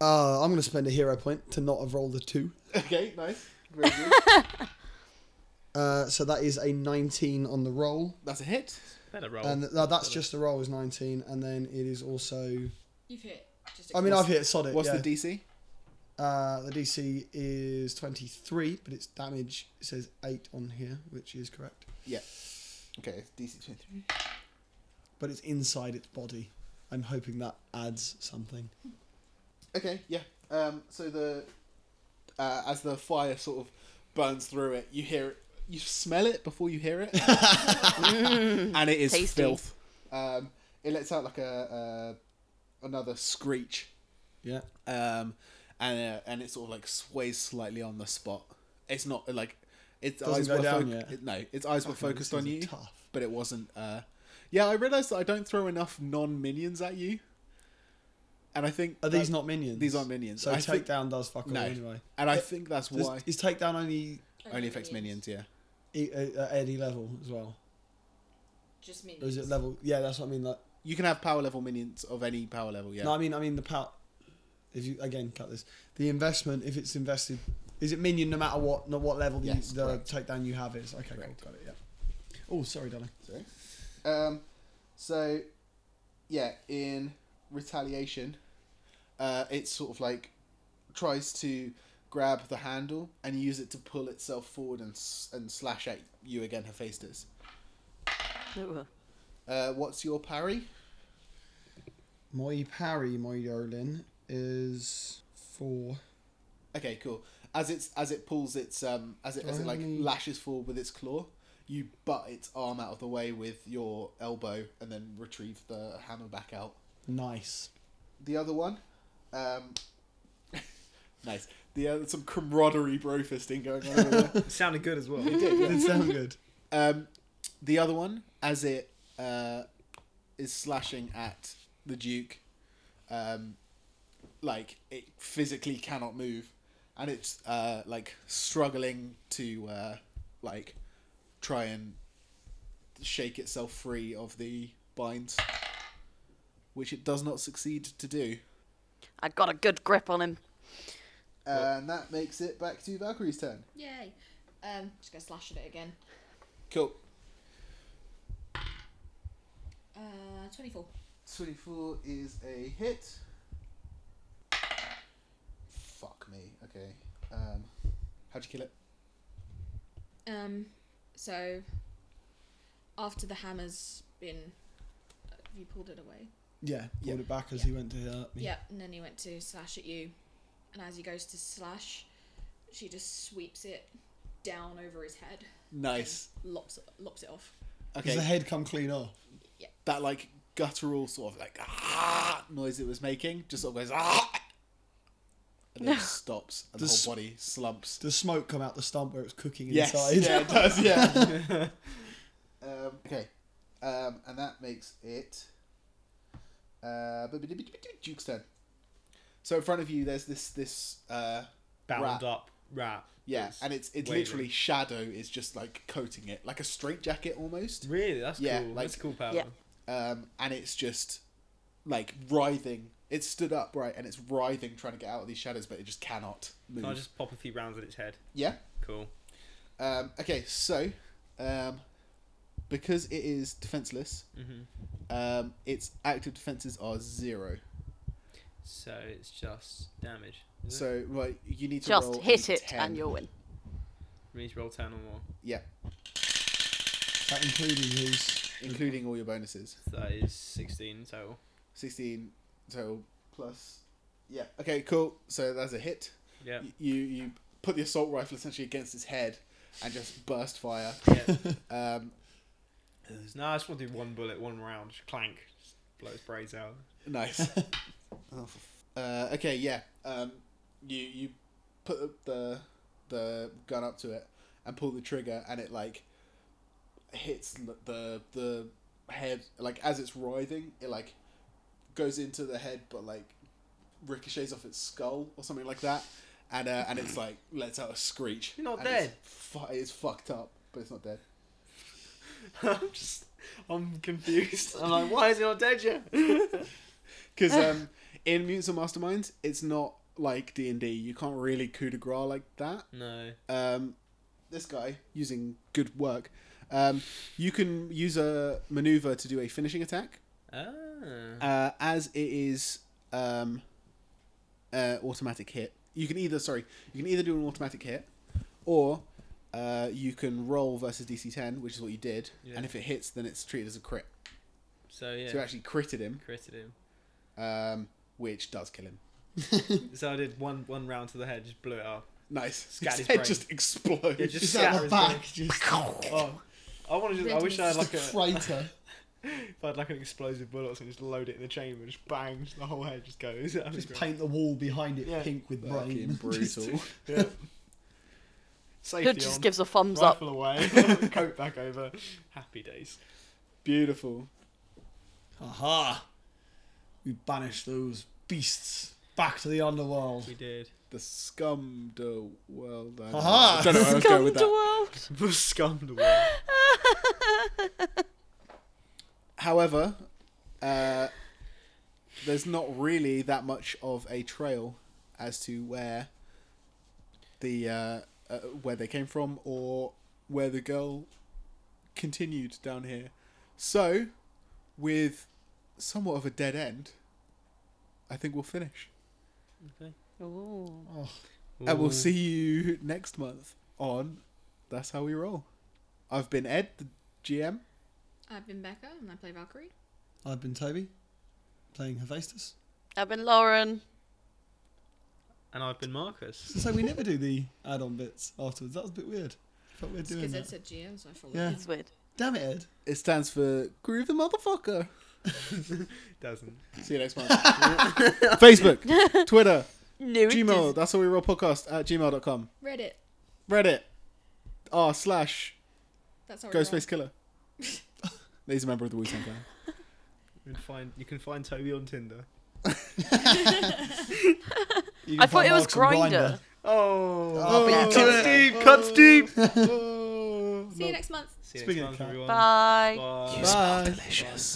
Speaker 3: Uh, I'm going to spend a hero point to not have rolled a two.
Speaker 1: okay, nice. Very good.
Speaker 3: Uh, so that is a 19 on the roll.
Speaker 1: That's a hit.
Speaker 5: Better
Speaker 1: Oh,
Speaker 5: roll.
Speaker 3: And th- that's just the roll is 19. And then it is also.
Speaker 2: You've hit. Just
Speaker 3: I mean, I've hit Sonic.
Speaker 1: What's
Speaker 3: yeah.
Speaker 1: the DC?
Speaker 3: Uh, the DC is 23, but its damage says 8 on here, which is correct.
Speaker 1: Okay, DC twenty-three.
Speaker 3: But it's inside its body. I'm hoping that adds something.
Speaker 1: Okay, yeah. Um, so the uh, as the fire sort of burns through it, you hear it. You smell it before you hear it, and it is
Speaker 4: Tasty.
Speaker 1: filth. Um, it lets out like a uh, another screech,
Speaker 3: Yeah.
Speaker 1: um, and uh, and it sort of like sways slightly on the spot. It's not like its
Speaker 3: Doesn't
Speaker 1: eyes
Speaker 3: go
Speaker 1: were
Speaker 3: down
Speaker 1: foc-
Speaker 3: yet.
Speaker 1: it- no, its eyes were
Speaker 3: Fucking,
Speaker 1: focused
Speaker 3: this
Speaker 1: on
Speaker 3: is
Speaker 1: you,
Speaker 3: Tough.
Speaker 1: but it wasn't. Uh... Yeah, I realised that I don't throw enough non minions at you, and I think
Speaker 3: Are these
Speaker 1: that-
Speaker 3: not minions?
Speaker 1: these aren't minions.
Speaker 3: So
Speaker 1: I think-
Speaker 3: takedown does fuck all
Speaker 1: No.
Speaker 3: anyway.
Speaker 1: and I think that's
Speaker 3: Does,
Speaker 1: why
Speaker 3: Is takedown only
Speaker 1: only affects minions. Yeah,
Speaker 3: e- uh, at any level as well?
Speaker 2: Just
Speaker 3: Or
Speaker 2: minions.
Speaker 3: is it level? Yeah, that's what I mean. Like,
Speaker 1: you can have power level minions of any power level. Yeah,
Speaker 3: no, I mean, I mean the power. If you again cut this, the investment if it's invested, is it minion no matter what, not what level the,
Speaker 1: Yes,
Speaker 3: the
Speaker 1: correct.
Speaker 3: takedown you have is? Okay,
Speaker 1: Correct.
Speaker 3: cool, got it. Yeah. Oh, sorry, darling.
Speaker 1: Sorry. Um, so, yeah, in retaliation, uh, it sort of like tries to grab the handle and use it to pull itself forward and s- and slash at you again, Hephaestus.
Speaker 4: Ooh.
Speaker 1: Uh, what's your parry?
Speaker 3: My parry, my darling, is four.
Speaker 1: Okay, cool. As it's as it pulls its um as it as it like
Speaker 3: Only-
Speaker 1: lashes forward with its claw, you butt its arm out of the way with your elbow and then retrieve the hammer back out.
Speaker 3: Nice.
Speaker 1: the other one, um, nice. The other, some camaraderie bro fisting going on. Over there.
Speaker 5: It sounded good as well.
Speaker 3: Did sound good.
Speaker 1: Um, the other one, as it uh, is slashing at the Duke, um, like it physically cannot move, and it's uh, like struggling to uh, like try and shake itself free of the binds, which it does not succeed to do.
Speaker 4: I got a good grip on him.
Speaker 1: And that makes it back to Valkyrie's turn.
Speaker 2: Yay. Um, just gonna slash at it again.
Speaker 1: Cool.
Speaker 2: Uh, 24.
Speaker 1: 24 is a hit. Fuck me. Okay. Um, how'd you kill it?
Speaker 2: Um, so after the hammer's been, have you pulled it away?
Speaker 3: Yeah,
Speaker 1: Yeah.
Speaker 3: pulled it back as he went to hurt me.
Speaker 2: Yeah, and then he went to slash at you, and as he goes to slash, she just sweeps it down over his head,
Speaker 1: Nice.
Speaker 2: lops it, lops it off.
Speaker 1: Okay.
Speaker 3: Does the head come clean off?
Speaker 1: that like guttural sort of like ah noise it was making just sort of goes ah and then stops and the
Speaker 3: Does-
Speaker 1: whole body slumps.
Speaker 3: Does smoke come out the stump where it's cooking
Speaker 1: Yes.
Speaker 3: inside?
Speaker 1: Yeah, it does. Yeah. um, okay. Um, and that makes it. Uh, Duke's turn. So in front of you, there's this this uh,
Speaker 5: Bound
Speaker 1: rat.
Speaker 5: up rat.
Speaker 1: Yeah,
Speaker 5: It's
Speaker 1: and it's it's
Speaker 5: waving.
Speaker 1: literally shadow is just like coating it like a straitjacket almost,
Speaker 5: Really, that's
Speaker 1: Yeah,
Speaker 5: cool.
Speaker 1: like-
Speaker 5: that's a cool power.
Speaker 4: Yeah.
Speaker 1: um, and it's just like writhing. It's stood up right, and it's writhing trying to get out of these shadows, but it just cannot move.
Speaker 5: Can I just pop a few rounds at its head?
Speaker 1: Yeah.
Speaker 5: Cool.
Speaker 1: Um, okay, so um, because it is defenseless,
Speaker 5: Mhm.
Speaker 1: um, its active defenses are zero.
Speaker 5: So it's just damage. is it?
Speaker 1: So right, you need to
Speaker 4: Just
Speaker 1: roll
Speaker 4: hit
Speaker 1: a
Speaker 4: it
Speaker 1: 10.
Speaker 4: and you'll win.
Speaker 5: we need to roll ten or more.
Speaker 1: Yeah,
Speaker 3: That including his.
Speaker 1: including all your bonuses.
Speaker 5: So That is sixteen total.
Speaker 1: 16 total plus. Yeah. Okay, cool. So that's a hit.
Speaker 5: Yeah.
Speaker 1: Y- You you put the assault rifle essentially against his head and just burst fire.
Speaker 5: yeah.
Speaker 1: Um,
Speaker 5: no, I just want to do one bullet, one round, just clank, just blow his brains out.
Speaker 1: nice. Oh, for f- uh, okay, yeah. Um, you you put the- the the gun up to it and pull the trigger and it like hits l- the the head like as it's writhing it like goes into the head but like ricochets off its skull or something like that and uh, and it's like lets out a screech
Speaker 5: You're not
Speaker 1: And it's
Speaker 5: dead.
Speaker 1: fu- it's fucked up but it's not dead
Speaker 5: I'm just, I'm confused. I'm like, why is he not dead yet?
Speaker 1: Because um, in Mutants and Masterminds, it's not like D and D. You can't really coup de grace like that.
Speaker 5: no.
Speaker 1: Um, this guy using good work, um, you can use a maneuver to do a finishing attack.
Speaker 5: Ah.
Speaker 1: Uh, as it is um, uh, automatic hit, you can either sorry, you can either do an automatic hit, or uh, you can roll versus DC ten, which is what you did.
Speaker 5: Yeah.
Speaker 1: And if it hits, then it's treated as a crit.
Speaker 5: So yeah,
Speaker 1: So you actually critted him,
Speaker 5: critted him.
Speaker 1: um, which does kill him.
Speaker 5: So I did one one round to the head, just blew it up.
Speaker 1: Nice.
Speaker 5: Scat
Speaker 1: his
Speaker 5: his
Speaker 1: head
Speaker 5: brain.
Speaker 1: just explodes.
Speaker 5: Yeah, just
Speaker 3: Just out
Speaker 5: scatter
Speaker 3: the
Speaker 5: his
Speaker 3: back,
Speaker 5: brain.
Speaker 3: just,
Speaker 5: Oh, I want to just. I wish I had
Speaker 3: just
Speaker 5: like
Speaker 3: a
Speaker 5: a.
Speaker 3: crater.
Speaker 5: If I had like an explosive bullet, or something, just load it in the chamber, just bang, just the whole head just goes. That'd be
Speaker 3: Just
Speaker 5: great.
Speaker 3: paint the wall behind it
Speaker 5: Yeah.
Speaker 3: pink with
Speaker 1: Fucking
Speaker 3: brain.
Speaker 1: brutal.
Speaker 5: Yeah. Safety
Speaker 4: Hood just
Speaker 5: on.
Speaker 4: gives a thumbs up.
Speaker 5: rifle away. coat back over. Happy days.
Speaker 1: Beautiful.
Speaker 3: Aha! We banish those beasts back to the underworld.
Speaker 5: We did.
Speaker 1: The scummed world. I don't,
Speaker 3: Aha!
Speaker 1: know. I don't know where I was going with that.
Speaker 4: Scummed
Speaker 5: The scum the world.
Speaker 4: world.
Speaker 1: However, uh, there's not really that much of a trail as to where the uh, uh, where they came from or where the girl continued down here. So, with somewhat of a dead end, I think we'll finish. Oh.
Speaker 4: Ooh.
Speaker 1: And we'll see you next month on That's How We Roll. I've been Ed, the GM.
Speaker 2: I've been Becca and I play Valkyrie.
Speaker 3: I've been Toby, playing Hephaestus.
Speaker 4: I've been Lauren.
Speaker 5: And I've been Marcus.
Speaker 3: So we never do the add-on bits afterwards. That was a bit weird. Felt weird doing
Speaker 2: Because Ed
Speaker 3: that.
Speaker 2: said GM, so I followed
Speaker 3: Yeah.
Speaker 2: him.
Speaker 4: It's weird.
Speaker 3: Damn it, Ed.
Speaker 1: It stands for Groove the Motherfucker.
Speaker 5: Doesn't.
Speaker 1: See you next month. Facebook, Twitter,
Speaker 4: No, it
Speaker 1: Gmail,
Speaker 4: isn't.
Speaker 1: That's How We Roll podcast at gmail.com.
Speaker 2: Reddit.
Speaker 1: Reddit, r slash
Speaker 2: That's how we roll.
Speaker 1: Ghostface Killer. He's a member of the Wu Tang Clan.
Speaker 5: You can find you can find Toby on Tinder.
Speaker 3: You can
Speaker 4: I thought
Speaker 3: find
Speaker 4: it was
Speaker 3: Marks on
Speaker 4: Grinder.
Speaker 5: Oh,
Speaker 3: Oh,
Speaker 4: yeah.
Speaker 5: cuts deep, cuts deep.
Speaker 1: Oh,
Speaker 2: See you next month.
Speaker 5: See you
Speaker 3: Speaking of
Speaker 5: next month,
Speaker 3: cat.
Speaker 5: everyone.
Speaker 4: Bye.
Speaker 5: Bye.
Speaker 1: Bye. Delicious.